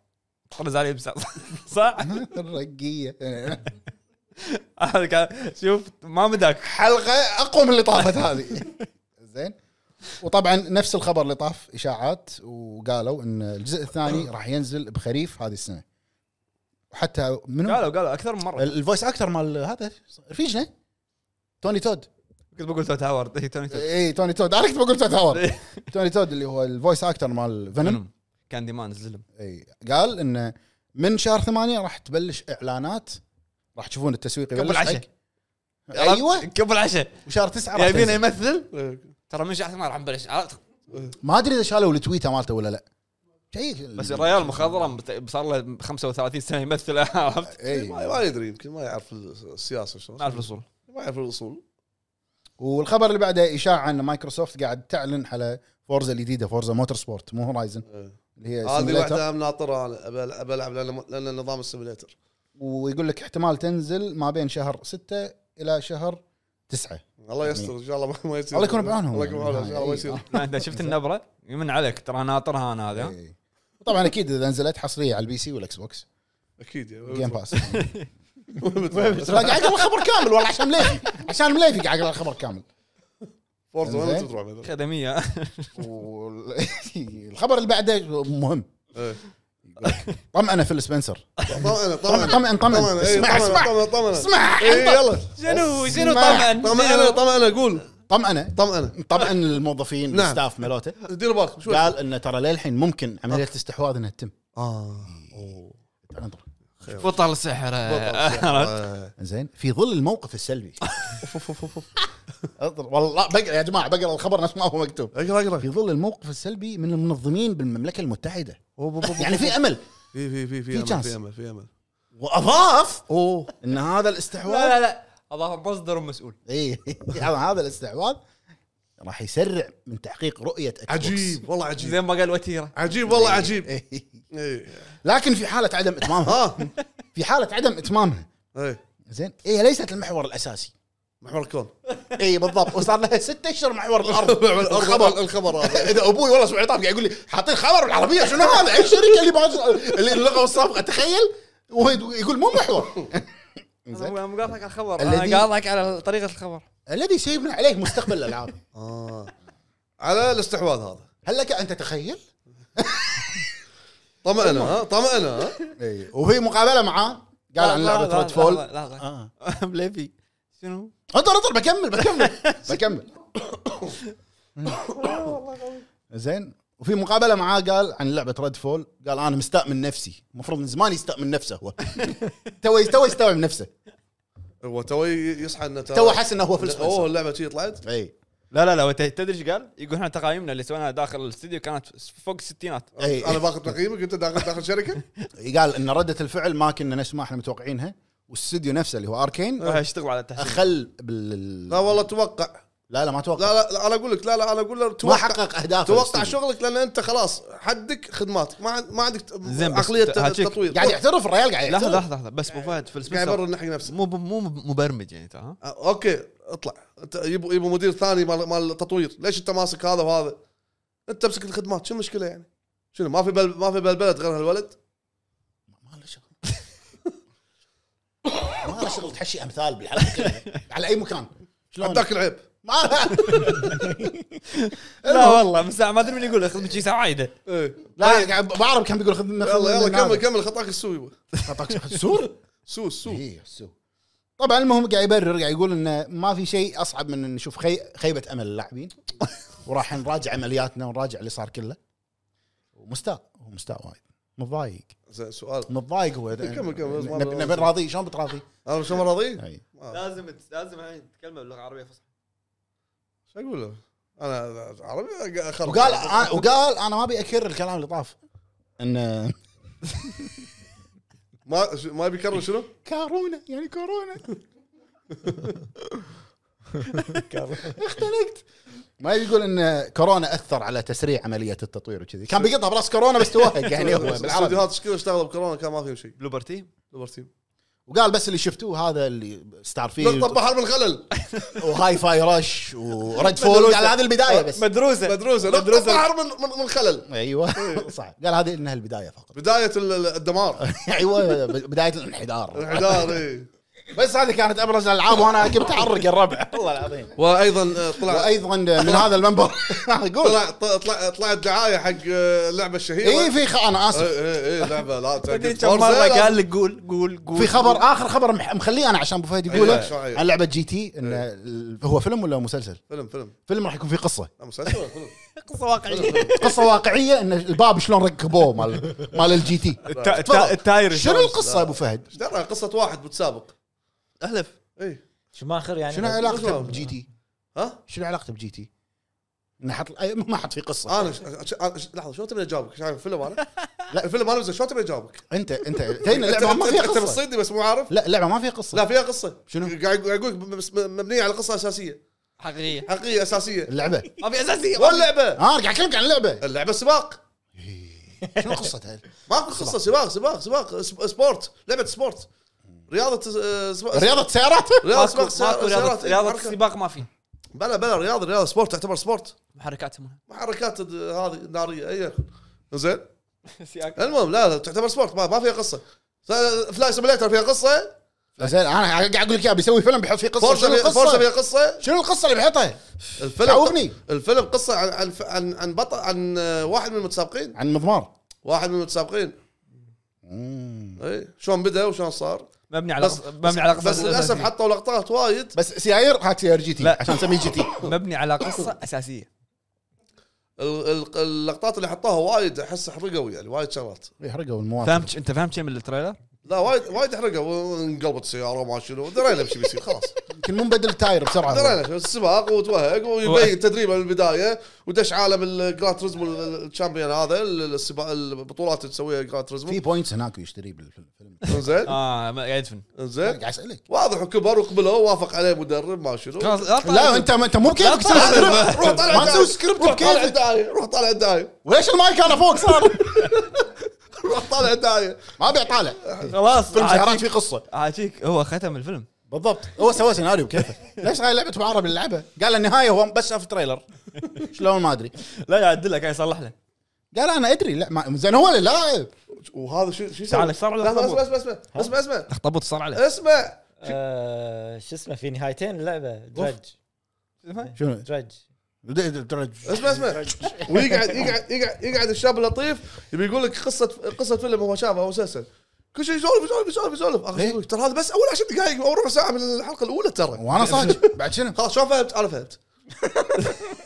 طرز علي بس صح الرقيه هذا كان- شوف ما مداك حلقه اقوى من اللي طافت هذه زين وطبعا نفس الخبر اللي طاف اشاعات وقالوا ان الجزء الثاني راح ينزل بخريف هذه السنه وحتى منو قالوا قالوا اكثر من مره ال- الفويس اكتر مال هذا رفيجنا توني تود كنت بقول توت هاورد إيه، توني توت اي توني تود انا كنت بقول تود هاورد توني تود اللي هو الفويس اكتر مال فينوم فينوم. كاندي مان الزلم اي قال انه من شهر ثمانية راح تبلش اعلانات راح تشوفون التسويق قبل يبلش عشاء. حق- ايوه قبل عشاء وشهر تسعة راح يبينا تنزل. يمثل ترى من شهر ما راح نبلش عرفت؟ ما ادري اذا شالوا التويته مالته ولا لا شيء بس الريال مخضرم بت- صار له 35 سنه يمثل عرفت؟ اي ما ما يدري يمكن ما يعرف السياسه شلون ما اعرف الاصول ما يعرف الاصول والخبر اللي بعده اشاعه ان مايكروسوفت قاعد تعلن على فورزا الجديده فورزا موتور سبورت مو هورايزن إيه. اللي هي هذه simulator. واحده أنا ناطرها انا أبل- بلعب لان لأن نظام السيميليتر ويقول لك احتمال تنزل ما بين شهر 6 الى شهر 9 الله يستر ان شاء الله ما- ما يصير الله يكون بعونهم. الله يكون بعونهم ان شاء الله ما يصير إيه. لا، انت شفت النبره يمن عليك ترى ناطرها انا هذا ها؟ طبعا اكيد اذا نزلت حصريه على البي سي والاكس بوكس اكيد يعني جيم باس باس قاعد اقرا الخبر كامل والله عشان مليفي عشان مليفي قاعد اقرا الخبر كامل فورز وين إنزين. تروح مثلا خدميه والخبر اللي بعده مهم إيه. طمأنه فيل سبنسر طمن طمن طمن طمن إيه، اسمع اسمع طمن طمن اسمع اي إيه، يلا شنو شنو اسمع. طبعا طمن طمن قول طمأنه طمن طبعا الموظفين نعم. الستاف مالوته دير بالك شوي قال انه ترى للحين ممكن عمليه استحواذ انها تتم اه آه. أوه. تعال انظر بطل سحر آه. زين في ظل الموقف السلبي انظر والله بقرا يا جماعه بقرا الخبر نفس ما هو مكتوب اقرا اقرا في ظل الموقف السلبي من المنظمين بالمملكه المتحده أوه، بو- بو- بو- يعني في امل في في في في في امل chance. في امل في امل واضاف اوه ان هذا لا الاستحواذ لا لا اضاف مصدر ومسؤول اي هذا هذا الاستحواذ راح يسرع من تحقيق رؤيه Xbox. عجيب والله عجيب زين ما قال وتيره عجيب والله عجيب إي. اي إيه. لكن في حاله عدم اتمامها ها في حاله عدم اتمامها اي زين هي ليست المحور الاساسي محور الكون اي إيه، بالضبط وصار لها ستة اشهر محور الارض الخبر الخبر الخبر هذا اذا ابوي والله اسمع طاف قاعد يقول لي حاطين خبر بالعربيه شنو هذا اي شركه اللي باج- اللي اللغه الصافقه تخيل وهو يقول مو محور انا زين. مو- مو قاطعك على الخبر الذي- انا قاطعك على طريقه الخبر الذي سيبنى عليه مستقبل الالعاب اه على الاستحواذ هذا هل لك ان تتخيل؟ طمأنة ها طمأنة ها اي وفي مقابله معاه قال عن إيه. لا، لا، لعبه ريد لا، فول لا، لا، لا. آه. بليفي شنو؟ انطر انطر بكمل بكمل بكمل زين وفي مقابله معاه قال عن لعبه ريد فول قال انا مستأمن نفسي المفروض من زمان يستأمن نفسه هو تو تو يستوعب نفسه هو تو يصحى انه ترى- تو حس انه هو إيه. فيل اوه سبنسر اللعبه شي طلعت اي لا لا لا هو ت- تدري ايش قال؟ يقول احنا تقايمنا اللي سويناها داخل الاستديو كانت فوق الستينات اي انا باخذ تقييمك انت داخل داخل شركه قال ان رده الفعل ما كنا نفس ما احنا متوقعينها والاستوديو نفسه اللي هو اركين راح يشتغل على التحسين اخل بال لا والله توقع لا لا ما توقع لا لا, لا انا اقول لك لا لا انا اقول لك ما توقع حقق اهدافه توقع الاستوديو. شغلك لان انت خلاص حدك خدماتك ما عن- ما عندك زين، بس عقليه ت- هاتشيك. تطوير قاعد يعترف الريال قاعد لحظه يعترف لحظه لحظه بس ابو فهد فيل قاعد سبنسر يبرر حق نفسه مو مو مبرمج يعني ترى ها؟ آه، اوكي اطلع انت يبوا يبوا مدير ثاني مال مال التطوير ليش انت ماسك هذا وهذا انت امسك الخدمات شو المشكله يعني شنو ما في بل ما في بالبلد غير هالولد ما له شغل ما له شغل تحشي امثال بالحلقه كلها. على اي مكان شلون عندك العيب ما لا والله من ساعه ما ادري من يقول اخذ من شي عايده ايه لا قاعد طيب، يعني بعرف كان بيقول خذ يلا يلا كمل كمل خطاك السوي سور سوس سوس إيه، سو. طبعا المهم قاعد يبرر قاعد يقول انه ما في شيء اصعب من ان نشوف خي... خيبه امل اللاعبين وراح نراجع عملياتنا ونراجع اللي صار كله ومستاء هو مستاء وايد متضايق زين سؤال متضايق هو كمل، كمل. نبي- نبي نراضيه شلون بتراضيه؟ انا شو راضي؟ أي. ما- لازم لازم الحين تتكلم باللغه العربيه فصحى شو اقول له؟ انا عربي اخرب وقال أنا وقال انا ما ابي اكرر الكلام اللي طاف ان ما شو- ما بيكرر شنو؟ كارونا يعني كورونا كان- اختنقت ما يقول ان كورونا اثر على تسريع عمليه التطوير وكذي كان بيقطها براس كورونا بس توهق يعني هو بالعربي الاستديوهات ايش كثر اشتغلوا بكورونا كان ما فيهم شيء بلوبر تيم دبر تيم وقال بس اللي شفتوه هذا اللي ستار فيلد نقطه بحر من الخلل وهاي فاي رش وريد فول قال هذه البدايه بس مدروسه مدروسه نقطه مدروسه بحر من من- من الخلل ايوه صح قال هذه انها البدايه فقط بدايه ال- ال- الدمار إيه. ايوه بدايه الانحدار انحدار اي بس هذه كانت ابرز الالعاب وانا كنت اعرق الربع والله العظيم وايضا آه، طلع وايضا من هذا المنبر قول طلع طلع طلعت دعايه حق آه، اللعبه الشهيره اي إيه، في خ... انا اسف اي اي لعبه إيه، لا تدري تعقد. كم فورزا، مره لا. قال لك قول قول أه. قول في خبر اخر خبر مح- مخليه انا عشان ابو فهد أيوة، يقوله أيوة. عن لعبه جي تي انه إيه. ال- هو فيلم ولا مسلسل؟ فيلم فيلم فيلم راح يكون فيه قصه لا، مسلسل ولا فيلم قصه واقعيه قصه واقعيه ان الباب شلون ركبوه مال مال الجي تي التا- التا- التاير شنو القصه يا ابو فهد؟ ايش درى قصه واحد متسابق احلف اي إيه. شو ما اخر يعني شنو علاقته بجي تي؟ ها شنو علاقته بجي تي؟ انه حط أي- ما حط فيه قصه انا ش... ش... أنا ش... لحظه شو تبي اجاوبك؟ شايف فيلم انا؟ لا. لا الفيلم انا زين، شو تبي اجاوبك؟ انت انت تين انت اللعبه ما فيها انت قصه بتصيدني بس مو عارف؟ لا اللعبه ما فيها قصه لا فيها قصه شنو؟ قاعد قاعد اقول لك بس م- مبنيه على قصه اساسيه حقيقيه حقيقيه اساسيه اللعبه ما في اساسيه واللعبه اه قاعد اكلمك عن اللعبه اللعبه سباق شنو قصتها؟ ماكو قصه سباق سباق سباق سب- سبورت لعبه سبورت رياضه آه، سباق رياضه سيارات رياضه ماكو سباق ماكو سيارات، رياضه إيه، رياضه حركة. السباق ما في بلا بلا رياضه رياضه سبورت تعتبر سبورت محركاتهم محركات د- هذه ناريه اي زين سياق المهم لا لا تعتبر سبورت ما, ما فيها قصه س- فلاي سيميليتر فيها قصه زين انا قاعد اقول لك اياها بيسوي فيلم بيحط فيه قصه فورزا شنو فيها فورزا فيها القصه؟ قصه شنو القصه اللي بيحطها؟ الفيلم تعوبني. الفيلم قصه عن عن عن, عن بطل عن آه، واحد من المتسابقين عن مضمار واحد من المتسابقين اي شلون بدا وشلون صار مبني على بس قص- مبني على قصه بس للاسف أساسية. حطوا لقطات وايد بس سياير هاك سياير جي تي لا. عشان نسميه جي تي مبني على قصه اساسيه ال- ال- اللقطات اللي حطوها وايد احس حرقوا يعني وايد شغلات يحرقوا المواطن فهمت انت فهمت شيء من التريلر؟ لا وايد وايد حرقوا انقلبت سياره وما شنو درينا بشي بيصير خلاص يمكن مو مبدل التاير بسرعه هو. درينا شو، السباق وتوهق ويبين تدريبه من البدايه ودش عالم الجراند تريزمو الشامبيون هذا ال- السباق البطولات اللي تسويها جراند في آه. تريزمو بوينتس هناك يشتري بالفيلم زين اه ما- قاعد يدفن زين قاعد اسالك واضح وكبر وقبله ووافق عليه مدرب ما شنو خلاص لا طيب. انت انت مو بكيفك طيب. لا، طالع. سكريبت. روح طالع ما تسوي الدعاية. سكريبت روح طالع بكيفك الدعايه روح طالع الدعايه وليش المايك انا فوق صار؟ روح طالع الدعايه ما ابي اطالع خلاص فيلم سيارات عاجيك- فيه قصه عاجيك هو ختم الفيلم بالضبط هو سوى سيناريو كيفه ليش هاي لعبه معرب اللي لعبها قال النهايه هو بس شاف تريلر شلون ما ادري لا يعدل لك يصلح له قال انا ادري لا ما- زين هو اللي لاعب وهذا شو شو تعال، يسوي؟ صار على لا، لا، الخطوة. اسمع اسمع اسمع اسمع اسمع اخطبوط صار عليه اسمع آه، شو اسمه في نهايتين اللعبه درج شنو درج اسمع اسمع ويقعد يقعد يقعد يقعد الشاب اللطيف يبي يقول لك قصه قصه فيلم هو شافه او مسلسل كل شيء يسولف يسولف يسولف يسولف اخر شيء إيه؟ يقول لك ترى هذا بس اول عشر دقائق او ربع ساعه من الحلقه الاولى ترى وانا صاج بعد شنو خلاص شلون فهمت؟ انا فهمت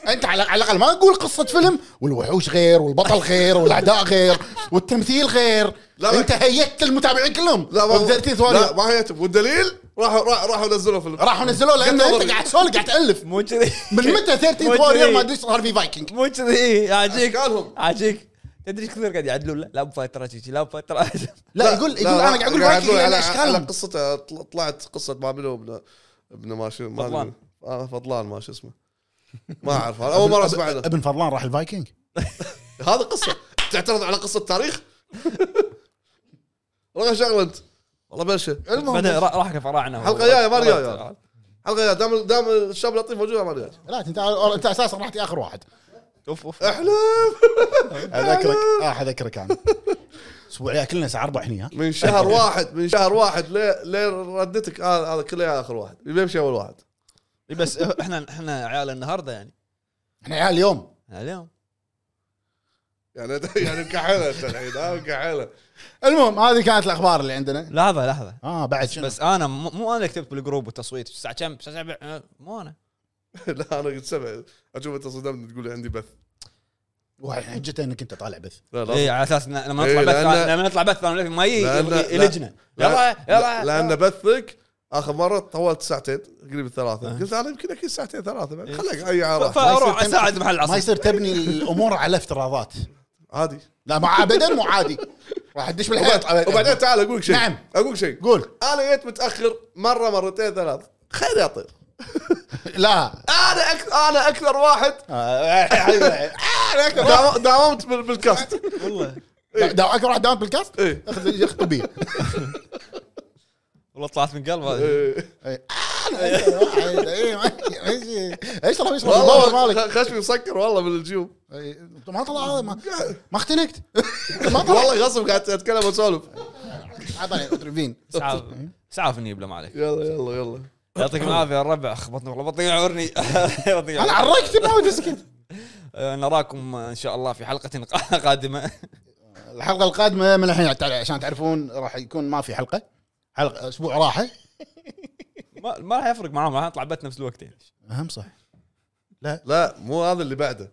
انت على على الاقل ما تقول قصه فيلم والوحوش غير والبطل غير والاعداء غير والتمثيل غير لا، لا. انت هيت المتابعين كلهم لا ما وبذلتي لا ثواني ما هيتم والدليل راحوا راح- راحوا نزلوا في الم- راحوا نزلوه لان قلت انت والله. قاعد تسولف قاعد تالف مو كذي من متى 13 مو وارير كذي. ما ادري إيش صار في فايكنج مو كذي إيه، عاجيك أشكالهم. عاجيك تدري ايش كثير قاعد يعدلون لا لا بفتره شي، لا بفتره لا يقول يقول لا، انا قاعد يعني اقول فايكنج لان على- على اشكالهم قصته طل- طلعت قصه ما منو ابن ابن ما شو ما فضلان. أدري. آه، فضلان ما شو اسمه ما اعرف أنا اول مره اسمع عنه ابن فضلان راح الفايكنج هذا قصه تعترض على قصه تاريخ والله شغله انت والله بلشه بعدين را- راح كفراعنه حلقة جاية، ما رجال. حلقه دام دام الشاب لطيف موجود ما رجعت لا انت انت اساسا رحت اخر واحد اوف اوف احلم اذكرك اه اذكرك انا اسبوعيا كلنا الساعه 4 هنا من شهر واحد من شهر واحد ليه ليه ردتك هذا هذا كله يا اخر واحد يبي يمشي اول واحد إي بس احنا احنا عيال النهارده يعني احنا عيال اليوم إحنا اليوم يعني يعني مكحله انت الحين آه، ها مكحله المهم هذه كانت الاخبار اللي عندنا لحظه لحظه اه بعد شنو بس انا مو مو انا كتبت بالجروب والتصويت الساعه كم الساعه 7 أه، مو انا لا انا قلت سبع اشوف انت صدمت تقول لي عندي بث واحد حجته انك انت طالع بث لا اي لا على اساس إن لما إي، نطلع بث لأن- لما نطلع بث أنا ما يجي لأن- يلغي- لا. يلجنا يلا يلا لان بثك اخر مره طولت ساعتين قريب الثلاثه آه. قلت انا يمكن اكيد ساعتين ثلاثه بعد إيه. خليك اي عراق فاروح اساعد محل ما العصر يصير تبني الامور على افتراضات عادي لا مو ابدا مو عادي راح ادش بالحيط وبعد- وبعدين تعال اقول لك شيء نعم. اقول لك شيء قول انا جيت متاخر مره مرتين ثلاث خير يا طيب. طير لا انا اكثر انا اكثر واحد انا اكثر داوم- آه، داومت بال- بالكاست والله دا اكبر واحد داون بالكاست إيه. اخذ اخذ طبيه والله طلعت من قلب هذه إيه. اشرب اشرب الباور والله مالك خ- خشمي مسكر والله من الجيوب إيه، ما طلع هذا ما ما اختنقت ما طلع والله غصب قاعد اتكلم واسولف عاد علي، تريفين اسعاف اسعاف النيبله ما عليك يلا يلا يلا يعطيكم العافيه يا الربع خبطنا والله بطيء عورني بطيء انا عورني. عرقت ما ودي اسكت آه، نراكم ان شاء الله في حلقه قادمه الحلقه القادمه من الحين تع- عشان تعرفون راح يكون ما في حلقه حلقه اسبوع راحه ما ما راح يفرق معاهم راح نطلع بث نفس الوقت يعني اهم صح لا مو هذا اللي بعده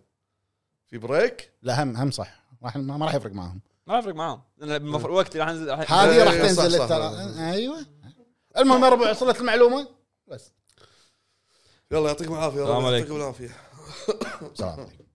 في بريك لا هم هم صح راح ما ما راح يفرق معاهم ما راح يفرق معاهم لأن بالمف- الوقت اللي راح ننزل راح- هذه راح إيه، صح، تنزل صح، الترا- صح. ايوه المهم يا ربع وصلت المعلومه بس يلا يعطيكم العافيه السلام يلا عليكم. يعطيكم العافيه سلام عليكم